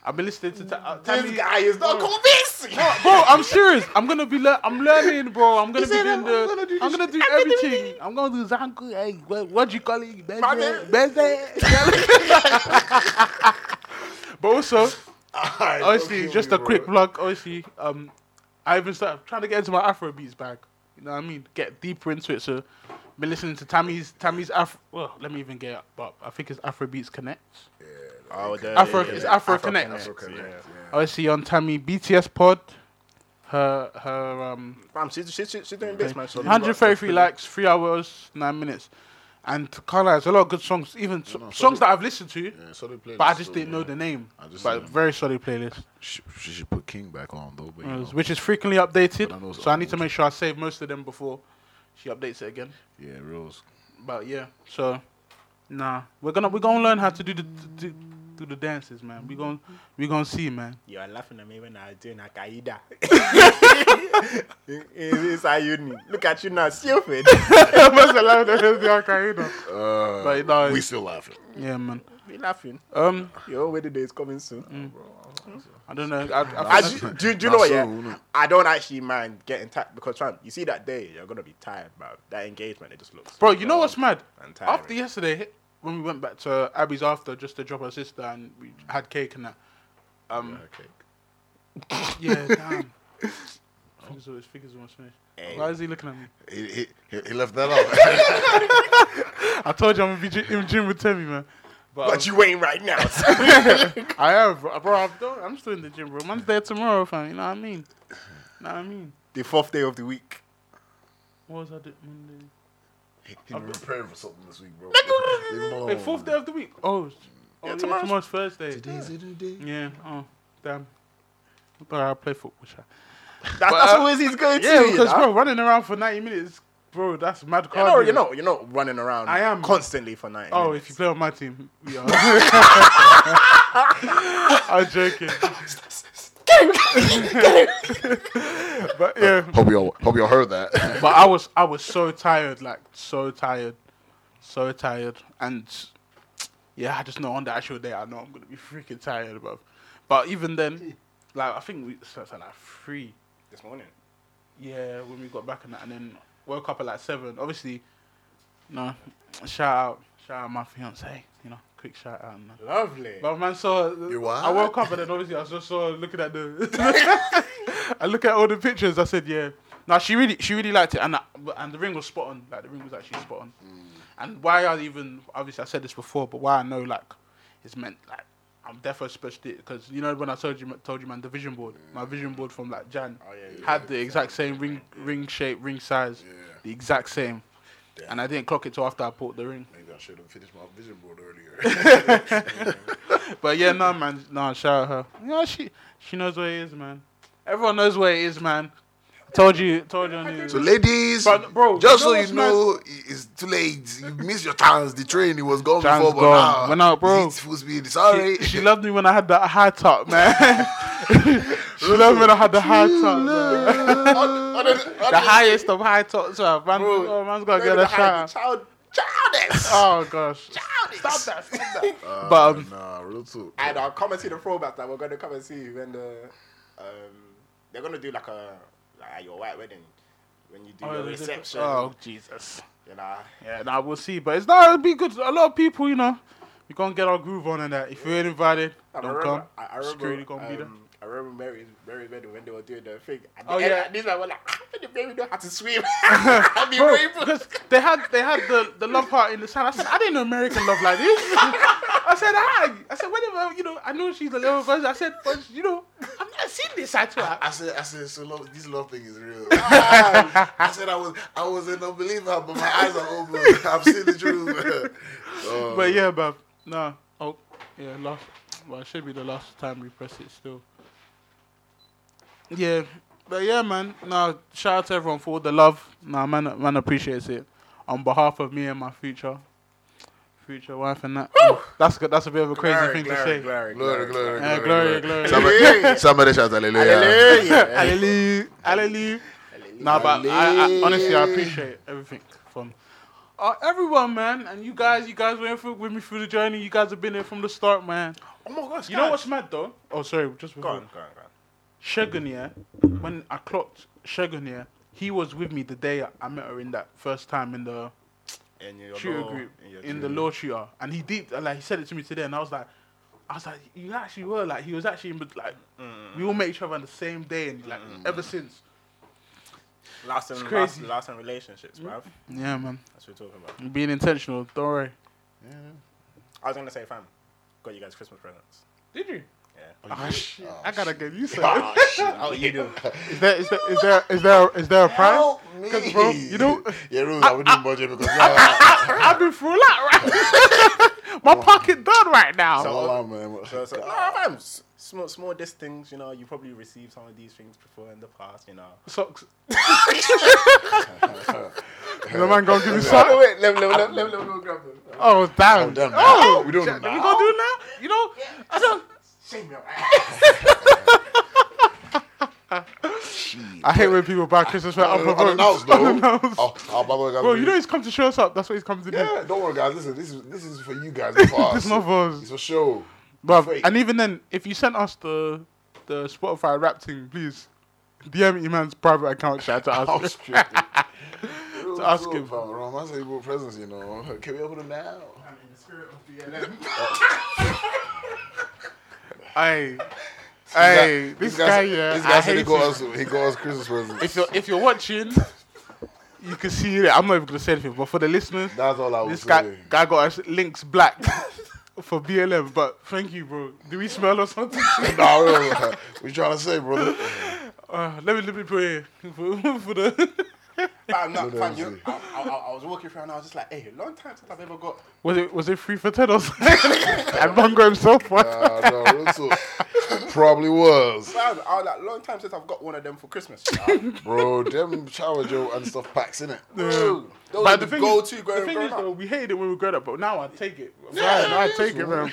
Speaker 2: I've been listening to ta- uh, Tammy. Mm.
Speaker 6: this guy is not convinced.
Speaker 2: bro, I'm serious. I'm gonna be lear- I'm learning, bro. I'm gonna be doing the. I'm gonna do, everything. I'm gonna do zanku. Hey, what, what do you call it? Beze, beze. but also, obviously, just a quick plug. Obviously, um, I even started trying to get into my Afro beats bag. You know what I mean? Get deeper into it. So, been listening to Tammy's Tammy's Afro. Well, let me even get it up. But I think it's Afro Beats Connect.
Speaker 6: Oh, the,
Speaker 2: Afro- it's Afro Connect. Obviously on Tammy BTS Pod. Her her um
Speaker 6: Fam, she's, she's, she's she's doing bits, man. She's doing well.
Speaker 2: 133 likes, three hours, nine minutes, and Carla has a lot of good songs, even so- songs that I've listened to,
Speaker 3: solid playlist.
Speaker 2: but I just didn't know the name.
Speaker 3: just
Speaker 2: But
Speaker 3: didn't-
Speaker 2: very solid playlist,
Speaker 3: She, she should put King back on though, but you know,
Speaker 2: which is frequently updated.
Speaker 3: But I know it's
Speaker 2: so I need to
Speaker 3: old.
Speaker 2: make sure I save most of them before she updates it again.
Speaker 3: yeah, rules.
Speaker 2: But yeah, so nah, we're gonna we're gonna learn how to do the do, do the dances, man. We gonna we gonna see, man.
Speaker 6: You are laughing at me when I was doing a kaida. it's how you need. Look at you now, stupid.
Speaker 3: Uh,
Speaker 2: But no,
Speaker 3: we still laughing.
Speaker 2: yeah, man.
Speaker 6: Be laughing.
Speaker 2: Um,
Speaker 6: Your wedding day is coming soon.
Speaker 2: Mm. I don't know. I, I,
Speaker 6: I
Speaker 2: I,
Speaker 6: ju- do, do you know what?
Speaker 3: That's
Speaker 6: Yeah,
Speaker 3: all, innit?
Speaker 6: I don't actually mind getting tired because fam, you see that day you're gonna be tired, bro. That engagement it just looks.
Speaker 2: Bro, you know
Speaker 6: long
Speaker 2: what's mad?
Speaker 6: and tiring.
Speaker 2: After yesterday, when we went back to Abby's after just to drop her sister and we had cake and that. Um, yeah, damn. Fingers always, fingers almost finished. Why is he looking at me?
Speaker 3: He, he, he he left that out.
Speaker 2: I told you I'm gonna be Jim, in gym with Timmy, man. But, um,
Speaker 6: But you ain't right now.
Speaker 2: I am, bro. bro I'm, done- I'm still in the gym, bro. Man's there tomorrow, fam. You know what I mean? know what I mean?
Speaker 6: the fourth day of the week.
Speaker 2: What was I doing Monday?
Speaker 3: he he been preparing for something this week, bro. Leave him alone.
Speaker 2: Wait, fourth day of the week. Oh, it's- oh yeah, tomorrow's,
Speaker 6: tomorrow's-
Speaker 2: Thursday.
Speaker 3: Today's the day.
Speaker 2: Yeah. Oh, damn. But I play football, sha.
Speaker 6: That, that's always he's going to.
Speaker 2: Yeah,
Speaker 6: you
Speaker 2: because
Speaker 6: know?
Speaker 2: bro, running around for ninety minutes, bro, that's mad
Speaker 6: you know,
Speaker 2: cardio.
Speaker 6: you're not you're not running around.
Speaker 2: I am.
Speaker 6: constantly for night.
Speaker 2: Oh, if you play on my team, we are. I'm joking. but yeah,
Speaker 3: Hope y'all hope y'all heard that.
Speaker 2: but I was I was so tired, like so tired, so tired, and yeah, I just know on the actual day I know I'm gonna be freaking tired, bro. But even then, like I think we slept at like three.
Speaker 6: this morning.
Speaker 2: Yeah, when we got back and that, and then woke up at like seven. Obviously, no, shout out, shout out my fiance. You know, quick shout out. Man.
Speaker 6: Lovely.
Speaker 2: But man saw.
Speaker 3: You what?
Speaker 2: I woke up and then obviously I just saw her looking at the. I look at all the pictures. I said, yeah. Now she really, she really liked it, and I, and the ring was spot on. Like the ring was actually spot on.
Speaker 3: Mm.
Speaker 2: And why I even obviously I said this before, but why I know like it's meant like I'm definitely supposed to because you know when I told you told you man the vision board, my vision board from like Jan
Speaker 3: Oh,
Speaker 2: had the exact same ring ring shape, ring size, the exact same. And I didn't clock it till after I bought the ring.
Speaker 3: Maybe I should have finished my vision board earlier.
Speaker 2: But yeah, no man, no shout out her. Yeah, she she knows where it is, man. Everyone knows where it is, man. Told you, told you. On
Speaker 3: So
Speaker 2: the,
Speaker 3: ladies,
Speaker 2: But, bro,
Speaker 3: just so
Speaker 2: you know
Speaker 3: you
Speaker 2: what's
Speaker 3: know, i- it's too late. You missed your chance. The train it was gone
Speaker 2: Chance
Speaker 3: before, but
Speaker 2: gone.
Speaker 3: now
Speaker 2: Went out, bro.
Speaker 3: It's full speed. Sorry.
Speaker 2: she, she loved me when I had that high top, man. she loved me when I had the high top. man. The highest of high tops, uh, man. Oh, man's gotta get a shout. out.
Speaker 6: Child,
Speaker 2: Oh gosh.
Speaker 6: stop that, stop that.
Speaker 2: But um,
Speaker 3: nah, real talk.
Speaker 6: and I'll come and see the throwback that we're gonna come and see when the um they're gonna do like a like at your white wedding when you do your reception.
Speaker 2: Oh Jesus.
Speaker 6: You know,
Speaker 2: Yeah, now we'll see. But it's not it'll be good. A lot of people, you know, we gonna get our groove on and that. If you ain't invited,
Speaker 6: I
Speaker 2: don't
Speaker 6: remember,
Speaker 2: come.
Speaker 6: I, I remember,
Speaker 2: Security gonna be there.
Speaker 6: um, I remember Mary's Mary's wedding when they were doing the thing. At the
Speaker 2: Oh,
Speaker 6: end,
Speaker 2: yeah.
Speaker 6: these men were like, "Ah, the baby know how to swim. I mean, Bro,
Speaker 2: Because they had they had the, the love heart in the sand. I said, I didn't know American love like this. I said, hi. I said, whenever, you know, I know she's a little version. I said, but, you know, I've never seen this side to her.
Speaker 3: I said, I said, so love, this love thing is real. I said, I was, I was an unbeliever, but my eyes are open. I've seen the truth. Oh,
Speaker 2: But yeah, but nah. Oh, yeah, last. Well, it should be the last time we press it still. Yeah, but yeah, man. Nah, shout out to everyone for all the love. Nah, man, man appreciates it. On behalf of me and my future, future wife and that. That's good. That's a bit of a crazy thing to say.
Speaker 3: glory, glory,
Speaker 2: Yeah,
Speaker 3: glory,
Speaker 2: Ah, Eh,
Speaker 3: glory,
Speaker 2: glory, glory.
Speaker 3: Somebody, somebody shout hallelujah.
Speaker 2: Hallelujah. Hallelujah. Nah, but I, I, honestly, I appreciate everything from uh, everyone, man. And you guys, you guys went through, with me through the journey. You guys have been there from the start, man.
Speaker 6: oh my gosh,
Speaker 2: You know what's mad though? Oh, sorry, just before.
Speaker 6: Go on, go on, go on.
Speaker 2: Shogun, yeah, when I clocked Shogun, yeah, he was with me the day I met her in that first time in the
Speaker 6: And your
Speaker 2: shooter
Speaker 6: law-
Speaker 2: group,
Speaker 6: and your
Speaker 2: in the law shooter, and he deep like he said it to me today, and I was like, I was like, you actually were like he was actually in, bet- like
Speaker 6: Mm.
Speaker 2: we all met each other on the same day, and like ever since.
Speaker 6: last and last,
Speaker 2: crazy.
Speaker 6: last and relationships, bruv.
Speaker 2: Yeah, man,
Speaker 6: That's what we're talking about.
Speaker 2: being intentional. Don't worry.
Speaker 6: I was gonna say, fam, got you guys Christmas presents.
Speaker 2: Did you?
Speaker 6: Yeah.
Speaker 2: Oh, shit. I gotta get you some.
Speaker 6: Oh, you do.
Speaker 2: is there is there is there is there is there a prize?
Speaker 3: Help me.
Speaker 2: Because bro, you know,
Speaker 3: yeah, rules. I wouldn't budget because yeah,
Speaker 2: I've been through a lot, right? My pocket done right now.
Speaker 3: all I'm, man.
Speaker 6: So, so, nah, fam, s- small, small these things, you know, you probably received some of these things before in the past, you know.
Speaker 2: socks. the man gonna give me socks.
Speaker 6: wait, let me, let me, let me, let me grab them.
Speaker 2: Oh damn!
Speaker 3: done now.
Speaker 2: Oh,
Speaker 3: We don't
Speaker 2: shit,
Speaker 3: now.
Speaker 2: We gonna do it now? You know, I don't.
Speaker 6: Shame your
Speaker 2: I hate when people buy Christmas without
Speaker 3: Unannounced,
Speaker 2: unprovoked.
Speaker 3: though.
Speaker 2: Unannounced.
Speaker 3: Oh, oh, by the way, guys,
Speaker 2: Bro, you know he's come to show us up. That's what he's come to do.
Speaker 3: Yeah, don't worry, guys. Listen, this is this is for you guys, not for us.
Speaker 2: It's not for us.
Speaker 3: It's for show.
Speaker 2: Bruv,
Speaker 3: Fake.
Speaker 2: and even then, if you sent us the the Spotify rap thing, please DM Iman's private account shout to
Speaker 3: I
Speaker 2: us.
Speaker 3: was tripping.
Speaker 2: To ask him.
Speaker 3: fam. Rom, I say you presents, you know. Can we open them now?
Speaker 2: Hey, hey,
Speaker 3: That-
Speaker 2: this guy, yeah,
Speaker 3: This
Speaker 2: I
Speaker 3: guy said he
Speaker 2: hate
Speaker 3: got
Speaker 2: him.
Speaker 3: us. He got us Christmas presents.
Speaker 2: If you're if you're watching, you can see that I'm not even gonna say anything. But for the listeners,
Speaker 3: That's all I was
Speaker 2: this
Speaker 3: say.
Speaker 2: guy guy got us links black for BLM. But thank you, bro. Do we smell or something?
Speaker 3: nah, bro, bro. What you trying to say, brother?
Speaker 2: Uh, let me let me pray for, for the.
Speaker 6: Fam, no,
Speaker 3: No,
Speaker 6: fam,
Speaker 3: no,
Speaker 6: you, I, I, I I was walking through and I was just like, hey, long time since I've ever got.
Speaker 2: Was it was it free for ten or something? and Mongo himself. was-
Speaker 3: Nah, nah, real talk. Probably was,
Speaker 6: Fam, I was like, long time since I've got one of them for Christmas. you know?
Speaker 3: bro. Them shower gel and stuff packs in it.
Speaker 6: Ooh, Those
Speaker 2: But
Speaker 6: are
Speaker 2: the
Speaker 6: the
Speaker 2: thing
Speaker 6: go
Speaker 2: is,
Speaker 6: to
Speaker 2: the
Speaker 6: growing
Speaker 2: thing is
Speaker 6: growing
Speaker 2: though,
Speaker 6: up.
Speaker 2: we hated it when we grew up, but now I take it. Yeah, now I take it, man.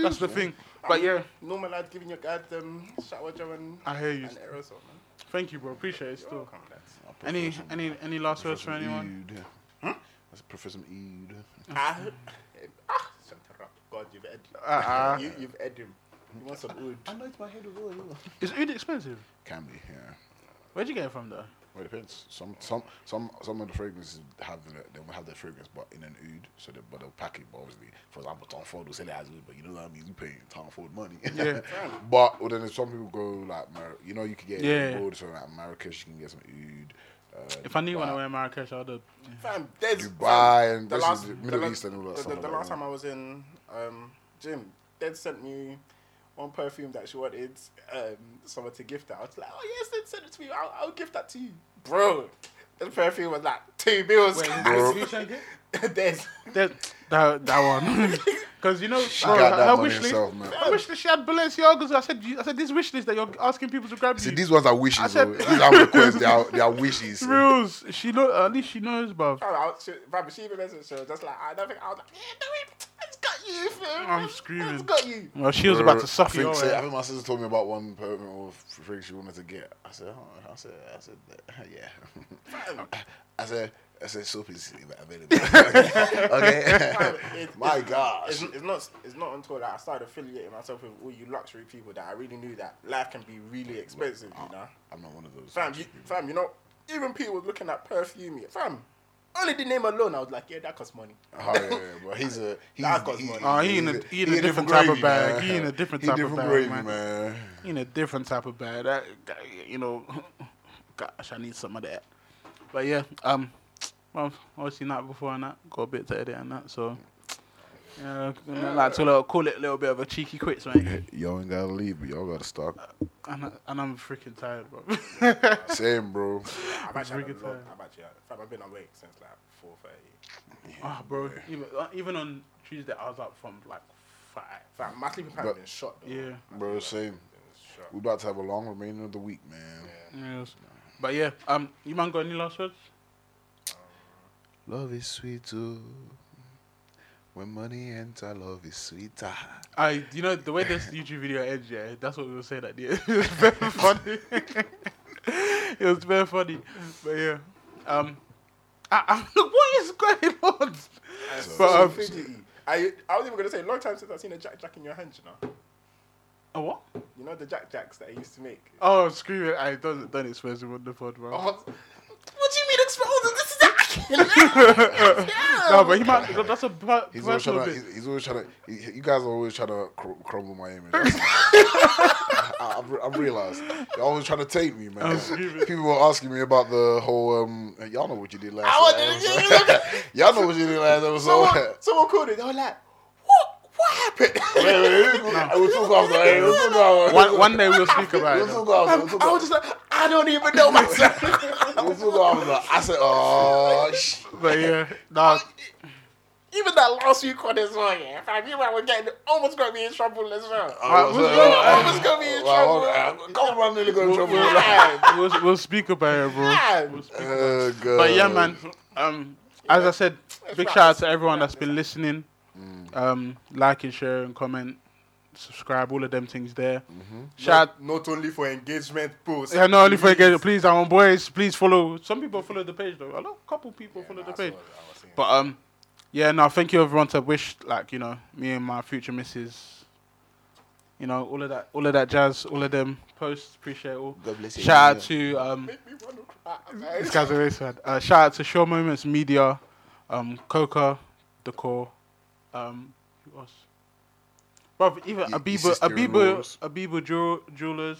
Speaker 2: That's the thing. But yeah,
Speaker 6: Normal lad giving your guys um, shower gel and,
Speaker 2: I hear you.
Speaker 6: and aerosol, man.
Speaker 2: Thank you, bro. Appreciate it. Still.
Speaker 6: Welcome, lads.
Speaker 2: Any any any last words for anyone?
Speaker 3: Eid. That's Professor Eid.
Speaker 6: Ah, ah, shut up. God, you've ed.
Speaker 2: Uh-uh.
Speaker 6: You, you've ed him. You want some wood?
Speaker 3: I know it's my head of
Speaker 2: Is Oud expensive?
Speaker 3: Can be, yeah.
Speaker 2: Where'd you get it from though?
Speaker 3: Well, it depends. Some some some some of the fragrances have the, they will have their fragrance, but in an oud, so they but they'll pack it. But obviously, for example, Tom Ford will sell it as oud, but you know what I mean. You pay Tom Ford money.
Speaker 2: Yeah.
Speaker 3: but well, then if some people go like Mar- you know you can get yeah.
Speaker 2: Yeah.
Speaker 3: abroad, so like Marrakesh you can get some oud. Uh,
Speaker 2: If I knew when I
Speaker 3: Dubai-
Speaker 2: went to Marrakesh, I'd have.
Speaker 6: Fam, there's
Speaker 3: Dubai and
Speaker 6: the
Speaker 3: this is
Speaker 6: last
Speaker 3: the Middle
Speaker 6: la-
Speaker 3: East and all that
Speaker 6: the-
Speaker 3: stuff
Speaker 6: The,
Speaker 3: like
Speaker 6: the
Speaker 3: that,
Speaker 6: last
Speaker 3: yeah.
Speaker 6: time I was in um, gym, Dad sent me one perfume that she wanted um, someone to gift her. I was like, oh yes, Dad sent it to me. I'll, I'll gift that to you, bro. The perfume was like two bills.
Speaker 2: Wait, who sent it?
Speaker 6: There's
Speaker 2: That that, that one. Because you know, bro,
Speaker 3: got that
Speaker 2: her, her
Speaker 3: money
Speaker 2: wish list.
Speaker 3: herself, man.
Speaker 2: Her wish list. She had Balenciagas. I said, you- I said, this wish list that you're asking people to grab
Speaker 3: See,
Speaker 2: you.
Speaker 3: these ones are wishes.
Speaker 2: I said-
Speaker 3: though. these are requests. They are, they are wishes.
Speaker 2: rules. She know. At least she knows, bruv.
Speaker 6: I was, she, bruv, she even messaged her, just like, I don't think, I was like, yeah, do it, it's got you, fam.
Speaker 2: I'm
Speaker 6: It's
Speaker 2: screaming.
Speaker 6: got you.
Speaker 2: Well, she was about to
Speaker 3: I
Speaker 2: suck
Speaker 3: think,
Speaker 2: your
Speaker 3: say, I
Speaker 2: ass.
Speaker 3: think my sister told me about one permit or thing she wanted to get. I said, oh, I said, I said, yeah. I said, I said, soap is available. okay.
Speaker 6: Fam, it-
Speaker 3: my
Speaker 6: it's- It's,
Speaker 3: gosh.
Speaker 6: it's not. It's not until like, I started affiliating myself with all you luxury people that I really knew that life can be really expensive. You know,
Speaker 3: I'm not one of those.
Speaker 6: fam, you, fam, you know, even people was looking at perfume, yeah, fam. Only the name alone, I was like, yeah, that costs money.
Speaker 3: Oh, yeah, yeah, but he's a he's
Speaker 6: That costs money.
Speaker 2: Ah, he in a- he in a different type of bag. He in a different type of bag,
Speaker 3: gravy,
Speaker 2: man.
Speaker 3: man.
Speaker 2: You know, different type of bad. That, that- you know, gosh, I need some of that. But yeah, um, well, obviously not before and that. Got a bit to edit and that, so. Yeah, gonna like to uh, call it a little bit of a cheeky quits, mate.
Speaker 3: Y'all ain't gotta leave, but y'all gotta stop.
Speaker 2: And, I- and I'm freaking tired, bro.
Speaker 3: Same, bro.
Speaker 6: I've actually, had
Speaker 2: Really
Speaker 6: a long,
Speaker 2: tired.
Speaker 6: I've actually, had- fam, I've been awake since like four thirty.
Speaker 2: Ah, bro. Even, uh, even on Tuesday, I was up from like five.
Speaker 6: Fam, my sleeping pattern
Speaker 3: But-
Speaker 6: been shot. Though.
Speaker 2: Yeah.
Speaker 3: Bro, same.
Speaker 6: It's shot.
Speaker 3: We about to have a long remaining of the week, man.
Speaker 2: Yes. But yeah, um, you man got any last words?
Speaker 3: Love is sweet too. When money enter, love is sweeter.
Speaker 2: I, you know, the way this YouTube video ends, yeah, that's what we were saying at the end. It was very funny. it was very funny. But yeah, um, I, I, what is going on? But
Speaker 6: So
Speaker 2: um,
Speaker 6: fidgety. I, I was even gonna say, long time since I've seen a Jack Jack in your hand, you know.
Speaker 2: a what?
Speaker 6: You know the Jack Jacks that I used to make.
Speaker 2: Oh, screw it! I don't don't express it on the pod, bro.
Speaker 6: What do you mean exposed? This is
Speaker 2: No, but he might. That's a per-
Speaker 3: He's always
Speaker 2: personal
Speaker 3: trying to.
Speaker 2: bit.
Speaker 3: He's, he's always trying to. He, you guys are always trying to cr- crumble my image. I, I, I've re- I've realized you're always trying to taint me, man.
Speaker 2: Oh, stupid.
Speaker 3: People were asking me about the whole. Um, y'all know what you did last. episode. y'all know what you did last
Speaker 6: someone,
Speaker 3: episode.
Speaker 6: someone called it. They were like, what? What happened?
Speaker 3: Wait, wait, wait. I will talk after. I will talk after.
Speaker 2: One, one day we'll speak about
Speaker 3: We'll
Speaker 2: it.
Speaker 3: talk after. We'll talk
Speaker 6: I was just like, I don't even know myself.
Speaker 3: after. We'll talk after. I said, oh, sh-.
Speaker 2: But yeah, nah,
Speaker 6: even that last week on this one, yeah. Fam, you man were getting almost got me in trouble as well.
Speaker 2: Alright, we'll-
Speaker 6: uh,
Speaker 3: I "Oh,
Speaker 6: Almost got me in
Speaker 3: Well,
Speaker 6: trouble.
Speaker 3: Come on, nigga, go to trouble.
Speaker 6: Fam,
Speaker 2: we'll, we'll speak about it, bro.
Speaker 6: fam.
Speaker 3: Uh,
Speaker 2: But yeah,
Speaker 3: God.
Speaker 2: man. Um, as I said, big shout out to everyone that's been listening, um, liking, sharing, comment, subscribe, all of them things there. Shout. out
Speaker 6: Not only for engagement posts.
Speaker 2: yeah, no, only for again, please, our boys, please follow. Some people follow the page though. A lot, couple people follow the page. But um, yeah, no, thank you everyone to wish like you know me and my future missus, you know all of that, all of that jazz, all of them posts. Appreciate all.
Speaker 3: God bless you.
Speaker 2: Shout out to um,
Speaker 6: Make me want to cry, man.
Speaker 2: this guy's a race fan. Uh, shout out to Show Moments Media, um, Coca, Decor, um, who else? Bro, even
Speaker 3: your
Speaker 2: Abiba,
Speaker 3: sister
Speaker 2: Abiba,
Speaker 3: in-laws.
Speaker 2: Abiba Jew- Jewelers.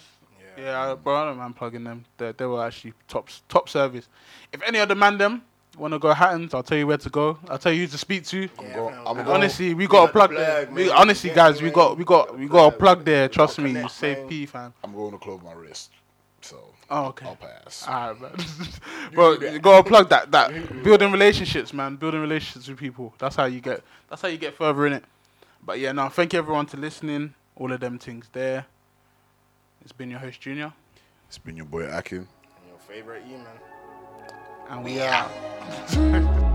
Speaker 2: Yeah, I, bro, I don't mind plugging them. They, they were actually top top service. If any other man them want to go Hattons, I'll tell you where to go. I'll tell you who to speak to.
Speaker 6: Yeah,
Speaker 3: Go-
Speaker 6: fam.
Speaker 3: I'm
Speaker 2: And
Speaker 3: go-
Speaker 2: honestly, we got a plug there.
Speaker 6: plug,
Speaker 2: We,
Speaker 6: man.
Speaker 2: honestly,
Speaker 6: Yeah,
Speaker 2: guys, we
Speaker 6: man.
Speaker 2: got we got we got a plug there. Trust me, you
Speaker 6: connect,
Speaker 2: save
Speaker 6: man.
Speaker 2: P, fam.
Speaker 3: I'm going to close my wrist, so
Speaker 2: Oh, okay.
Speaker 3: I'll pass.
Speaker 2: Alright, man. Bro, you gotta plug that. That building relationships, man. Building relationships with people. That's how you get. That's how you get further in it. But yeah, now thank you everyone to listening. All of them things there. It's been your host Junior,
Speaker 3: It's been your boy Akin.
Speaker 6: Your favorite E man.
Speaker 2: and we are.